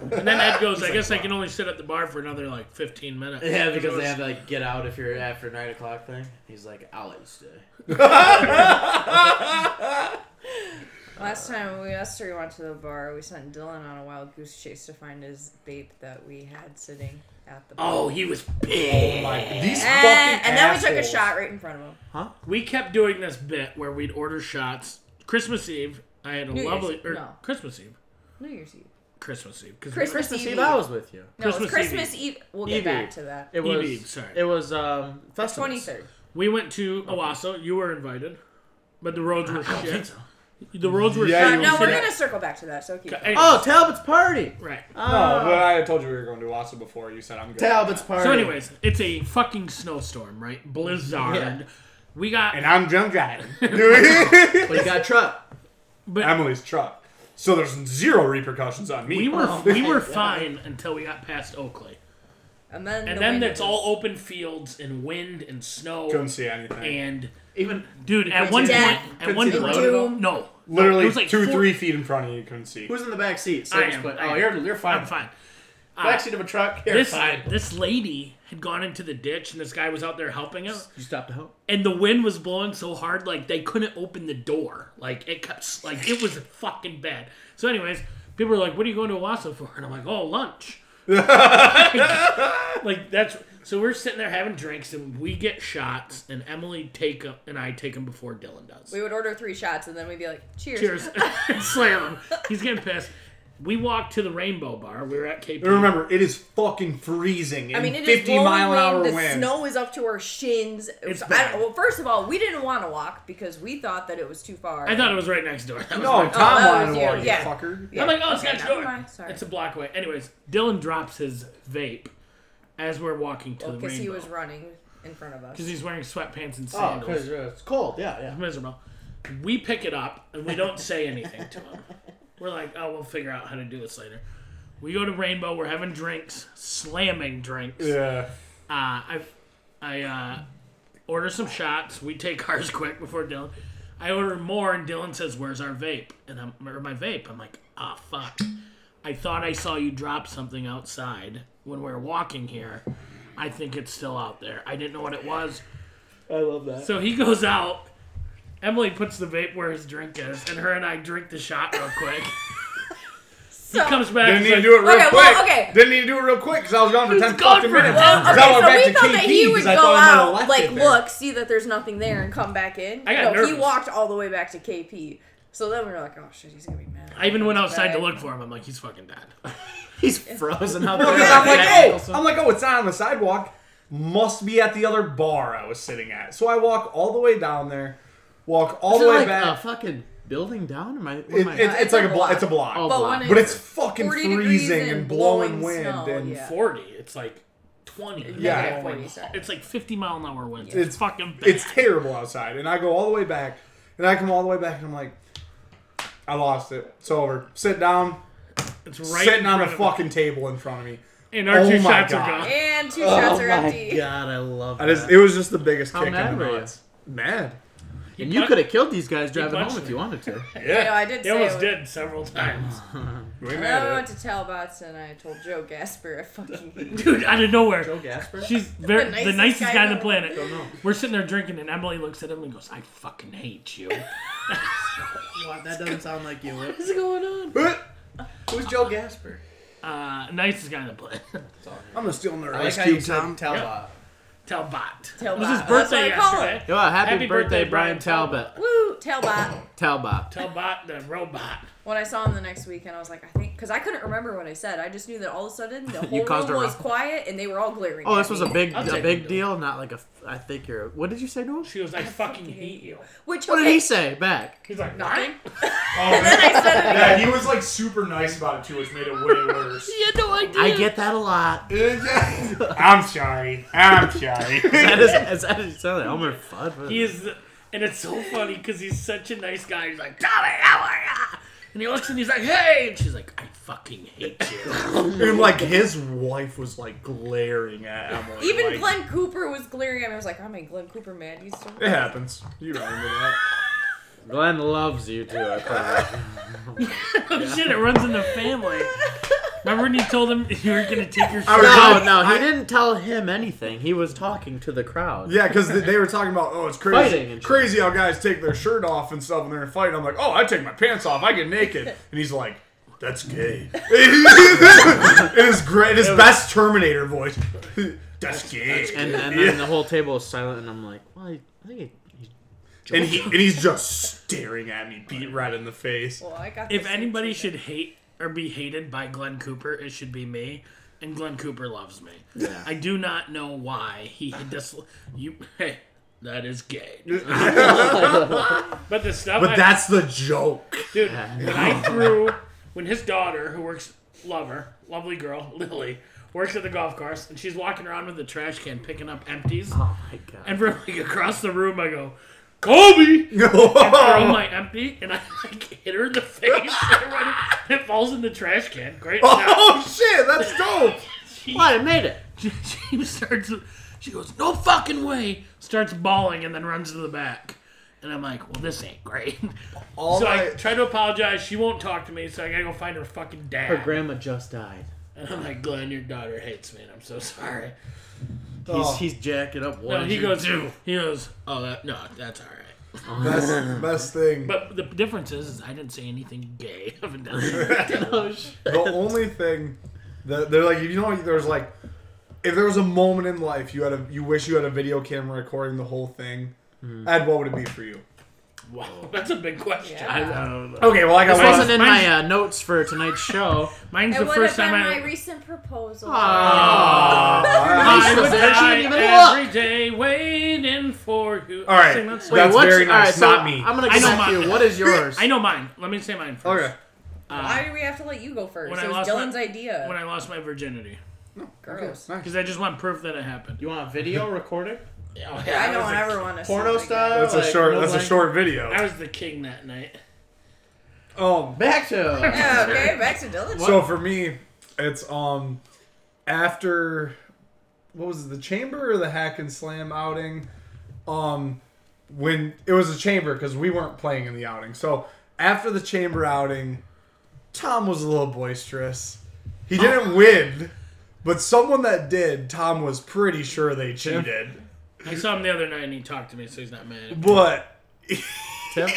[SPEAKER 1] And then Ed goes, I guess I can only sit at the bar for another like 15 minutes.
[SPEAKER 2] Yeah, because
[SPEAKER 1] Goes,
[SPEAKER 2] they have like get out if you're after nine o'clock thing. He's like, I'll let you stay.
[SPEAKER 5] Last time we us three went to the bar, we sent Dylan on a wild goose chase to find his babe that we had sitting at the bar.
[SPEAKER 1] Oh, he was big.
[SPEAKER 3] These fucking
[SPEAKER 5] and, Eh, and then we took a
[SPEAKER 3] assholes.
[SPEAKER 5] shot right in front of him.
[SPEAKER 1] we kept doing this bit where we'd order shots. Christmas Eve, I had a
[SPEAKER 5] New Year's
[SPEAKER 1] lovely.
[SPEAKER 5] Eve,
[SPEAKER 1] Or
[SPEAKER 5] no.
[SPEAKER 1] Christmas Eve.
[SPEAKER 5] New Year's Eve.
[SPEAKER 1] Christmas Eve. 'cause-
[SPEAKER 5] Christmas,
[SPEAKER 6] Christmas Eve,
[SPEAKER 5] No,
[SPEAKER 6] I was with you.
[SPEAKER 5] it was
[SPEAKER 1] Christmas Eve.
[SPEAKER 5] Christmas Eve. We'll get
[SPEAKER 6] Eve
[SPEAKER 5] back
[SPEAKER 6] Eve.
[SPEAKER 5] to that.
[SPEAKER 6] It was.
[SPEAKER 1] Eve, sorry.
[SPEAKER 6] It was um. Festivus.
[SPEAKER 5] Twenty third.
[SPEAKER 1] We went to Owasso. You were invited. But the roads were shit. The roads were
[SPEAKER 3] Yeah,
[SPEAKER 1] shit.
[SPEAKER 3] you
[SPEAKER 5] No,
[SPEAKER 3] were
[SPEAKER 5] we're
[SPEAKER 3] shit.
[SPEAKER 5] gonna circle back to that. So keep.
[SPEAKER 1] Anyway,
[SPEAKER 6] Oh, Talbot's party.
[SPEAKER 1] Right.
[SPEAKER 3] No,
[SPEAKER 6] Ah.
[SPEAKER 3] but I told you we were going to Watson before. You said I'm good.
[SPEAKER 6] Talbot's party.
[SPEAKER 1] So, anyways, it's a fucking snowstorm, right? Blizzard.
[SPEAKER 6] Yeah.
[SPEAKER 1] We got
[SPEAKER 3] and I'm drunk driving. Dude.
[SPEAKER 6] but you got truck.
[SPEAKER 3] Emily's truck. So there's zero repercussions on me. Um,
[SPEAKER 1] we were we were fine until we got past Oakley,
[SPEAKER 5] And then
[SPEAKER 1] and
[SPEAKER 5] the
[SPEAKER 1] then
[SPEAKER 5] wind
[SPEAKER 1] it's
[SPEAKER 5] was-
[SPEAKER 1] all open fields and wind and snow
[SPEAKER 3] couldn't see anything.
[SPEAKER 1] and
[SPEAKER 2] Even
[SPEAKER 1] dude at one
[SPEAKER 5] Death.
[SPEAKER 1] point at
[SPEAKER 2] Couldn't
[SPEAKER 1] one
[SPEAKER 2] see the
[SPEAKER 1] point
[SPEAKER 2] road at all?
[SPEAKER 1] no
[SPEAKER 3] Literally
[SPEAKER 1] it was like
[SPEAKER 3] two,
[SPEAKER 1] four-
[SPEAKER 3] three feet in front of you, you couldn't see.
[SPEAKER 2] who's in the back seat? So
[SPEAKER 1] I
[SPEAKER 2] it's
[SPEAKER 1] am,
[SPEAKER 2] like,
[SPEAKER 1] I
[SPEAKER 2] oh,
[SPEAKER 1] am.
[SPEAKER 2] you're you're fine.
[SPEAKER 1] I'm fine.
[SPEAKER 6] ah.
[SPEAKER 2] Back seat of a truck. You're
[SPEAKER 1] This
[SPEAKER 2] fine.
[SPEAKER 1] this lady had gone into the ditch and this guy was out there helping her,
[SPEAKER 6] You stopped to help.
[SPEAKER 1] and the wind was blowing so hard like they couldn't open the door. Like it kept like it was fucking bad. So, anyways, people were like, "What are you going to Owasso for?" And I'm like, "Oh, lunch." like, that's so we're sitting there having drinks and we get shots and Emily take 'em- and I take them before Dylan does.
[SPEAKER 5] We would order three shots, and then we'd be like, "Cheers."
[SPEAKER 1] Cheers and slam him. He's getting pissed. We walked to the Rainbow Bar. We were at KP.
[SPEAKER 3] And remember, it is fucking freezing in
[SPEAKER 5] I mean, it is
[SPEAKER 3] 50
[SPEAKER 5] blowing
[SPEAKER 3] mile an hour
[SPEAKER 5] wind.
[SPEAKER 3] wind.
[SPEAKER 5] The snow is up to our shins.
[SPEAKER 1] It's
[SPEAKER 5] I
[SPEAKER 1] bad.
[SPEAKER 5] don't- well, first of all, we didn't want to walk because we thought that it was too far.
[SPEAKER 1] I thought it was right next door. That was my-
[SPEAKER 3] No, Tom
[SPEAKER 5] Oh, that
[SPEAKER 3] wanted
[SPEAKER 5] was
[SPEAKER 3] to
[SPEAKER 5] you,
[SPEAKER 3] walk, you
[SPEAKER 5] yeah.
[SPEAKER 3] fucker.
[SPEAKER 5] Yeah.
[SPEAKER 1] I'm like, oh, it's
[SPEAKER 5] Okay,
[SPEAKER 1] next
[SPEAKER 5] never
[SPEAKER 1] door.
[SPEAKER 5] mind, sorry.
[SPEAKER 1] It's a block away. Anyways, Dylan drops his vape as we're walking to the
[SPEAKER 5] because
[SPEAKER 1] rainbow.
[SPEAKER 5] he was running in front of us.
[SPEAKER 1] Because he's wearing sweatpants and
[SPEAKER 2] Oh,
[SPEAKER 1] sandals.
[SPEAKER 2] 'cause, uh, it's cold. Yeah, yeah.
[SPEAKER 1] Miserable. We pick it up and we don't say anything to him. We're like, oh, we'll figure out how to do this later. We go to Rainbow. We're having drinks, slamming drinks.
[SPEAKER 3] Yeah.
[SPEAKER 1] Uh, I, I uh, order some shots. We take ours quick before Dylan. I order more, and Dylan says, "Where's our vape?" And I'm, "Where my vape?" I'm like, "Ah, fuck! I thought I saw you drop something outside when we were walking here. I think it's still out there. I didn't know what it was."
[SPEAKER 6] I love that.
[SPEAKER 1] So he goes out. Emily puts the vape where his drink is, and her and I drink the shot real quick.
[SPEAKER 5] so,
[SPEAKER 1] he comes back.
[SPEAKER 3] Didn't
[SPEAKER 1] he's
[SPEAKER 3] need to
[SPEAKER 1] like,
[SPEAKER 3] do it real
[SPEAKER 5] Okay,
[SPEAKER 3] quick.
[SPEAKER 5] well, okay.
[SPEAKER 3] Didn't need to do it real quick because I was gone for 10
[SPEAKER 1] gone
[SPEAKER 3] fucking
[SPEAKER 1] for-
[SPEAKER 3] minutes.
[SPEAKER 1] well,
[SPEAKER 5] Well,
[SPEAKER 3] Because I
[SPEAKER 5] okay,
[SPEAKER 3] went
[SPEAKER 5] so
[SPEAKER 3] back
[SPEAKER 5] we
[SPEAKER 3] to
[SPEAKER 5] thought that
[SPEAKER 3] KP
[SPEAKER 5] he would
[SPEAKER 3] 'cause
[SPEAKER 5] go
[SPEAKER 3] I thought I might have
[SPEAKER 5] out,
[SPEAKER 3] left
[SPEAKER 5] like,
[SPEAKER 3] it there.
[SPEAKER 5] look, see that there's nothing there, and come back in.
[SPEAKER 1] I got
[SPEAKER 5] no, he
[SPEAKER 1] nervous.
[SPEAKER 5] walked all the way back to KP. So then we were like, oh shit, he's gonna be mad.
[SPEAKER 1] I even went outside to
[SPEAKER 5] Right.
[SPEAKER 1] look for him. I'm like, he's fucking dead.
[SPEAKER 6] He's frozen out
[SPEAKER 3] No,
[SPEAKER 6] there.
[SPEAKER 3] 'cause I'm like,
[SPEAKER 6] Yeah.
[SPEAKER 3] oh, I'm like, oh, it's not on the sidewalk. Must be at the other bar I was sitting at. So I walk all the way down there, walk all
[SPEAKER 6] Is
[SPEAKER 3] the
[SPEAKER 6] it
[SPEAKER 3] way
[SPEAKER 6] like
[SPEAKER 2] oh,
[SPEAKER 3] back.
[SPEAKER 6] a fucking building down? Am I? What
[SPEAKER 3] It-
[SPEAKER 6] am I?
[SPEAKER 3] it- it's like a block. It's a block.
[SPEAKER 6] Oh,
[SPEAKER 5] but
[SPEAKER 6] block.
[SPEAKER 5] when
[SPEAKER 3] but it's fucking
[SPEAKER 5] 40 degrees
[SPEAKER 3] freezing
[SPEAKER 5] and
[SPEAKER 3] and blowing
[SPEAKER 5] blowing
[SPEAKER 3] wind
[SPEAKER 5] snow,
[SPEAKER 3] and
[SPEAKER 5] yeah.
[SPEAKER 1] 40. It's like 20.
[SPEAKER 3] Yeah.
[SPEAKER 5] Negative 40, sorry.
[SPEAKER 1] It's like 50 mile an hour winds. It's,
[SPEAKER 3] It's-
[SPEAKER 1] fucking bad.
[SPEAKER 3] it's terrible outside. And I go all the way back, and I come all the way back, and I'm like, I lost it. It's over. Sit down.
[SPEAKER 1] It's right
[SPEAKER 3] sitting
[SPEAKER 1] in
[SPEAKER 3] on
[SPEAKER 1] front
[SPEAKER 3] a
[SPEAKER 1] of us.
[SPEAKER 3] fucking table in front of me.
[SPEAKER 1] And our
[SPEAKER 3] Oh
[SPEAKER 1] two
[SPEAKER 3] my
[SPEAKER 1] shots
[SPEAKER 3] God.
[SPEAKER 1] are gone.
[SPEAKER 5] And two
[SPEAKER 6] Oh
[SPEAKER 5] shots are
[SPEAKER 6] my
[SPEAKER 5] empty.
[SPEAKER 6] god, I love
[SPEAKER 3] I
[SPEAKER 6] that.
[SPEAKER 3] just, it was just the biggest
[SPEAKER 6] How
[SPEAKER 3] kick
[SPEAKER 6] mad
[SPEAKER 3] in the
[SPEAKER 6] were you?
[SPEAKER 3] nuts. Mad.
[SPEAKER 6] and you
[SPEAKER 1] punch-
[SPEAKER 6] could have killed these guys driving
[SPEAKER 1] punched
[SPEAKER 6] home if
[SPEAKER 1] me.
[SPEAKER 6] you wanted to.
[SPEAKER 5] You know, I did
[SPEAKER 1] They
[SPEAKER 5] say
[SPEAKER 1] almost
[SPEAKER 5] it was-
[SPEAKER 1] did several times.
[SPEAKER 3] We
[SPEAKER 5] And then we
[SPEAKER 3] mad.
[SPEAKER 5] went to Talbots and I told Joe Gasper I fucking hate you.
[SPEAKER 1] Dude, out of nowhere.
[SPEAKER 6] Joe Gasper.
[SPEAKER 1] She's very, the, nicest guy, on the
[SPEAKER 5] ever.
[SPEAKER 1] planet. We're sitting there drinking, and Emily looks at him and goes, I fucking hate you.
[SPEAKER 2] Wow, that doesn't sound like you. What-
[SPEAKER 5] What's going on?
[SPEAKER 3] it.
[SPEAKER 2] Who's Joe Gasper?
[SPEAKER 1] Uh, nicest guy on the planet.
[SPEAKER 3] I'm gonna steal another
[SPEAKER 2] I like
[SPEAKER 3] ice
[SPEAKER 2] how you
[SPEAKER 3] cube,
[SPEAKER 2] said
[SPEAKER 3] Tom.
[SPEAKER 2] Talbot.
[SPEAKER 1] Talbot. It
[SPEAKER 5] Talbot.
[SPEAKER 1] was his
[SPEAKER 5] That's what
[SPEAKER 1] birthday
[SPEAKER 5] I call
[SPEAKER 1] yesterday.
[SPEAKER 6] Yo, happy, birthday,
[SPEAKER 1] Happy birthday,
[SPEAKER 6] Brian
[SPEAKER 1] Brian
[SPEAKER 6] Talbot.
[SPEAKER 5] Woo, Talbot.
[SPEAKER 6] Talbot.
[SPEAKER 1] Talbot the robot.
[SPEAKER 5] when I saw him the next weekend, I was like, I think, because I couldn't remember what I said. I just knew that all of a sudden the whole
[SPEAKER 6] caused
[SPEAKER 5] room
[SPEAKER 6] a
[SPEAKER 5] was
[SPEAKER 6] ruffle.
[SPEAKER 5] quiet and they were all glaring.
[SPEAKER 6] Oh,
[SPEAKER 5] at
[SPEAKER 6] this was a
[SPEAKER 5] me.
[SPEAKER 6] big,
[SPEAKER 1] I'll
[SPEAKER 6] a
[SPEAKER 1] take
[SPEAKER 6] big
[SPEAKER 1] it.
[SPEAKER 6] deal, not like a. f- I think you're. What did you say to him?
[SPEAKER 1] She was like, I fucking hate you.
[SPEAKER 5] Which
[SPEAKER 6] What
[SPEAKER 5] okay,
[SPEAKER 6] did he say back?
[SPEAKER 1] He's like,
[SPEAKER 5] Nothing.
[SPEAKER 1] "What?"
[SPEAKER 5] then I said it
[SPEAKER 3] Yeah, he was like super nice about it too, which made it way worse.
[SPEAKER 1] He had no idea.
[SPEAKER 6] I get that a lot.
[SPEAKER 3] I'm sorry. I'm sorry.
[SPEAKER 6] That is, is that is sound like Elmer Fudd. What-
[SPEAKER 1] He is, the- and it's so funny because he's such a nice guy. He's like, Tommy, how are ya? And he looks and he's like, hey. And she's like, I fucking hate you.
[SPEAKER 3] and like his wife was like glaring at Emily.
[SPEAKER 5] Even
[SPEAKER 3] like,
[SPEAKER 5] Glenn Cooper was glaring at me. I was like, I made Glenn Cooper mad. He's so
[SPEAKER 3] It happens. You remember that?
[SPEAKER 6] Glenn loves you too. I promise.
[SPEAKER 1] Oh shit, it runs in the family. Remember when you told him you were gonna take your
[SPEAKER 3] I
[SPEAKER 1] shirt
[SPEAKER 3] was-
[SPEAKER 1] off?
[SPEAKER 6] no, no, he
[SPEAKER 3] I-
[SPEAKER 6] didn't tell him anything. He was talking to the crowd.
[SPEAKER 3] Yeah, because they were talking about, oh, it's
[SPEAKER 6] Fighting
[SPEAKER 3] crazy,
[SPEAKER 6] and shit.
[SPEAKER 3] crazy how guys take their shirt off and stuff when they're in a fight. I'm like, oh, I take my pants off, I get naked, and he's like, that's gay. it is great, his best Terminator voice. That's gay.
[SPEAKER 6] And, and
[SPEAKER 3] Yeah.
[SPEAKER 6] then the whole table was silent, and I'm like, well, I I think he,
[SPEAKER 3] and he and he's just staring at me, beat right in the face.
[SPEAKER 5] Well, I got
[SPEAKER 1] If
[SPEAKER 5] this
[SPEAKER 1] anybody
[SPEAKER 5] picture.
[SPEAKER 1] should hate or be hated by Glenn Cooper, it should be me. And Glenn Cooper loves me. I do not know why he dis. You, hey, that is gay. but the stuff,
[SPEAKER 3] But
[SPEAKER 1] I,
[SPEAKER 3] that's the joke.
[SPEAKER 1] dude, when I threw when his daughter, who works, lover, lovely girl, Lily, works at the golf course, and she's walking around with a trash can picking up empties,
[SPEAKER 6] oh my god.
[SPEAKER 1] and from like across the room, I go, Kobe
[SPEAKER 3] Oh.
[SPEAKER 1] throw my empty and I like hit her in the face. and run- it falls in the trash can. Great. Now,
[SPEAKER 3] Oh shit, that's dope.
[SPEAKER 1] she,
[SPEAKER 6] Well, I made it.
[SPEAKER 1] she starts. She goes, "No fucking way!" Starts bawling and then runs to the back. And I'm like, "Well, this ain't great."
[SPEAKER 3] All
[SPEAKER 1] so I
[SPEAKER 3] my-
[SPEAKER 1] try to apologize. She won't talk to me, so I gotta go find her fucking dad.
[SPEAKER 6] Her grandma just died.
[SPEAKER 1] and I'm like, "Glenn, your daughter hates me, and I'm so sorry."
[SPEAKER 6] He's,
[SPEAKER 3] Oh.
[SPEAKER 6] he's jacking up one.
[SPEAKER 1] No, he
[SPEAKER 6] two-
[SPEAKER 1] goes, "He goes, oh, that, no, that's all right."
[SPEAKER 3] That's the best thing.
[SPEAKER 1] But the difference is, is I didn't say anything gay. I haven't done anything.
[SPEAKER 6] Oh, shit.
[SPEAKER 3] the only thing that they're like, you know, there's like, if there was a moment in life you had a, you wish you had a video camera recording the whole thing, Ed, what would it be for you?
[SPEAKER 1] wow, that's a big question.
[SPEAKER 5] Yeah. I
[SPEAKER 1] don't know.
[SPEAKER 3] Okay, well I got
[SPEAKER 6] It wasn't in
[SPEAKER 1] Mine's-
[SPEAKER 6] my uh, notes for tonight's show.
[SPEAKER 1] Mine's
[SPEAKER 5] It
[SPEAKER 1] the
[SPEAKER 5] would
[SPEAKER 1] first
[SPEAKER 5] have
[SPEAKER 1] time
[SPEAKER 5] been
[SPEAKER 1] I. Ah.
[SPEAKER 5] my recent proposal.
[SPEAKER 3] Uh,
[SPEAKER 1] I
[SPEAKER 6] Nice
[SPEAKER 1] would
[SPEAKER 6] was it? I
[SPEAKER 1] die
[SPEAKER 6] didn't even look.
[SPEAKER 1] every day waiting for you.
[SPEAKER 3] All right.
[SPEAKER 1] Sing that song.
[SPEAKER 3] Wait, That's
[SPEAKER 6] what's-
[SPEAKER 3] very nice,
[SPEAKER 6] so
[SPEAKER 3] not me.
[SPEAKER 6] I'm gonna
[SPEAKER 1] I know
[SPEAKER 6] connect
[SPEAKER 1] mine.
[SPEAKER 6] you. What is yours?
[SPEAKER 1] I know mine. Let me say mine first.
[SPEAKER 3] Okay.
[SPEAKER 5] Why do we have to let you go first?
[SPEAKER 1] When I
[SPEAKER 5] it was
[SPEAKER 1] lost
[SPEAKER 5] Dylan's
[SPEAKER 1] my-
[SPEAKER 5] idea.
[SPEAKER 1] When I lost my virginity,
[SPEAKER 5] Gross.
[SPEAKER 1] because I just want proof that it happened.
[SPEAKER 6] You want a video recording?
[SPEAKER 1] Oh,
[SPEAKER 5] I
[SPEAKER 1] was
[SPEAKER 5] don't
[SPEAKER 1] the-
[SPEAKER 5] ever want to.
[SPEAKER 6] Porno style.
[SPEAKER 3] That's a
[SPEAKER 6] Like,
[SPEAKER 3] short.
[SPEAKER 6] no
[SPEAKER 3] That's a
[SPEAKER 6] length?
[SPEAKER 3] short video.
[SPEAKER 1] I was the king that night.
[SPEAKER 3] Um,
[SPEAKER 6] Back to.
[SPEAKER 5] Yeah, okay, back to Dylan.
[SPEAKER 3] so for me, it's um, after what was it, the chamber or the hack and slam outing? Um, when it was a chamber because we weren't playing in the outing. So after the chamber outing, Tom was a little boisterous. He didn't win, but someone that did, Tom was pretty sure they cheated.
[SPEAKER 1] I saw him the other night and he talked to me, so he's not mad.
[SPEAKER 3] But
[SPEAKER 6] Tim?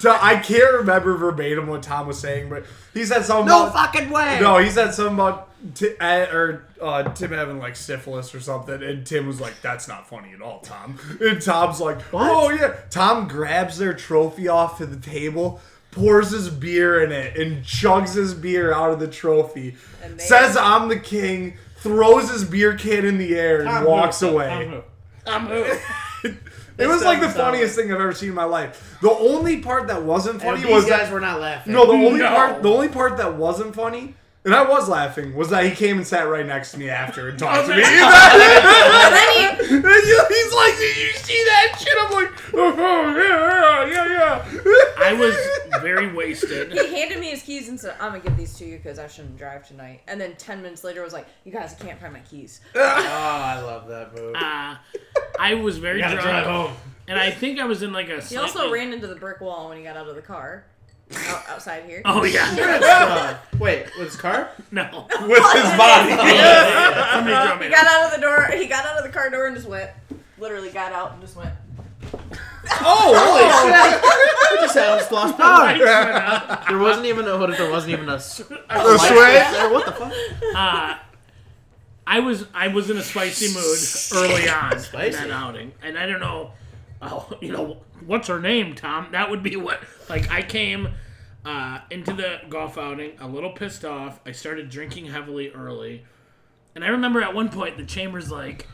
[SPEAKER 3] Tom, I can't remember verbatim what Tom was saying, but he said something.
[SPEAKER 6] No
[SPEAKER 3] about-
[SPEAKER 6] fucking way.
[SPEAKER 3] No, he said something about Ti- uh, or uh, Tim having like syphilis or something, and Tim was like, "That's not funny at all, Tom." And Tom's like, "Oh yeah." Tom grabs their trophy off of the table, pours his beer in it, and chugs his beer out of the trophy.
[SPEAKER 5] And they-
[SPEAKER 3] Says, "I'm the king." Throws his beer can in the air and walks away.
[SPEAKER 1] I'm who?
[SPEAKER 3] It was like the
[SPEAKER 6] sounds uh, solid.
[SPEAKER 3] funniest thing I've ever seen in my life. The only part that wasn't funny
[SPEAKER 6] These
[SPEAKER 3] was
[SPEAKER 6] guys
[SPEAKER 3] that
[SPEAKER 6] were not laughing.
[SPEAKER 3] no, the only
[SPEAKER 1] No.
[SPEAKER 3] part the only part that wasn't funny, and I was laughing, was that he came and sat right next to me after and talked to me.
[SPEAKER 5] And then he-
[SPEAKER 3] And he- he's like, "Did you see that shit?" I'm like, "Oh, oh, yeah, yeah, yeah, yeah."
[SPEAKER 1] I was very wasted.
[SPEAKER 5] he handed me his keys and said, "I'm gonna give these to you because I shouldn't drive tonight." And then ten minutes later, was like, "You guys, I can't find my keys."
[SPEAKER 6] Oh, I love that move.
[SPEAKER 1] Uh, I was very drunk,
[SPEAKER 6] home.
[SPEAKER 1] and I think I was in like a.
[SPEAKER 5] He also ran into the brick wall when he got out of the car out, outside here.
[SPEAKER 1] Oh yeah,
[SPEAKER 6] wait, with his car?
[SPEAKER 1] no.
[SPEAKER 3] With his
[SPEAKER 1] Oh,
[SPEAKER 3] body.
[SPEAKER 1] Somebody drove me
[SPEAKER 5] He got out of the door. He got out of the car door and just went. Literally got out and just went.
[SPEAKER 3] Oh,
[SPEAKER 6] It just had lost power.
[SPEAKER 1] out.
[SPEAKER 6] Oh. There wasn't even a. What if there wasn't even a. s-
[SPEAKER 3] the sway.
[SPEAKER 6] there? What the fuck?
[SPEAKER 1] uh, I was I was in a spicy mood early on in that outing, and I don't know, oh, you know, what's her name, Tom? That would be what. Like I came uh, into the golf outing a little pissed off. I started drinking heavily early, and I remember at one point the chambers like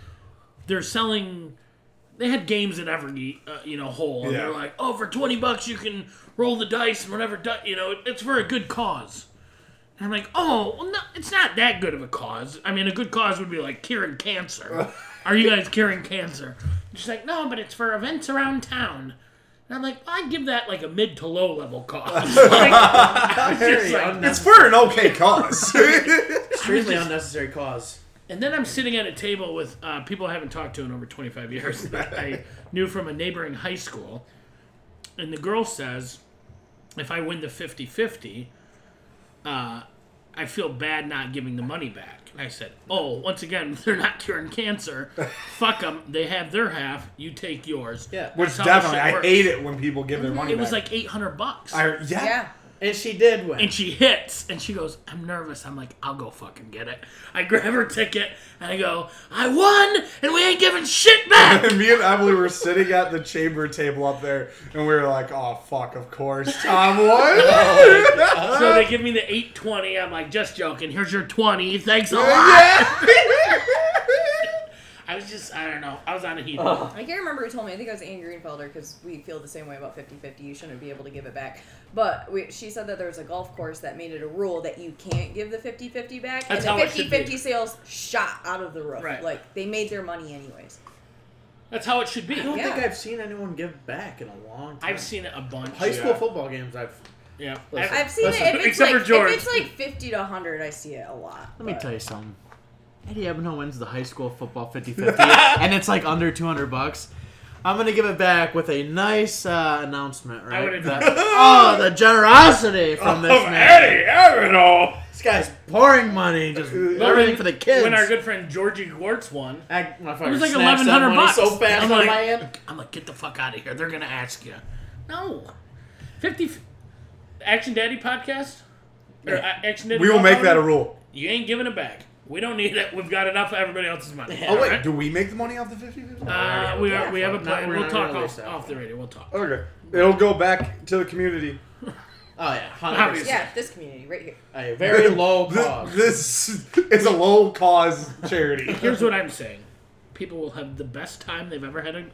[SPEAKER 1] they're selling. They had games at every uh, you know hole, and they're
[SPEAKER 3] Yeah.
[SPEAKER 1] like, "Oh, for twenty bucks you can roll the dice and whatever, di- you know, it's for a good cause." And I'm like, oh, well, no, it's not that good of a cause. I mean, a good cause would be like curing cancer. Are you guys curing cancer? And She's like, no, but it's for events around town. And I'm like, well, I'd give that like a mid to low level cause. Like, I was just like-
[SPEAKER 3] It's for an okay cause.
[SPEAKER 6] Extremely unnecessary cause.
[SPEAKER 1] and then I'm sitting at a table with uh, people I haven't talked to in over 25 years that I knew from a neighboring high school. and the girl says, if I win the 50 50, uh, I feel bad not giving the money back. And I said, oh, once again, they're not curing cancer. Fuck them. They have their half. You take yours.
[SPEAKER 2] Yeah.
[SPEAKER 3] Which
[SPEAKER 1] That's how this
[SPEAKER 3] definitely,
[SPEAKER 1] shit
[SPEAKER 3] I
[SPEAKER 1] works.
[SPEAKER 3] hate it when people give their money
[SPEAKER 1] It was
[SPEAKER 3] back.
[SPEAKER 1] like 800 bucks.
[SPEAKER 3] I, yeah.
[SPEAKER 5] Yeah.
[SPEAKER 2] And she did win.
[SPEAKER 1] and she hits and she goes i'm nervous i'm like i'll go fucking get it i grab her ticket and i go i won and we ain't giving shit back
[SPEAKER 3] And me and Emily were sitting at the chamber table up there, and we were like, "Oh fuck, of course, Tom won."
[SPEAKER 1] so they give me the 820 i'm like just joking here's your 20 thanks a lot
[SPEAKER 3] yeah.
[SPEAKER 1] i was just i don't know i was on a heat
[SPEAKER 5] I can't remember who told me. I think it was Anne Greenfelder because we feel the same way about 50 50. You shouldn't be able to give it back. But we, she said that there was a golf course that made it a rule that you can't give the 50 50 back.
[SPEAKER 1] That's
[SPEAKER 5] and
[SPEAKER 1] how
[SPEAKER 5] the
[SPEAKER 1] it should be.
[SPEAKER 5] 50 50 sales shot out of the roof.
[SPEAKER 1] Right.
[SPEAKER 5] Like, they made their money anyways.
[SPEAKER 1] that's how it should be
[SPEAKER 2] I don't
[SPEAKER 5] Yeah.
[SPEAKER 2] think I've seen anyone give back in a long time.
[SPEAKER 1] i've seen it a bunch
[SPEAKER 2] high school
[SPEAKER 3] Yeah.
[SPEAKER 2] football games. I've
[SPEAKER 1] yeah
[SPEAKER 2] Listen.
[SPEAKER 1] I-
[SPEAKER 5] I've seen it.
[SPEAKER 2] Listen,
[SPEAKER 5] If it's,
[SPEAKER 1] except
[SPEAKER 5] like,
[SPEAKER 1] for George.
[SPEAKER 5] if it's like 50 to 100, I see it a lot.
[SPEAKER 6] Let me
[SPEAKER 5] but-
[SPEAKER 6] tell you something. Eddie Ebeno wins the high school football 50-50, and it's like under 200 bucks. I'm gonna give it back with a nice uh, announcement, right?
[SPEAKER 1] would've
[SPEAKER 6] That-
[SPEAKER 1] done- Oh,
[SPEAKER 6] oh, the generosity from this man!
[SPEAKER 3] Avenal.
[SPEAKER 6] This guy's pouring money, just
[SPEAKER 3] Well,
[SPEAKER 6] everything for the kids.
[SPEAKER 1] when our good friend georgie Gwartz won
[SPEAKER 2] I, my it
[SPEAKER 1] was like 1100 bucks.
[SPEAKER 2] So fast
[SPEAKER 1] I'm
[SPEAKER 2] on
[SPEAKER 1] like-
[SPEAKER 2] my end.
[SPEAKER 1] i'm like get the fuck out of here they're gonna ask you no 50 f- action daddy podcast or, uh, action daddy
[SPEAKER 3] We will
[SPEAKER 1] Golf
[SPEAKER 3] make
[SPEAKER 1] Hour?
[SPEAKER 3] that a rule.
[SPEAKER 1] You ain't giving it back. We don't need it. We've got enough of everybody else's money.
[SPEAKER 3] Oh wait, do we make the money off the 50-50?
[SPEAKER 1] Uh, we are, we have a
[SPEAKER 2] No,
[SPEAKER 1] plan.
[SPEAKER 2] we're
[SPEAKER 1] We'll
[SPEAKER 2] not
[SPEAKER 1] talk
[SPEAKER 2] gonna
[SPEAKER 1] off,
[SPEAKER 2] release that.
[SPEAKER 1] off the radio. We'll talk.
[SPEAKER 3] Okay, it'll go back to the community.
[SPEAKER 2] Oh yeah, 100%.
[SPEAKER 1] Obviously.
[SPEAKER 5] Yeah, this community right here.
[SPEAKER 2] A very low
[SPEAKER 3] Th-
[SPEAKER 2] cost.
[SPEAKER 3] This is a low cause charity.
[SPEAKER 1] Here's what I'm saying. People will have the best time they've ever had. At,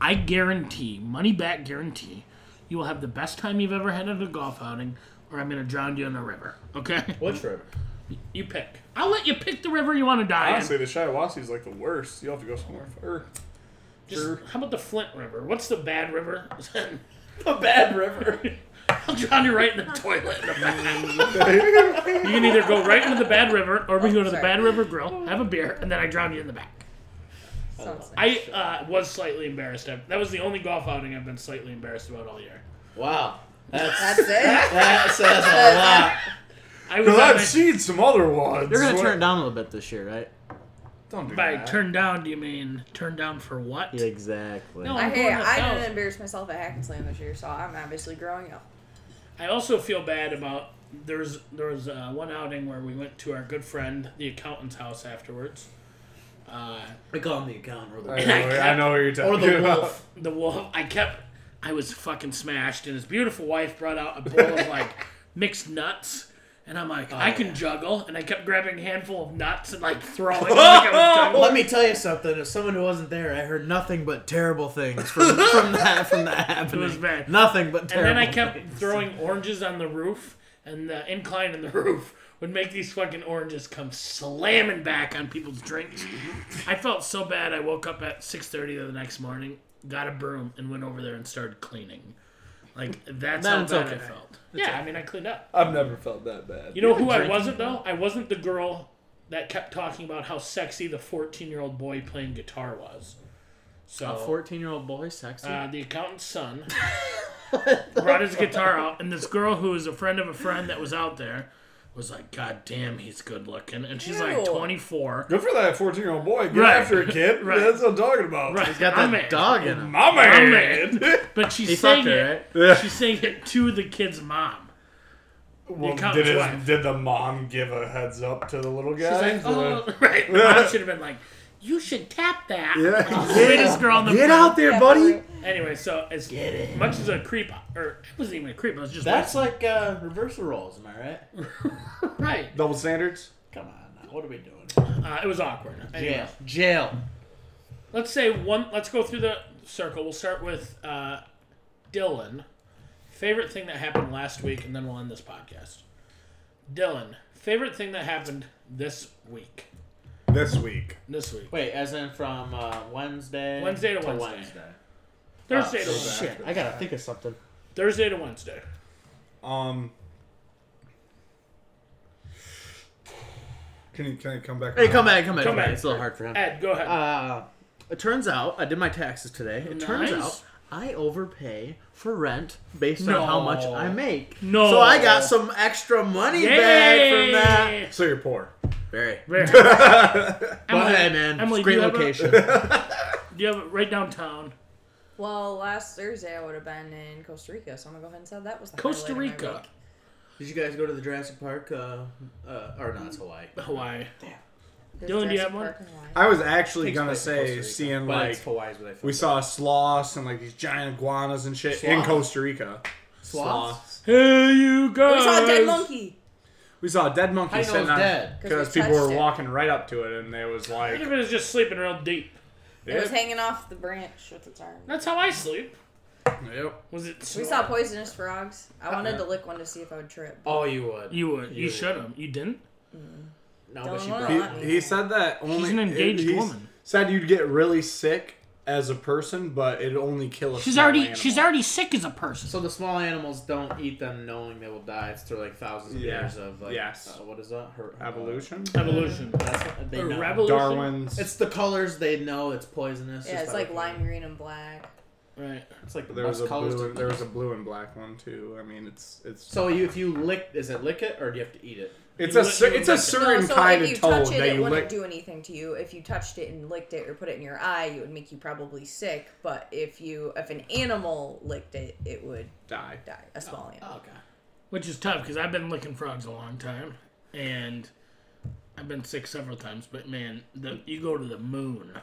[SPEAKER 1] I guarantee, money back guarantee, you will have the best time you've ever had at a golf outing, or I'm gonna drown you in a river. Okay?
[SPEAKER 2] Which river?
[SPEAKER 1] You pick. I'll let you pick the river you want to die in.
[SPEAKER 3] the Shiawassee is like the worst. You have to go somewhere far.
[SPEAKER 1] Just-
[SPEAKER 3] sure.
[SPEAKER 1] How about the Flint River? What's the bad river?
[SPEAKER 2] A bad river.
[SPEAKER 1] I'll drown you right in the toilet. in the bath. you can either go right into the Bad River, or we can go to the
[SPEAKER 5] Sorry.
[SPEAKER 1] Bad River Grill, have a beer, and then I drown you in the back.
[SPEAKER 5] Sounds like
[SPEAKER 1] I uh, was slightly embarrassed. I- That was the only golf outing I've been slightly embarrassed about all year.
[SPEAKER 2] Wow. That's,
[SPEAKER 5] That's it.
[SPEAKER 2] that says a lot.
[SPEAKER 1] I was
[SPEAKER 3] Because
[SPEAKER 1] on
[SPEAKER 3] I've
[SPEAKER 1] my-
[SPEAKER 3] seen some other ones.
[SPEAKER 6] They're gonna turn it down a little bit this year, right?
[SPEAKER 3] Don't do
[SPEAKER 1] by
[SPEAKER 3] that.
[SPEAKER 1] turn down. Do you mean turn down for what?
[SPEAKER 6] Exactly.
[SPEAKER 1] No.
[SPEAKER 5] I,
[SPEAKER 1] I'm
[SPEAKER 5] hey,
[SPEAKER 1] going to
[SPEAKER 5] I
[SPEAKER 1] thousand.
[SPEAKER 5] didn't embarrass myself at Hack and Slam this year, so I'm obviously growing up.
[SPEAKER 1] I also feel bad about there's there was uh, one outing where we went to our good friend the accountant's house afterwards. Uh,
[SPEAKER 2] We call him the account or the,
[SPEAKER 3] I know, I know what you're talking
[SPEAKER 2] or the
[SPEAKER 3] about.
[SPEAKER 2] wolf.
[SPEAKER 1] the wolf. I kept. I was fucking smashed, and his beautiful wife brought out a bowl of like mixed nuts, and I'm
[SPEAKER 6] Oh,
[SPEAKER 1] like, I can juggle, and I kept grabbing a handful of nuts and like throwing. them like I was
[SPEAKER 2] Let
[SPEAKER 1] juggling.
[SPEAKER 2] me tell you something. As someone who wasn't there, I heard
[SPEAKER 6] Nothing but terrible things from, from that from that happening.
[SPEAKER 1] was bad.
[SPEAKER 6] Nothing but
[SPEAKER 1] And
[SPEAKER 6] terrible.
[SPEAKER 1] then I kept
[SPEAKER 6] things.
[SPEAKER 1] throwing oranges on the roof, and the incline in the roof would make these fucking oranges come slamming back on people's drinks. I felt so bad. I woke up at 6:30 the next morning, got a broom, and went over there and started cleaning. Like that's how
[SPEAKER 6] That's
[SPEAKER 1] bad I
[SPEAKER 6] okay.
[SPEAKER 1] felt. yeah, I mean, I cleaned up.
[SPEAKER 3] I've never felt that bad.
[SPEAKER 1] You know who I wasn't though? I wasn't the girl that kept talking about how sexy the 14-year-old boy playing guitar was. So
[SPEAKER 6] A 14 year old boy, sexy.
[SPEAKER 1] uh, the accountant's son brought his guitar out, and this girl who is a friend of a friend that was out there was like, "God damn, he's good looking," and she's like
[SPEAKER 5] Ew.
[SPEAKER 1] 24.
[SPEAKER 3] Good for that 14 year old boy. Get
[SPEAKER 1] Right.
[SPEAKER 3] after a kid.
[SPEAKER 1] Right.
[SPEAKER 3] That's what I'm talking about.
[SPEAKER 1] Right,
[SPEAKER 6] He's got
[SPEAKER 1] I'm
[SPEAKER 6] that
[SPEAKER 1] in.
[SPEAKER 6] dog in him.
[SPEAKER 3] My
[SPEAKER 1] I'm in.
[SPEAKER 3] man.
[SPEAKER 1] But she
[SPEAKER 6] He
[SPEAKER 1] sang
[SPEAKER 6] fucked her,
[SPEAKER 1] it.
[SPEAKER 6] right?
[SPEAKER 3] Yeah.
[SPEAKER 1] She sang it to the kid's mom.
[SPEAKER 3] Well,
[SPEAKER 1] comes
[SPEAKER 3] did,
[SPEAKER 1] wife.
[SPEAKER 3] his, did the mom give a heads up to the little guy?
[SPEAKER 6] uh,
[SPEAKER 1] Like, oh, right. The mom should have been like, "You should tap that."
[SPEAKER 3] Yeah.
[SPEAKER 2] Oh.
[SPEAKER 1] Sweetest girl in the
[SPEAKER 3] Get
[SPEAKER 1] room.
[SPEAKER 3] out there, buddy.
[SPEAKER 1] Anyway, so as much as a creep, or it wasn't even a creep, I was just
[SPEAKER 2] That's like uh, reversal rolls, am I right?
[SPEAKER 1] right.
[SPEAKER 3] Double standards.
[SPEAKER 2] Come on, now, what are we doing?
[SPEAKER 1] Uh, it was awkward. Anyway,
[SPEAKER 2] Jail, jail.
[SPEAKER 1] Let's say one. Let's go through the circle. We'll start with uh, Dylan. Favorite thing that happened last week, and then we'll end this podcast. Dylan, favorite thing that happened this week.
[SPEAKER 3] This week.
[SPEAKER 1] This week,
[SPEAKER 2] Wait, as in from uh, Wednesday. Oh,
[SPEAKER 1] Wednesday to Wednesday. Thursday to Wednesday.
[SPEAKER 2] Shit, I gotta think of something.
[SPEAKER 1] Thursday to Wednesday.
[SPEAKER 3] Um. Can you can I come back?
[SPEAKER 6] Hey,
[SPEAKER 3] around?
[SPEAKER 6] come back, come back.
[SPEAKER 1] Come back.
[SPEAKER 2] Uh,
[SPEAKER 6] It's a little hard for him.
[SPEAKER 1] Ed, go ahead.
[SPEAKER 6] Uh, it turns out I did my taxes today. It turns
[SPEAKER 1] Nice.
[SPEAKER 6] out I overpay for rent based on how much I make.
[SPEAKER 1] No.
[SPEAKER 6] So I got some extra money back from that.
[SPEAKER 3] So you're poor.
[SPEAKER 6] Very.
[SPEAKER 1] Very.
[SPEAKER 6] But
[SPEAKER 1] Emily-
[SPEAKER 6] hey, man, it's
[SPEAKER 1] Emily,
[SPEAKER 6] great
[SPEAKER 1] do you have a-
[SPEAKER 6] location.
[SPEAKER 1] Do you have it right downtown?
[SPEAKER 5] Well, last Thursday I would have been in Costa Rica, so I'm gonna go ahead and say that was the
[SPEAKER 1] Costa
[SPEAKER 5] highlight of my
[SPEAKER 1] Rica.
[SPEAKER 5] week.
[SPEAKER 2] Did you guys go to the Jurassic Park? Uh, uh, or no, it's Hawaii.
[SPEAKER 1] Hawaii.
[SPEAKER 5] There's
[SPEAKER 1] Dylan, do you
[SPEAKER 5] Jurassic
[SPEAKER 1] have one?
[SPEAKER 5] Park in Hawaii.
[SPEAKER 3] I was actually
[SPEAKER 2] Takes
[SPEAKER 3] gonna
[SPEAKER 2] place in Costa
[SPEAKER 3] say
[SPEAKER 2] Rica,
[SPEAKER 3] seeing
[SPEAKER 2] but
[SPEAKER 3] like
[SPEAKER 2] it's Hawaii's where they filmed
[SPEAKER 3] we
[SPEAKER 2] it.
[SPEAKER 3] saw sloths and like these giant iguanas and shit in
[SPEAKER 2] Sloths?
[SPEAKER 3] Costa Rica.
[SPEAKER 2] sloths.
[SPEAKER 1] Hey, you guys.
[SPEAKER 5] We saw a dead monkey.
[SPEAKER 3] We saw a dead
[SPEAKER 2] How
[SPEAKER 3] monkey
[SPEAKER 2] you know it
[SPEAKER 3] sitting
[SPEAKER 2] was
[SPEAKER 3] on
[SPEAKER 2] dead? 'Cause
[SPEAKER 5] we
[SPEAKER 3] because people were
[SPEAKER 5] touched it.
[SPEAKER 3] walking right up to it and they was
[SPEAKER 1] What if
[SPEAKER 3] like,
[SPEAKER 1] it was just sleeping real deep?
[SPEAKER 5] It was
[SPEAKER 3] "Yep,
[SPEAKER 5] hanging off the branch with its arm.
[SPEAKER 1] That's how I sleep.
[SPEAKER 3] yep."
[SPEAKER 1] Was it?
[SPEAKER 5] We
[SPEAKER 1] snoring?
[SPEAKER 5] saw poisonous frogs.
[SPEAKER 1] Uh-huh.
[SPEAKER 5] I wanted to lick one to see if I would trip.
[SPEAKER 2] Oh, you would.
[SPEAKER 1] You would. You
[SPEAKER 2] You-
[SPEAKER 1] should have. You didn't.
[SPEAKER 2] No,
[SPEAKER 5] Don't
[SPEAKER 2] but she
[SPEAKER 5] wanna-
[SPEAKER 2] brought.
[SPEAKER 5] Not
[SPEAKER 3] He, he said that only
[SPEAKER 1] an engaged
[SPEAKER 3] he- he
[SPEAKER 1] woman.
[SPEAKER 3] Said you'd get really sick as a person, but it'd only kill a.
[SPEAKER 1] She's
[SPEAKER 3] small
[SPEAKER 1] already.
[SPEAKER 3] animal.
[SPEAKER 1] She's already sick as a person.
[SPEAKER 2] So the small animals don't eat them knowing they will die. It's through like thousands of
[SPEAKER 3] Yeah.
[SPEAKER 2] years of like
[SPEAKER 3] Yes.
[SPEAKER 2] uh, what is that? Her, uh,
[SPEAKER 3] evolution.
[SPEAKER 1] Evolution.
[SPEAKER 2] That's what they
[SPEAKER 1] Or
[SPEAKER 2] know.
[SPEAKER 1] revolution.
[SPEAKER 3] Darwin's.
[SPEAKER 2] It's the colors they know. It's poisonous.
[SPEAKER 5] Yeah,
[SPEAKER 2] just
[SPEAKER 5] it's
[SPEAKER 2] by
[SPEAKER 5] like
[SPEAKER 2] looking at
[SPEAKER 5] lime green and black.
[SPEAKER 1] Right.
[SPEAKER 2] it. It's like the
[SPEAKER 3] there was
[SPEAKER 2] best
[SPEAKER 3] a
[SPEAKER 2] colors.
[SPEAKER 3] blue.
[SPEAKER 2] to-
[SPEAKER 3] There was a blue and black one too. I mean, it's it's
[SPEAKER 2] so you, if you lick, is it lick it or do you have to eat it?
[SPEAKER 3] it's
[SPEAKER 1] You
[SPEAKER 3] a
[SPEAKER 1] lick-
[SPEAKER 3] cer-
[SPEAKER 1] you
[SPEAKER 3] it's a
[SPEAKER 1] lick it.
[SPEAKER 5] No,
[SPEAKER 3] certain
[SPEAKER 5] so
[SPEAKER 3] kind
[SPEAKER 5] if you
[SPEAKER 3] of toad
[SPEAKER 5] touch it,
[SPEAKER 3] that
[SPEAKER 5] it
[SPEAKER 3] you
[SPEAKER 5] wouldn't
[SPEAKER 3] lick.
[SPEAKER 5] do anything to you. If you touched it and licked it or put it in your eye, it would make you probably sick. But if you, if an animal licked it, it would
[SPEAKER 3] die.
[SPEAKER 5] die. A small animal.
[SPEAKER 2] Okay.
[SPEAKER 1] Which is tough because I've been licking frogs a long time, and I've been sick several times. But man, the, you go to the moon.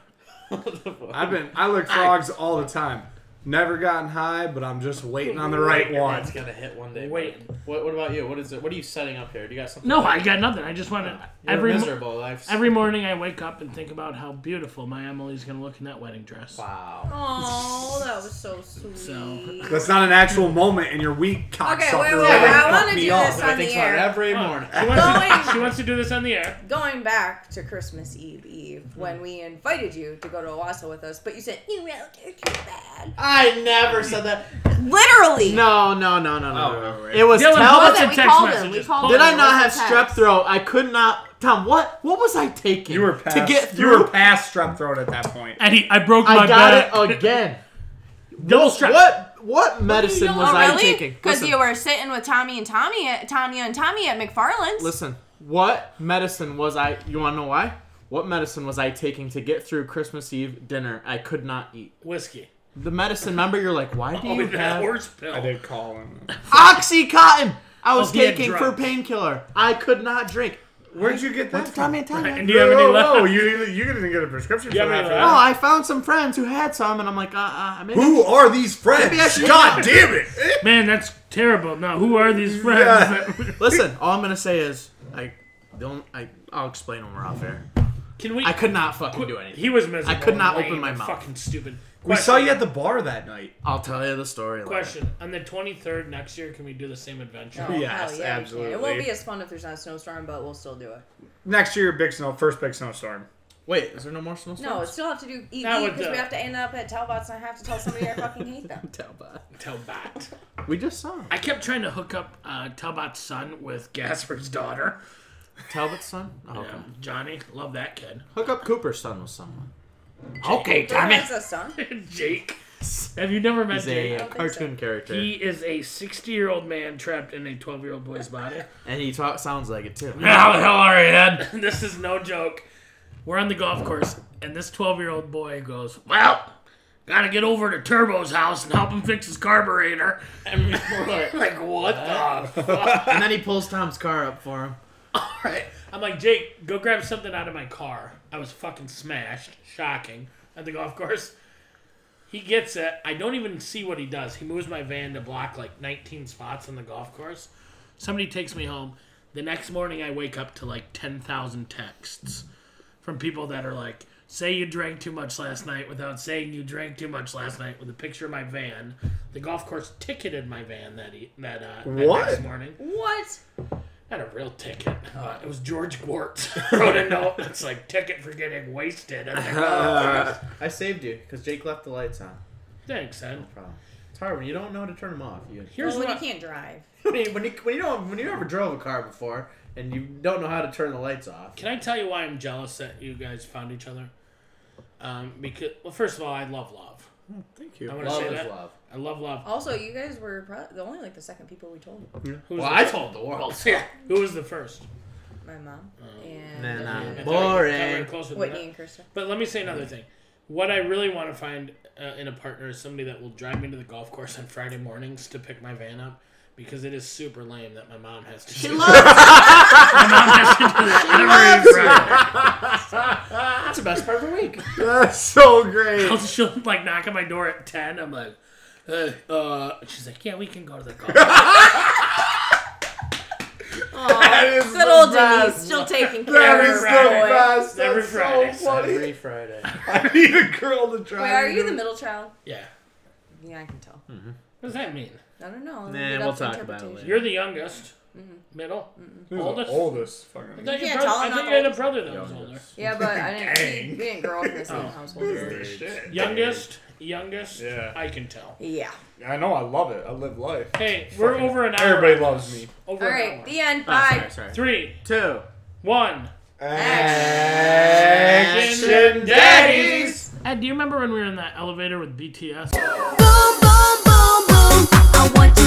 [SPEAKER 3] I've been I lick frogs all the time. Never gotten high, but I'm just waiting on the right one.
[SPEAKER 2] It's gonna hit one day.
[SPEAKER 1] Wait.
[SPEAKER 2] bud. What, what about you? What is it? What are you setting up here? Do you got something?
[SPEAKER 1] No, I got nothing. I just want to.
[SPEAKER 2] You're
[SPEAKER 1] Every mo-
[SPEAKER 2] miserable life.
[SPEAKER 1] every morning I wake up and think about how beautiful my Emily's gonna look in that wedding dress.
[SPEAKER 2] wow.
[SPEAKER 5] Oh, that was so sweet.
[SPEAKER 3] That's not an actual moment in your week, cocksucker.
[SPEAKER 5] Okay, wait, wait,
[SPEAKER 3] Like,
[SPEAKER 5] wait. I
[SPEAKER 3] fuck
[SPEAKER 5] want to
[SPEAKER 3] me
[SPEAKER 5] do
[SPEAKER 3] up.
[SPEAKER 5] this
[SPEAKER 2] I
[SPEAKER 5] on
[SPEAKER 2] think
[SPEAKER 5] the
[SPEAKER 2] so
[SPEAKER 5] air.
[SPEAKER 2] every
[SPEAKER 1] Oh.
[SPEAKER 2] morning.
[SPEAKER 1] She wants, to,
[SPEAKER 5] Going-
[SPEAKER 1] she wants to do this on the air.
[SPEAKER 5] Going back to Christmas Eve Eve, when we invited you to go to Owasso with us, but you said, you know, they're too bad.
[SPEAKER 2] I never said that.
[SPEAKER 5] Literally.
[SPEAKER 6] No, no, no, no,
[SPEAKER 3] Oh,
[SPEAKER 6] no.
[SPEAKER 3] no,
[SPEAKER 6] no.
[SPEAKER 3] wait.
[SPEAKER 6] It was
[SPEAKER 1] Dylan,
[SPEAKER 6] Talbot.
[SPEAKER 1] what's
[SPEAKER 5] that
[SPEAKER 1] a
[SPEAKER 5] we
[SPEAKER 1] text
[SPEAKER 5] called him.
[SPEAKER 1] message?
[SPEAKER 5] We
[SPEAKER 1] Just
[SPEAKER 5] called
[SPEAKER 1] pull
[SPEAKER 6] Did
[SPEAKER 1] it.
[SPEAKER 6] I
[SPEAKER 5] It
[SPEAKER 6] not have
[SPEAKER 5] was a
[SPEAKER 6] strep
[SPEAKER 5] text.
[SPEAKER 6] throat? I could not. Tom, what what was I taking?
[SPEAKER 3] You were past.
[SPEAKER 6] to get
[SPEAKER 3] you were
[SPEAKER 6] through.
[SPEAKER 3] past strep throat at that point.
[SPEAKER 1] Eddie, I broke my
[SPEAKER 6] I
[SPEAKER 1] back.
[SPEAKER 2] Oh,
[SPEAKER 6] got it again.
[SPEAKER 1] Double strap.
[SPEAKER 6] What what medicine was
[SPEAKER 5] oh,
[SPEAKER 6] I
[SPEAKER 5] really?
[SPEAKER 6] taking?
[SPEAKER 5] Because
[SPEAKER 6] Listen.
[SPEAKER 5] you were sitting with Tommy and Tommy, at, Tanya and Tommy at McFarland's.
[SPEAKER 6] Listen, what medicine was I? You want to know why? What medicine was I taking to get through Christmas Eve dinner? I could not eat
[SPEAKER 1] Whiskey.
[SPEAKER 6] the medicine. Remember, you're like, why do
[SPEAKER 1] Oh,
[SPEAKER 6] you
[SPEAKER 1] that
[SPEAKER 6] have
[SPEAKER 1] horse pill.
[SPEAKER 3] I did call him.
[SPEAKER 6] OxyContin? I was
[SPEAKER 1] Oh, he had
[SPEAKER 6] taking for
[SPEAKER 1] drugs.
[SPEAKER 6] painkiller. I could not drink.
[SPEAKER 3] Where'd you get that
[SPEAKER 6] What's Tommy and Tommy?
[SPEAKER 1] And do you have any
[SPEAKER 3] Whoa,
[SPEAKER 1] left?
[SPEAKER 3] whoa, you you didn't get a prescription
[SPEAKER 1] You
[SPEAKER 3] for
[SPEAKER 1] have
[SPEAKER 3] that.
[SPEAKER 1] any
[SPEAKER 3] for
[SPEAKER 1] left?
[SPEAKER 2] Uh,
[SPEAKER 6] Oh,
[SPEAKER 3] that.
[SPEAKER 6] I found some friends who had some, and I'm like, uh, uh, maybe.
[SPEAKER 3] Who are these friends?
[SPEAKER 6] Maybe I should-
[SPEAKER 3] God damn it!
[SPEAKER 1] Man, that's terrible. Now, who are these friends?
[SPEAKER 3] Yeah.
[SPEAKER 1] that-
[SPEAKER 6] Listen, all I'm gonna say is, I don't. I I'll explain when we're off air.
[SPEAKER 1] Can we?
[SPEAKER 6] I could not fucking do anything.
[SPEAKER 1] He was miserable.
[SPEAKER 6] I could not
[SPEAKER 1] Wayne,
[SPEAKER 6] open my
[SPEAKER 1] you're
[SPEAKER 6] mouth.
[SPEAKER 1] Fucking stupid.
[SPEAKER 3] We saw
[SPEAKER 1] Question.
[SPEAKER 3] you at the bar that night.
[SPEAKER 6] I'll tell you the story. later.
[SPEAKER 1] Question on the twenty third next year. Can we do the same adventure?
[SPEAKER 5] Oh,
[SPEAKER 3] Yes,
[SPEAKER 5] hell yeah, you can. It
[SPEAKER 3] absolutely.
[SPEAKER 5] won't be as fun if there's not a snowstorm, but we'll still do it.
[SPEAKER 3] Next year, big snow, first big snowstorm.
[SPEAKER 6] Wait, is there no more snowstorms?
[SPEAKER 5] No, we still have to do EE
[SPEAKER 1] Not with
[SPEAKER 5] because
[SPEAKER 1] the-
[SPEAKER 5] we have to end up at Talbot's and I have to tell somebody I fucking hate them.
[SPEAKER 6] Talbot.
[SPEAKER 1] Tell Bat.
[SPEAKER 6] We just saw him.
[SPEAKER 1] I kept trying to hook up uh, Talbot's son with Gasper's daughter.
[SPEAKER 6] Talbot's son? Oh, okay.
[SPEAKER 1] Um, Johnny, love that kid.
[SPEAKER 6] Hook up Cooper's son with someone.
[SPEAKER 1] Okay, damn
[SPEAKER 5] That's
[SPEAKER 1] it.
[SPEAKER 5] a son.
[SPEAKER 1] Jake, have you never met
[SPEAKER 6] He's
[SPEAKER 1] Jake?
[SPEAKER 6] a uh,
[SPEAKER 5] think
[SPEAKER 6] cartoon
[SPEAKER 5] so.
[SPEAKER 6] character.
[SPEAKER 1] He is a 60 year old man trapped in a 12 year old boy's body.
[SPEAKER 6] and he talk, sounds like it too.
[SPEAKER 1] How the hell are you, Ed? this is no joke. We're on the golf course, and this 12 year old boy goes, Well, gotta get over to Turbo's house and help him fix his carburetor. And we're like, like, What the fuck?
[SPEAKER 6] And then he pulls Tom's car up for him.
[SPEAKER 1] Alright. I'm like, Jake, go grab something out of my car. I was fucking smashed. Shocking. At the golf course. He gets it. I don't even see what he does. He moves my van to block like 19 spots on the golf course. Somebody takes me home. The next morning, I wake up to like 10,000 texts from people that are like, say you drank too much last night without saying you drank too much last night with a picture of my van. The golf course ticketed my van that, e- that, uh, that
[SPEAKER 3] What?
[SPEAKER 1] next morning.
[SPEAKER 5] What?
[SPEAKER 1] Not a real ticket. Uh, it was George Gwartz wrote a note that's like ticket for getting wasted. I'm like, oh,
[SPEAKER 3] Uh,
[SPEAKER 2] I saved you because Jake left the lights on.
[SPEAKER 1] thanks, son.
[SPEAKER 2] Problem. It's hard when you don't know how to turn them off. You,
[SPEAKER 1] Here's
[SPEAKER 5] well, when
[SPEAKER 1] what.
[SPEAKER 5] you can't drive.
[SPEAKER 2] when, you, when you when you don't when you never drove a car before and you don't know how to turn the lights off.
[SPEAKER 1] Can I tell you why I'm jealous that you guys found each other? Um, because well, first of all, I love love.
[SPEAKER 6] Thank you.
[SPEAKER 1] I want to
[SPEAKER 2] Love
[SPEAKER 1] say
[SPEAKER 2] is
[SPEAKER 1] that.
[SPEAKER 2] love.
[SPEAKER 1] I love love.
[SPEAKER 5] Also, you guys were pro- the only like the second people we told.
[SPEAKER 1] Who's
[SPEAKER 2] Well,
[SPEAKER 1] the
[SPEAKER 2] I
[SPEAKER 1] fir-
[SPEAKER 2] told the world.
[SPEAKER 1] Yeah. Who was the first?
[SPEAKER 5] My mom and
[SPEAKER 6] Nah, nah.
[SPEAKER 5] uh,
[SPEAKER 1] I thought we-
[SPEAKER 6] Boring.
[SPEAKER 1] I thought we were closer than
[SPEAKER 5] Whitney
[SPEAKER 1] that.
[SPEAKER 5] and Krista.
[SPEAKER 1] But let me say another thing. What I really want to find uh, in a partner is somebody that will drive me to the golf course on Friday mornings to pick my van up because it is super lame that my mom has to.
[SPEAKER 5] She
[SPEAKER 1] do
[SPEAKER 5] loves it.
[SPEAKER 1] that every Friday.
[SPEAKER 2] That's the best part of the week.
[SPEAKER 3] That's so great.
[SPEAKER 1] Also, She'll like knock on my door at ten. I'm like, hey, uh, she's like, yeah, we can go to the golf. course.
[SPEAKER 3] That is
[SPEAKER 5] Good
[SPEAKER 3] the
[SPEAKER 5] old Denise,
[SPEAKER 3] best.
[SPEAKER 5] still taking
[SPEAKER 3] That
[SPEAKER 5] care
[SPEAKER 3] is
[SPEAKER 5] of
[SPEAKER 3] the
[SPEAKER 1] Friday.
[SPEAKER 5] her boy.
[SPEAKER 3] best. That's
[SPEAKER 1] Every Friday.
[SPEAKER 3] so funny.
[SPEAKER 6] Every Friday.
[SPEAKER 3] I need a girl to try.
[SPEAKER 5] Wait, are you the middle child? Hmm.
[SPEAKER 1] Yeah.
[SPEAKER 5] Yeah, I can tell.
[SPEAKER 1] What does that mean?
[SPEAKER 5] I don't know.
[SPEAKER 6] Nah,
[SPEAKER 5] Leave it
[SPEAKER 6] we'll
[SPEAKER 5] up to
[SPEAKER 6] talk about it
[SPEAKER 5] interpretation.
[SPEAKER 6] later.
[SPEAKER 1] You're the youngest, middle.
[SPEAKER 3] Who's
[SPEAKER 1] Oldest?
[SPEAKER 3] The oldest. Fucking.
[SPEAKER 1] I thought, your
[SPEAKER 5] Mm-hmm. can't
[SPEAKER 1] brother,
[SPEAKER 5] tell,
[SPEAKER 1] I
[SPEAKER 5] I'm not
[SPEAKER 1] thought
[SPEAKER 5] the
[SPEAKER 1] you had a
[SPEAKER 5] oldest.
[SPEAKER 1] brother that was older.
[SPEAKER 5] Yeah, but I didn't.
[SPEAKER 3] Dang.
[SPEAKER 5] We didn't grow up in the same
[SPEAKER 1] Oh.
[SPEAKER 5] household.
[SPEAKER 3] Shit.
[SPEAKER 1] Youngest, youngest.
[SPEAKER 3] Yeah.
[SPEAKER 1] I can tell.
[SPEAKER 5] Yeah.
[SPEAKER 3] I know. I love it. I live life.
[SPEAKER 1] Hey, we're
[SPEAKER 3] Fucking-
[SPEAKER 1] over an hour.
[SPEAKER 3] Everybody loves me.
[SPEAKER 1] Over
[SPEAKER 5] All
[SPEAKER 1] an
[SPEAKER 5] right.
[SPEAKER 1] hour.
[SPEAKER 5] The end.
[SPEAKER 6] Oh,
[SPEAKER 5] Bye.
[SPEAKER 6] sorry, sorry.
[SPEAKER 1] Three,
[SPEAKER 6] Two.
[SPEAKER 1] one.
[SPEAKER 3] Action daddies.
[SPEAKER 1] Ed, do you remember when we were in that elevator with BTS?
[SPEAKER 7] Boom, boom, boom, boom. I want